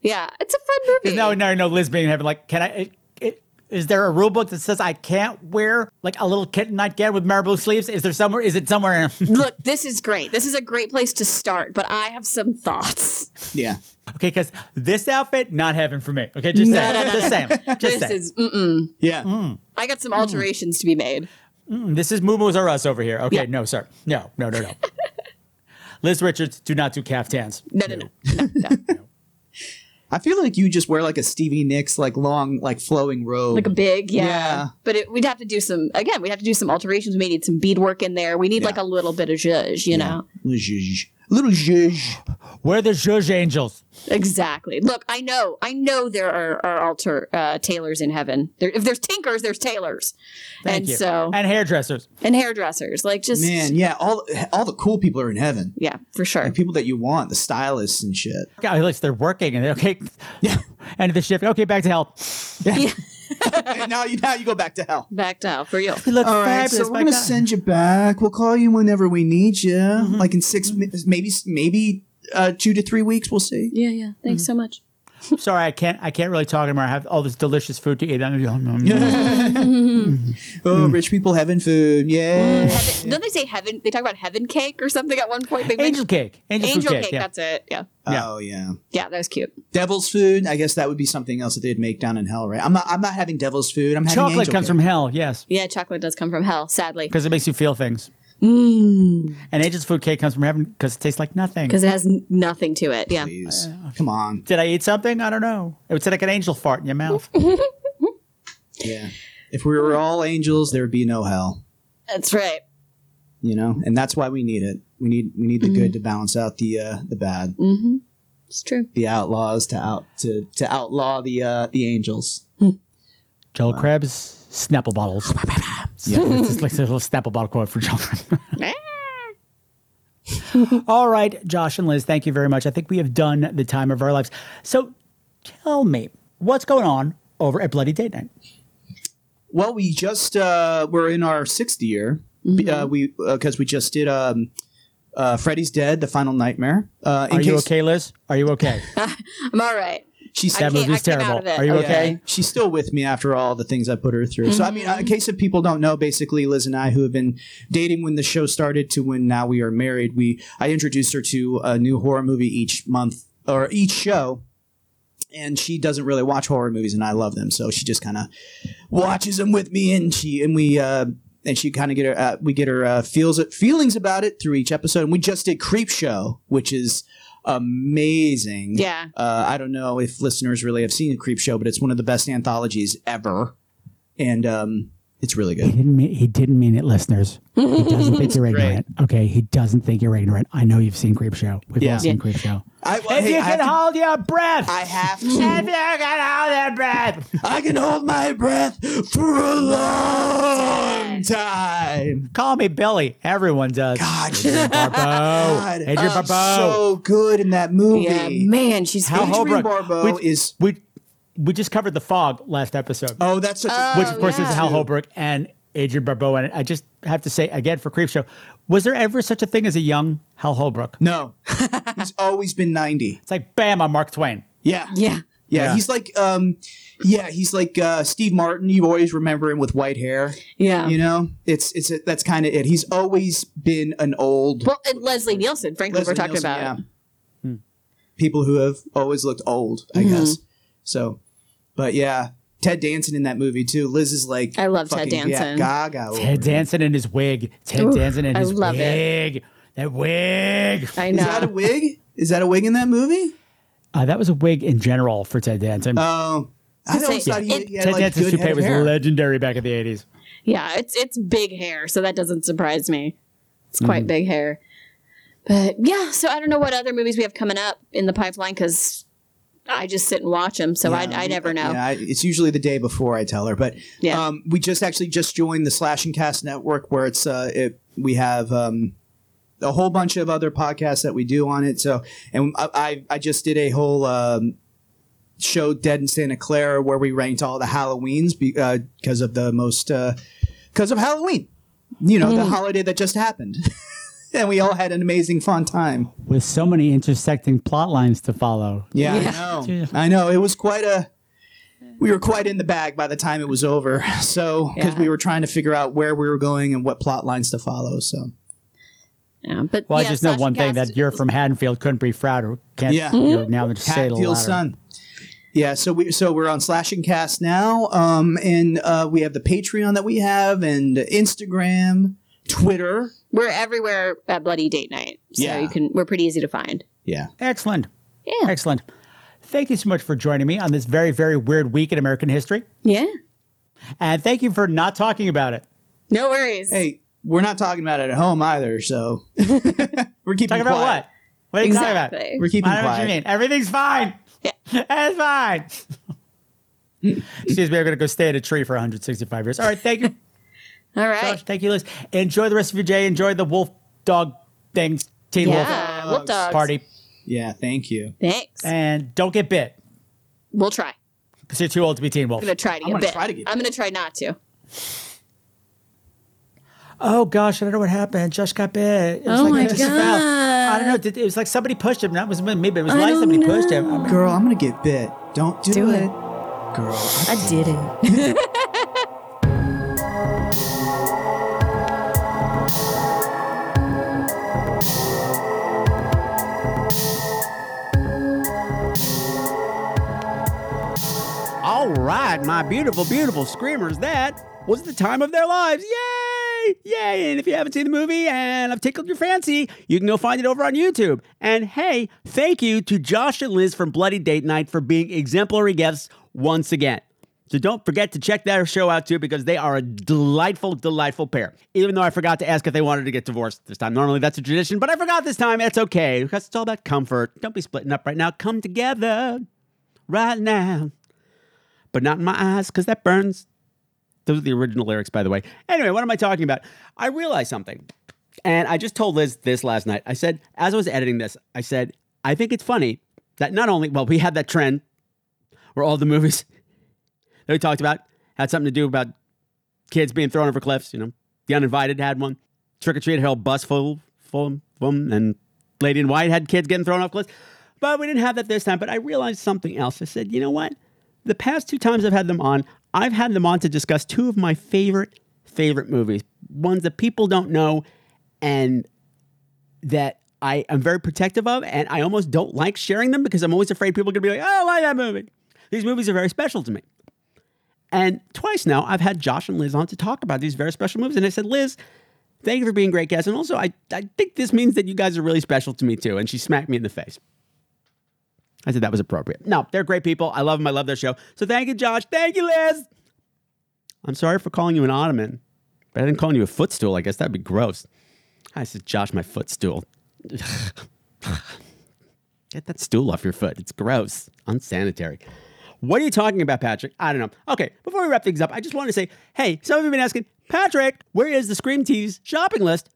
Speaker 9: Yeah, it's a fun movie.
Speaker 1: No, no, no. Liz being in heaven. Like, can I? It, it, is there a rule book that says I can't wear like a little kitten nightgown with marble sleeves? Is there somewhere? Is it somewhere? In-
Speaker 9: Look, this is great. This is a great place to start, but I have some thoughts.
Speaker 10: yeah.
Speaker 1: Okay, because this outfit not heaven for me. Okay, just
Speaker 9: No,
Speaker 1: saying.
Speaker 9: no, no, no.
Speaker 1: just saying. Just
Speaker 9: this
Speaker 1: saying.
Speaker 9: is mm-mm.
Speaker 10: Yeah.
Speaker 9: I got some alterations to be made.
Speaker 1: Mm, this is Moomoo's or us over here. Okay, no, sir. No, no, no, no. Liz Richards, do not do caftans.
Speaker 9: No, no, no.
Speaker 10: I feel like you just wear like a Stevie Nicks like long like flowing robe,
Speaker 9: Like a big, yeah.
Speaker 10: Yeah.
Speaker 9: But it, we'd have to do some again. We'd have to do some alterations. We may need some beadwork in there. We need like a little bit of zhuzh, you know.
Speaker 10: Little zhuzh. Little zhuzh.
Speaker 1: We're the zhuzh angels.
Speaker 9: Exactly. Look, I know, I know there are, are altar uh, tailors in heaven. There, if there's tinkers, there's tailors,
Speaker 1: Thank
Speaker 9: and
Speaker 1: you.
Speaker 9: so
Speaker 1: and hairdressers.
Speaker 9: and hairdressers. Like just
Speaker 10: man. Yeah, all all the cool people are in heaven.
Speaker 9: Yeah, for sure.
Speaker 10: Like people that you want, the stylists and shit.
Speaker 1: God, at least they're working and they're okay. Yeah. End of the shift. Okay, back to hell.
Speaker 10: now you now you go back to hell.
Speaker 9: Back to hell for you.
Speaker 1: He looks
Speaker 10: All right,
Speaker 1: fabulous.
Speaker 10: so we're
Speaker 1: my
Speaker 10: gonna
Speaker 1: God. Mm-hmm.
Speaker 10: send you back. We'll call you whenever we need you, like in six, mi- maybe maybe uh, two to three weeks. We'll see.
Speaker 1: Mm-hmm.
Speaker 9: Yeah, yeah. Thanks so much.
Speaker 1: I'm sorry, I can't. I can't really talk anymore. I have all this delicious food to eat. I'm
Speaker 10: oh,
Speaker 1: Mm-hmm.
Speaker 10: rich people heaven food. Yeah.
Speaker 9: Heaven, don't they say heaven? They talk about heaven cake or something at one point. They
Speaker 10: Angel
Speaker 9: mentioned-
Speaker 10: cake. Angel
Speaker 9: Angel,
Speaker 10: food
Speaker 9: cake.
Speaker 10: cake, yeah.
Speaker 9: That's it. Yeah.
Speaker 10: Oh yeah.
Speaker 9: Yeah, that was cute.
Speaker 10: Devil's food. I guess that would be something else that they'd make down in hell, right? I'm not. I'm not having devil's food. I'm having
Speaker 1: Chocolate
Speaker 10: angel
Speaker 1: comes
Speaker 10: cake.
Speaker 1: from hell, yes,
Speaker 9: Yeah, chocolate does come from hell, sadly,
Speaker 1: because it makes you feel things.
Speaker 9: Mm.
Speaker 1: And angel's food cake comes from heaven because it tastes like nothing. Uh,
Speaker 9: because it has n- nothing to it. Yeah.
Speaker 10: Come on.
Speaker 1: Did I eat something? I don't know. It would sound like an angel fart in your mouth.
Speaker 10: Yeah. If we were all angels, there would be no hell.
Speaker 9: That's right.
Speaker 10: You know, and that's why we need it. We need we need the good to balance out the uh, the bad.
Speaker 9: Mm-hmm. It's true.
Speaker 10: The outlaws to out to to outlaw the uh, the angels.
Speaker 9: Hmm.
Speaker 1: Joel Krebs, Snapple bottles. yeah, it's just like a little Snapple bottle quote for Joel.
Speaker 9: Ah.
Speaker 1: Krebs. All right, Josh and Liz, thank you very much. I think we have done the time of our lives. So, tell me what's going on over at Bloody Date Night.
Speaker 10: Well, we just uh, we're in our sixth year. B-
Speaker 9: Mm-hmm.
Speaker 10: Uh, we because we just did um, uh, Freddy's Dead: The Final Nightmare. Uh,
Speaker 1: Are you okay, Liz? Are you okay?
Speaker 9: I'm all right.
Speaker 10: She's
Speaker 9: I can't- I came out of it.
Speaker 10: Yeah. She's still with me after all the things I put her through. So I mean, uh,
Speaker 9: Mm-hmm.
Speaker 10: in case if people don't know, basically Liz and I, who have been dating when the show started to when now we are married, we I introduced her to a new horror movie each month or each show. And she doesn't really watch horror movies, and I love them. So she just kind of watches them with me, and she and we uh, and she kind of get her uh, we get her uh, feels feelings about it through each episode. And we just did Creep Show, which is amazing.
Speaker 9: Yeah.
Speaker 10: Uh, I don't know if listeners really have seen Creep Show, but it's one of the best anthologies ever, and um, it's really
Speaker 1: He
Speaker 10: good.
Speaker 1: didn't mean he didn't mean it, listeners. He doesn't think you're
Speaker 10: Great.
Speaker 1: ignorant. Okay, he doesn't think you're ignorant. I know you've seen Creep Show. We've
Speaker 10: Yeah.
Speaker 1: all seen
Speaker 10: Yeah.
Speaker 1: Creep Show.
Speaker 10: I,
Speaker 1: If you can
Speaker 10: hold
Speaker 1: your breath,
Speaker 10: I have to.
Speaker 1: If you can hold your breath,
Speaker 10: I can hold my breath for a long time.
Speaker 1: Call me Billy. Everyone does.
Speaker 10: God,
Speaker 1: Adrian Barbeau.
Speaker 10: God.
Speaker 1: Adrian
Speaker 10: Oh,
Speaker 1: Barbeau.
Speaker 10: so good in that movie.
Speaker 9: Yeah, man, she's
Speaker 1: Hal
Speaker 9: good.
Speaker 1: Holbrook.
Speaker 10: Barbeau
Speaker 1: we,
Speaker 10: is
Speaker 1: we we just covered the fog last episode.
Speaker 10: Oh, that's such a-
Speaker 1: which of course
Speaker 10: yeah.
Speaker 1: is Hal Holbrook and Adrian Barbeau. And I just have to say again for Creepshow, was there ever such a thing as a young Hal Holbrook?
Speaker 10: No, he's always been ninety.
Speaker 1: It's like bam, I'm Mark Twain.
Speaker 10: Yeah.
Speaker 9: Yeah.
Speaker 10: Yeah,
Speaker 1: Yeah.
Speaker 10: he's like, um, yeah, he's like uh, Steve Martin. You always remember him with white hair.
Speaker 9: Yeah.
Speaker 10: you know, it's it's that's kind of it. He's always been an old
Speaker 9: Well, and Leslie Nielsen, frankly,
Speaker 10: Leslie
Speaker 9: we're talking
Speaker 10: Nielsen,
Speaker 9: about.
Speaker 1: Hmm.
Speaker 10: yeah. people who have always looked old, I
Speaker 9: Mhm.
Speaker 10: guess. So, but yeah, Ted Danson in that movie too. Liz is like,
Speaker 9: I love Ted
Speaker 10: fucking, yeah,
Speaker 9: Danson.
Speaker 10: Gaga. over
Speaker 1: Ted Danson in his wig. Ted
Speaker 10: Ooh,
Speaker 1: Danson in
Speaker 10: I
Speaker 1: his
Speaker 10: love it.
Speaker 1: wig. That wig.
Speaker 9: I
Speaker 10: Is that a wig? Is that a wig in that movie?
Speaker 1: Uh, that was a wig in general for Ted Danson.
Speaker 10: Oh, I always thought he, he had
Speaker 1: Ted
Speaker 10: like
Speaker 1: Danson's
Speaker 10: good head
Speaker 1: toupee
Speaker 10: of
Speaker 1: was
Speaker 10: hair.
Speaker 1: legendary back in the eighties.
Speaker 9: Yeah, it's it's big hair, so that doesn't surprise me.
Speaker 10: Mm-hmm.
Speaker 9: It's quite big hair. But yeah, so I don't know what other movies we have coming up in the pipeline because I just sit and watch them, so I, I never know.
Speaker 10: Yeah, I, it's usually the day before I tell her. But
Speaker 9: Yeah.
Speaker 10: um, we just actually just joined the Slash and Cast Network, where it's uh, it, we have um, a whole bunch of other podcasts that we do on it. So, and I I, I just did a whole um, show Dead in Santa Clara where we ranked all the Halloweens because of the most because of Halloween, you know, the
Speaker 1: Mm.
Speaker 10: holiday that just happened, and we all had an amazing fun time.
Speaker 1: With so many intersecting plot lines to follow.
Speaker 10: Yeah,
Speaker 1: Yeah.
Speaker 10: I know. I know. It was quite a. We were quite in the bag by the time it was over. So because we were trying to figure out where we were going and what plot lines to follow. So
Speaker 9: yeah, but
Speaker 1: Well, I just know one thing that you're from Haddonfield, couldn't be Frowder. Can't
Speaker 10: Yeah.
Speaker 1: you're
Speaker 9: Mm-hmm.
Speaker 1: now the say the
Speaker 10: Hatfield
Speaker 1: latter.
Speaker 10: Sun. Yeah, so we so we're on Slash and Cast now, um, and uh, we have the Patreon that we have, and Instagram, Twitter.
Speaker 9: We're everywhere at Bloody Date Night, so
Speaker 1: Yeah.
Speaker 9: you can. We're pretty easy to find.
Speaker 10: Yeah.
Speaker 1: Excellent. Yeah. Excellent. Thank you so much for joining me on this very, very weird week in American history.
Speaker 9: Yeah.
Speaker 1: And thank you for not talking about it.
Speaker 9: No worries.
Speaker 10: Hey, we're not talking about it at home either, so we're keeping
Speaker 1: Talking about
Speaker 10: quiet.
Speaker 1: what? What are you talking about?
Speaker 10: Exactly. We're keeping
Speaker 1: I don't know what you
Speaker 10: quiet.
Speaker 1: mean. Everything's fine. It's fine. Excuse me, I'm going to go stay in a tree for 165 years. All right, thank you.
Speaker 9: All right.
Speaker 1: Josh, thank you, Liz. Enjoy the rest of your day. Enjoy the wolf dog thing, teen
Speaker 9: Yeah,
Speaker 1: wolf,
Speaker 9: wolf dogs.
Speaker 1: party.
Speaker 10: Yeah, thank you.
Speaker 9: Thanks.
Speaker 1: And don't get bit
Speaker 9: We'll try.
Speaker 1: because you're too old to be teen
Speaker 9: I'm
Speaker 1: wolf.
Speaker 9: gonna try to get
Speaker 1: I'm gonna
Speaker 9: bit.
Speaker 1: try to get
Speaker 9: I'm gonna try not to.
Speaker 1: Oh, gosh, I don't know what happened. Josh got bit. It was
Speaker 9: Oh,
Speaker 1: like
Speaker 9: my
Speaker 1: it just fell.
Speaker 23: I don't know. Did, it was like somebody pushed him. That was maybe it was why somebody pushed him. I mean,
Speaker 10: Girl, I'm gonna get bit. Don't do,
Speaker 23: Do
Speaker 10: it.
Speaker 23: it.
Speaker 10: Girl,
Speaker 23: I
Speaker 10: did it.
Speaker 1: All right, my beautiful, beautiful screamers, that was the time of their lives. Yay! Yay! And if you haven't seen the movie and I've tickled your fancy, you can go find it over on YouTube. And hey, thank you to Josh and Liz from Bloody Date Night for being exemplary guests once again. So don't forget to check their show out too because they are a delightful, delightful pair. Even though I forgot to ask if they wanted to get divorced this time. Normally that's a tradition, but I forgot this time. It's okay because it's all about comfort. Don't be splitting up right now. Come together right now but not in my eyes because that burns. Those are the original lyrics, by the way. Anyway, what am I talking about? I realized something. And I just told Liz this last night. I said, as I was editing this, I said, I think it's funny that not only, well, we had that trend where all the movies that we talked about had something to do about kids being thrown over cliffs, you know, The Uninvited had one, Trick or Treat had a whole bus full, full, full, and Lady in White had kids getting thrown off cliffs. But we didn't have that this time. But I realized something else. I said, you know what? The past two times I've had them on, I've had them on to discuss two of my favorite, favorite movies, ones that people don't know and that I am very protective of. And I almost don't like sharing them because I'm always afraid people are going to be like, oh, I like that movie. These movies are very special to me. And twice now, I've had Josh and Liz on to talk about these very special movies. And I said, Liz, thank you for being great guests. And also, I, I think this means that you guys are really special to me, too. And she smacked me in the face. I said that was appropriate. No, they're great people. I love them. I love their show. So thank you, Josh. Thank you, Liz. I'm sorry for calling you an ottoman, but I didn't call you a footstool. I guess that'd be gross. I said, Josh, my footstool. Get that stool off your foot. It's gross, unsanitary. What are you talking about, Patrick? I don't know. Okay, before we wrap things up, I just wanted to say hey, some of you have been asking, Patrick, where is the Scream Tees shopping list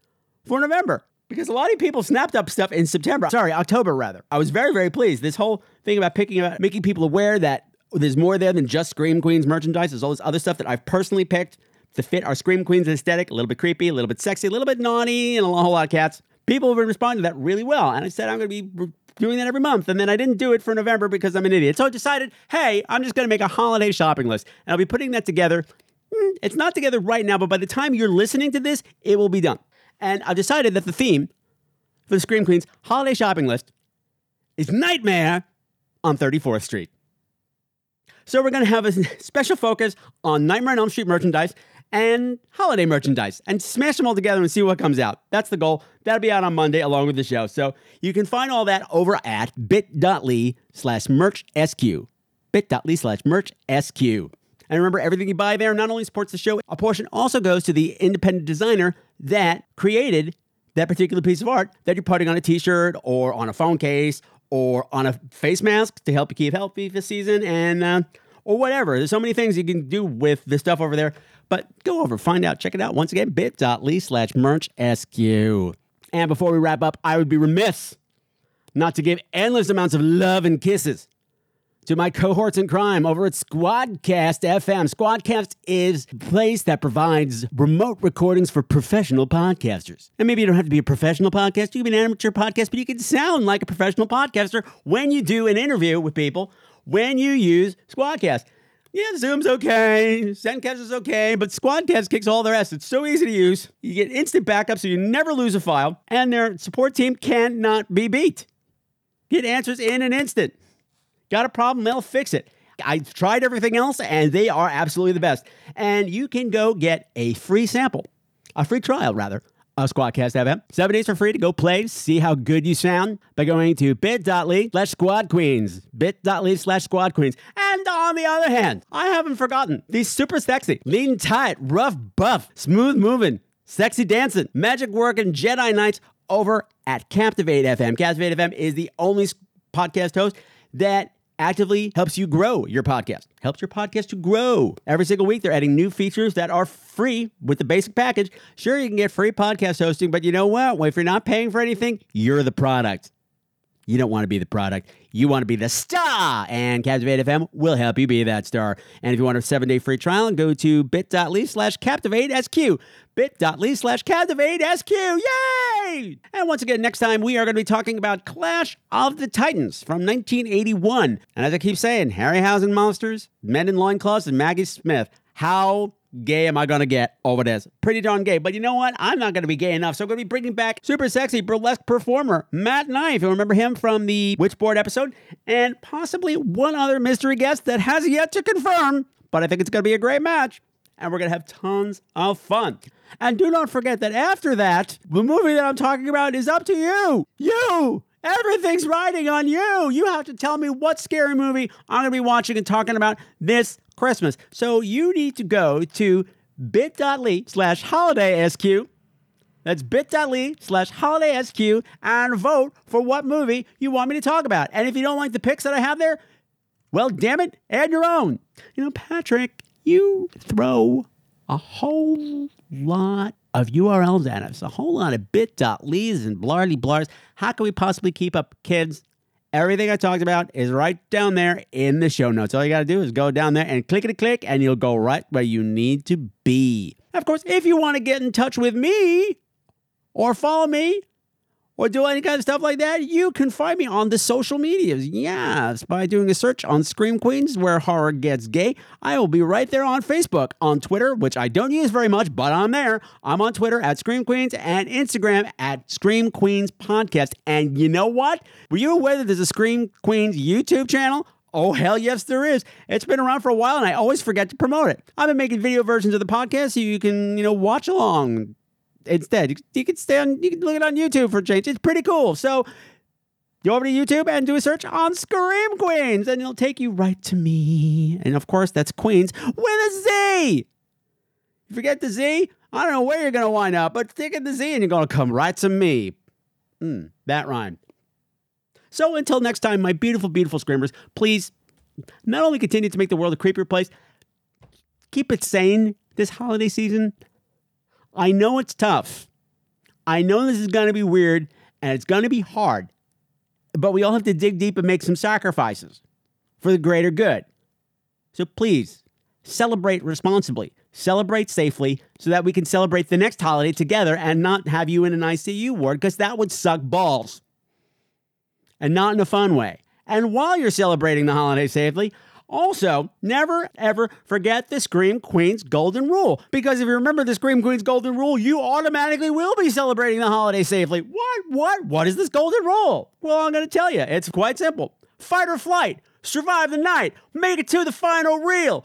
Speaker 1: for November? Because a lot of people snapped up stuff in September. Sorry, October, rather. I was very, very pleased. This whole thing about picking about making people aware that there's more there than just Scream Queens merchandise. There's all this other stuff that I've personally picked to fit our Scream Queens aesthetic. A little bit creepy, a little bit sexy, a little bit naughty, and a whole lot of cats. People have been responding to that really well. And I said I'm going to be re- doing that every month. And then I didn't do it for November because I'm an idiot. So I decided, hey, I'm just going to make a holiday shopping list. And I'll be putting that together. Mm, It's not together right now, but by the time you're listening to this, it will be done. And I decided that the theme for the Scream Queens holiday shopping list is Nightmare on 34th Street. So we're going to have a special focus on Nightmare on Elm Street merchandise and holiday merchandise and smash them all together and see what comes out. That's the goal. That'll be out on Monday along with the show. So you can find all that over at bit.ly slash merch SQ. Bit.ly slash merch SQ. And remember, everything you buy there not only supports the show, a portion also goes to the independent designer that created that particular piece of art that you're putting on a t-shirt or on a phone case or on a face mask to help you keep healthy this season and uh, or whatever there's so many things you can do with the stuff over there but go over find out check it out once again bit.ly slash merch sq and before we wrap up i would be remiss not to give endless amounts of love and kisses to my cohorts in crime over at Squadcast FM. Squadcast is the place that provides remote recordings for professional podcasters. And maybe you don't have to be a professional podcaster, you can be an amateur podcaster, but you can sound like a professional podcaster when you do an interview with people when you use Squadcast. Yeah, Zoom's okay, Sendcast is okay, but Squadcast kicks all their ass. It's so easy to use. You get instant backup so you never lose a file, and their support team cannot be beat. Get answers in an instant. Got a problem, they'll fix it. I tried everything else and they are absolutely the best. And you can go get a free sample, a free trial rather, of Squadcast FM. Seven days for free to go play, see how good you sound by going to bit.ly slash squad queens. Bit.ly slash squad queens. And on the other hand, I haven't forgotten these super sexy, lean tight, rough buff, smooth moving, sexy dancing, magic working Jedi Knights over at Captivate FM. Captivate FM is the only s- podcast host that actively helps you grow your podcast. Helps your podcast to grow. Every single week, they're adding new features that are free with the basic package. Sure, you can get free podcast hosting, but you know what? If you're not paying for anything, you're the product. You don't want to be the product. You want to be the star, and Captivate FM will help you be that star. And if you want a seven day free trial, go to bit.ly slash captivate SQ. Bit.ly slash captivate SQ. Yay! And once again, next time we are going to be talking about Clash of the Titans from 1981. And as I keep saying, Harryhausen monsters, men in loincloths, and Maggie Smith. How gay am I gonna get over this? Pretty darn gay. But you know what? I'm not gonna be gay enough. So I'm gonna be bringing back super sexy burlesque performer Matt Knife. You'll remember him from the Witchboard episode, and possibly one other mystery guest that has yet to confirm. But I think it's gonna be a great match, and we're gonna have tons of fun. And do not forget that after that, the movie that I'm talking about is up to you. You! Everything's riding on you. You have to tell me what scary movie I'm going to be watching and talking about this Christmas. So you need to go to bit.ly slash holiday SQ. That's bit.ly slash holiday SQ and vote for what movie you want me to talk about. And if you don't like the picks that I have there, well, damn it, add your own. You know, Patrick, you throw a whole lot of URLs at us, a whole lot of bit.lys and blarly blars. How can we possibly keep up, kids? Everything I talked about is right down there in the show notes. All you got to do is go down there and click it a click, and you'll go right where you need to be. Of course, if you want to get in touch with me or follow me, or do any kind of stuff like that, you can find me on the social medias. Yes, by doing a search on Scream Queens, where horror gets gay. I will be right there on Facebook, on Twitter, which I don't use very much, but I'm there. I'm on Twitter at Scream Queens and Instagram at Scream Queens Podcast. And you know what? Were you aware that there's a Scream Queens YouTube channel? Oh, hell yes, there is. It's been around for a while, and I always forget to promote it. I've been making video versions of the podcast so you can, you know, watch along, instead. You, you can stay on, you can look it on YouTube for a change. It's pretty cool. So go over to YouTube and do a search on Scream Queens, and it'll take you right to me. And of course, that's Queens with a Z. If you get the Z, I don't know where you're going to wind up, but stick in the Z and you're going to come right to me. Mm, that rhyme. So until next time, my beautiful, beautiful Screamers, please not only continue to make the world a creepier place, keep it sane this holiday season. I know it's tough. I know this is going to be weird and it's going to be hard, but we all have to dig deep and make some sacrifices for the greater good. So please celebrate responsibly, celebrate safely so that we can celebrate the next holiday together and not have you in an ICU ward because that would suck balls and not in a fun way. And while you're celebrating the holiday safely, also, never ever forget the Scream Queen's Golden Rule. Because if you remember the Scream Queen's Golden Rule, you automatically will be celebrating the holiday safely. What, what, what is this Golden Rule? Well, I'm going to tell you. It's quite simple fight or flight, survive the night, make it to the final reel,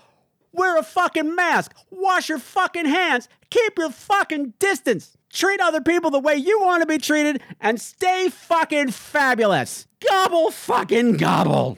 Speaker 1: wear a fucking mask, wash your fucking hands, keep your fucking distance, treat other people the way you want to be treated, and stay fucking fabulous. Gobble fucking gobble.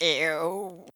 Speaker 22: Ew.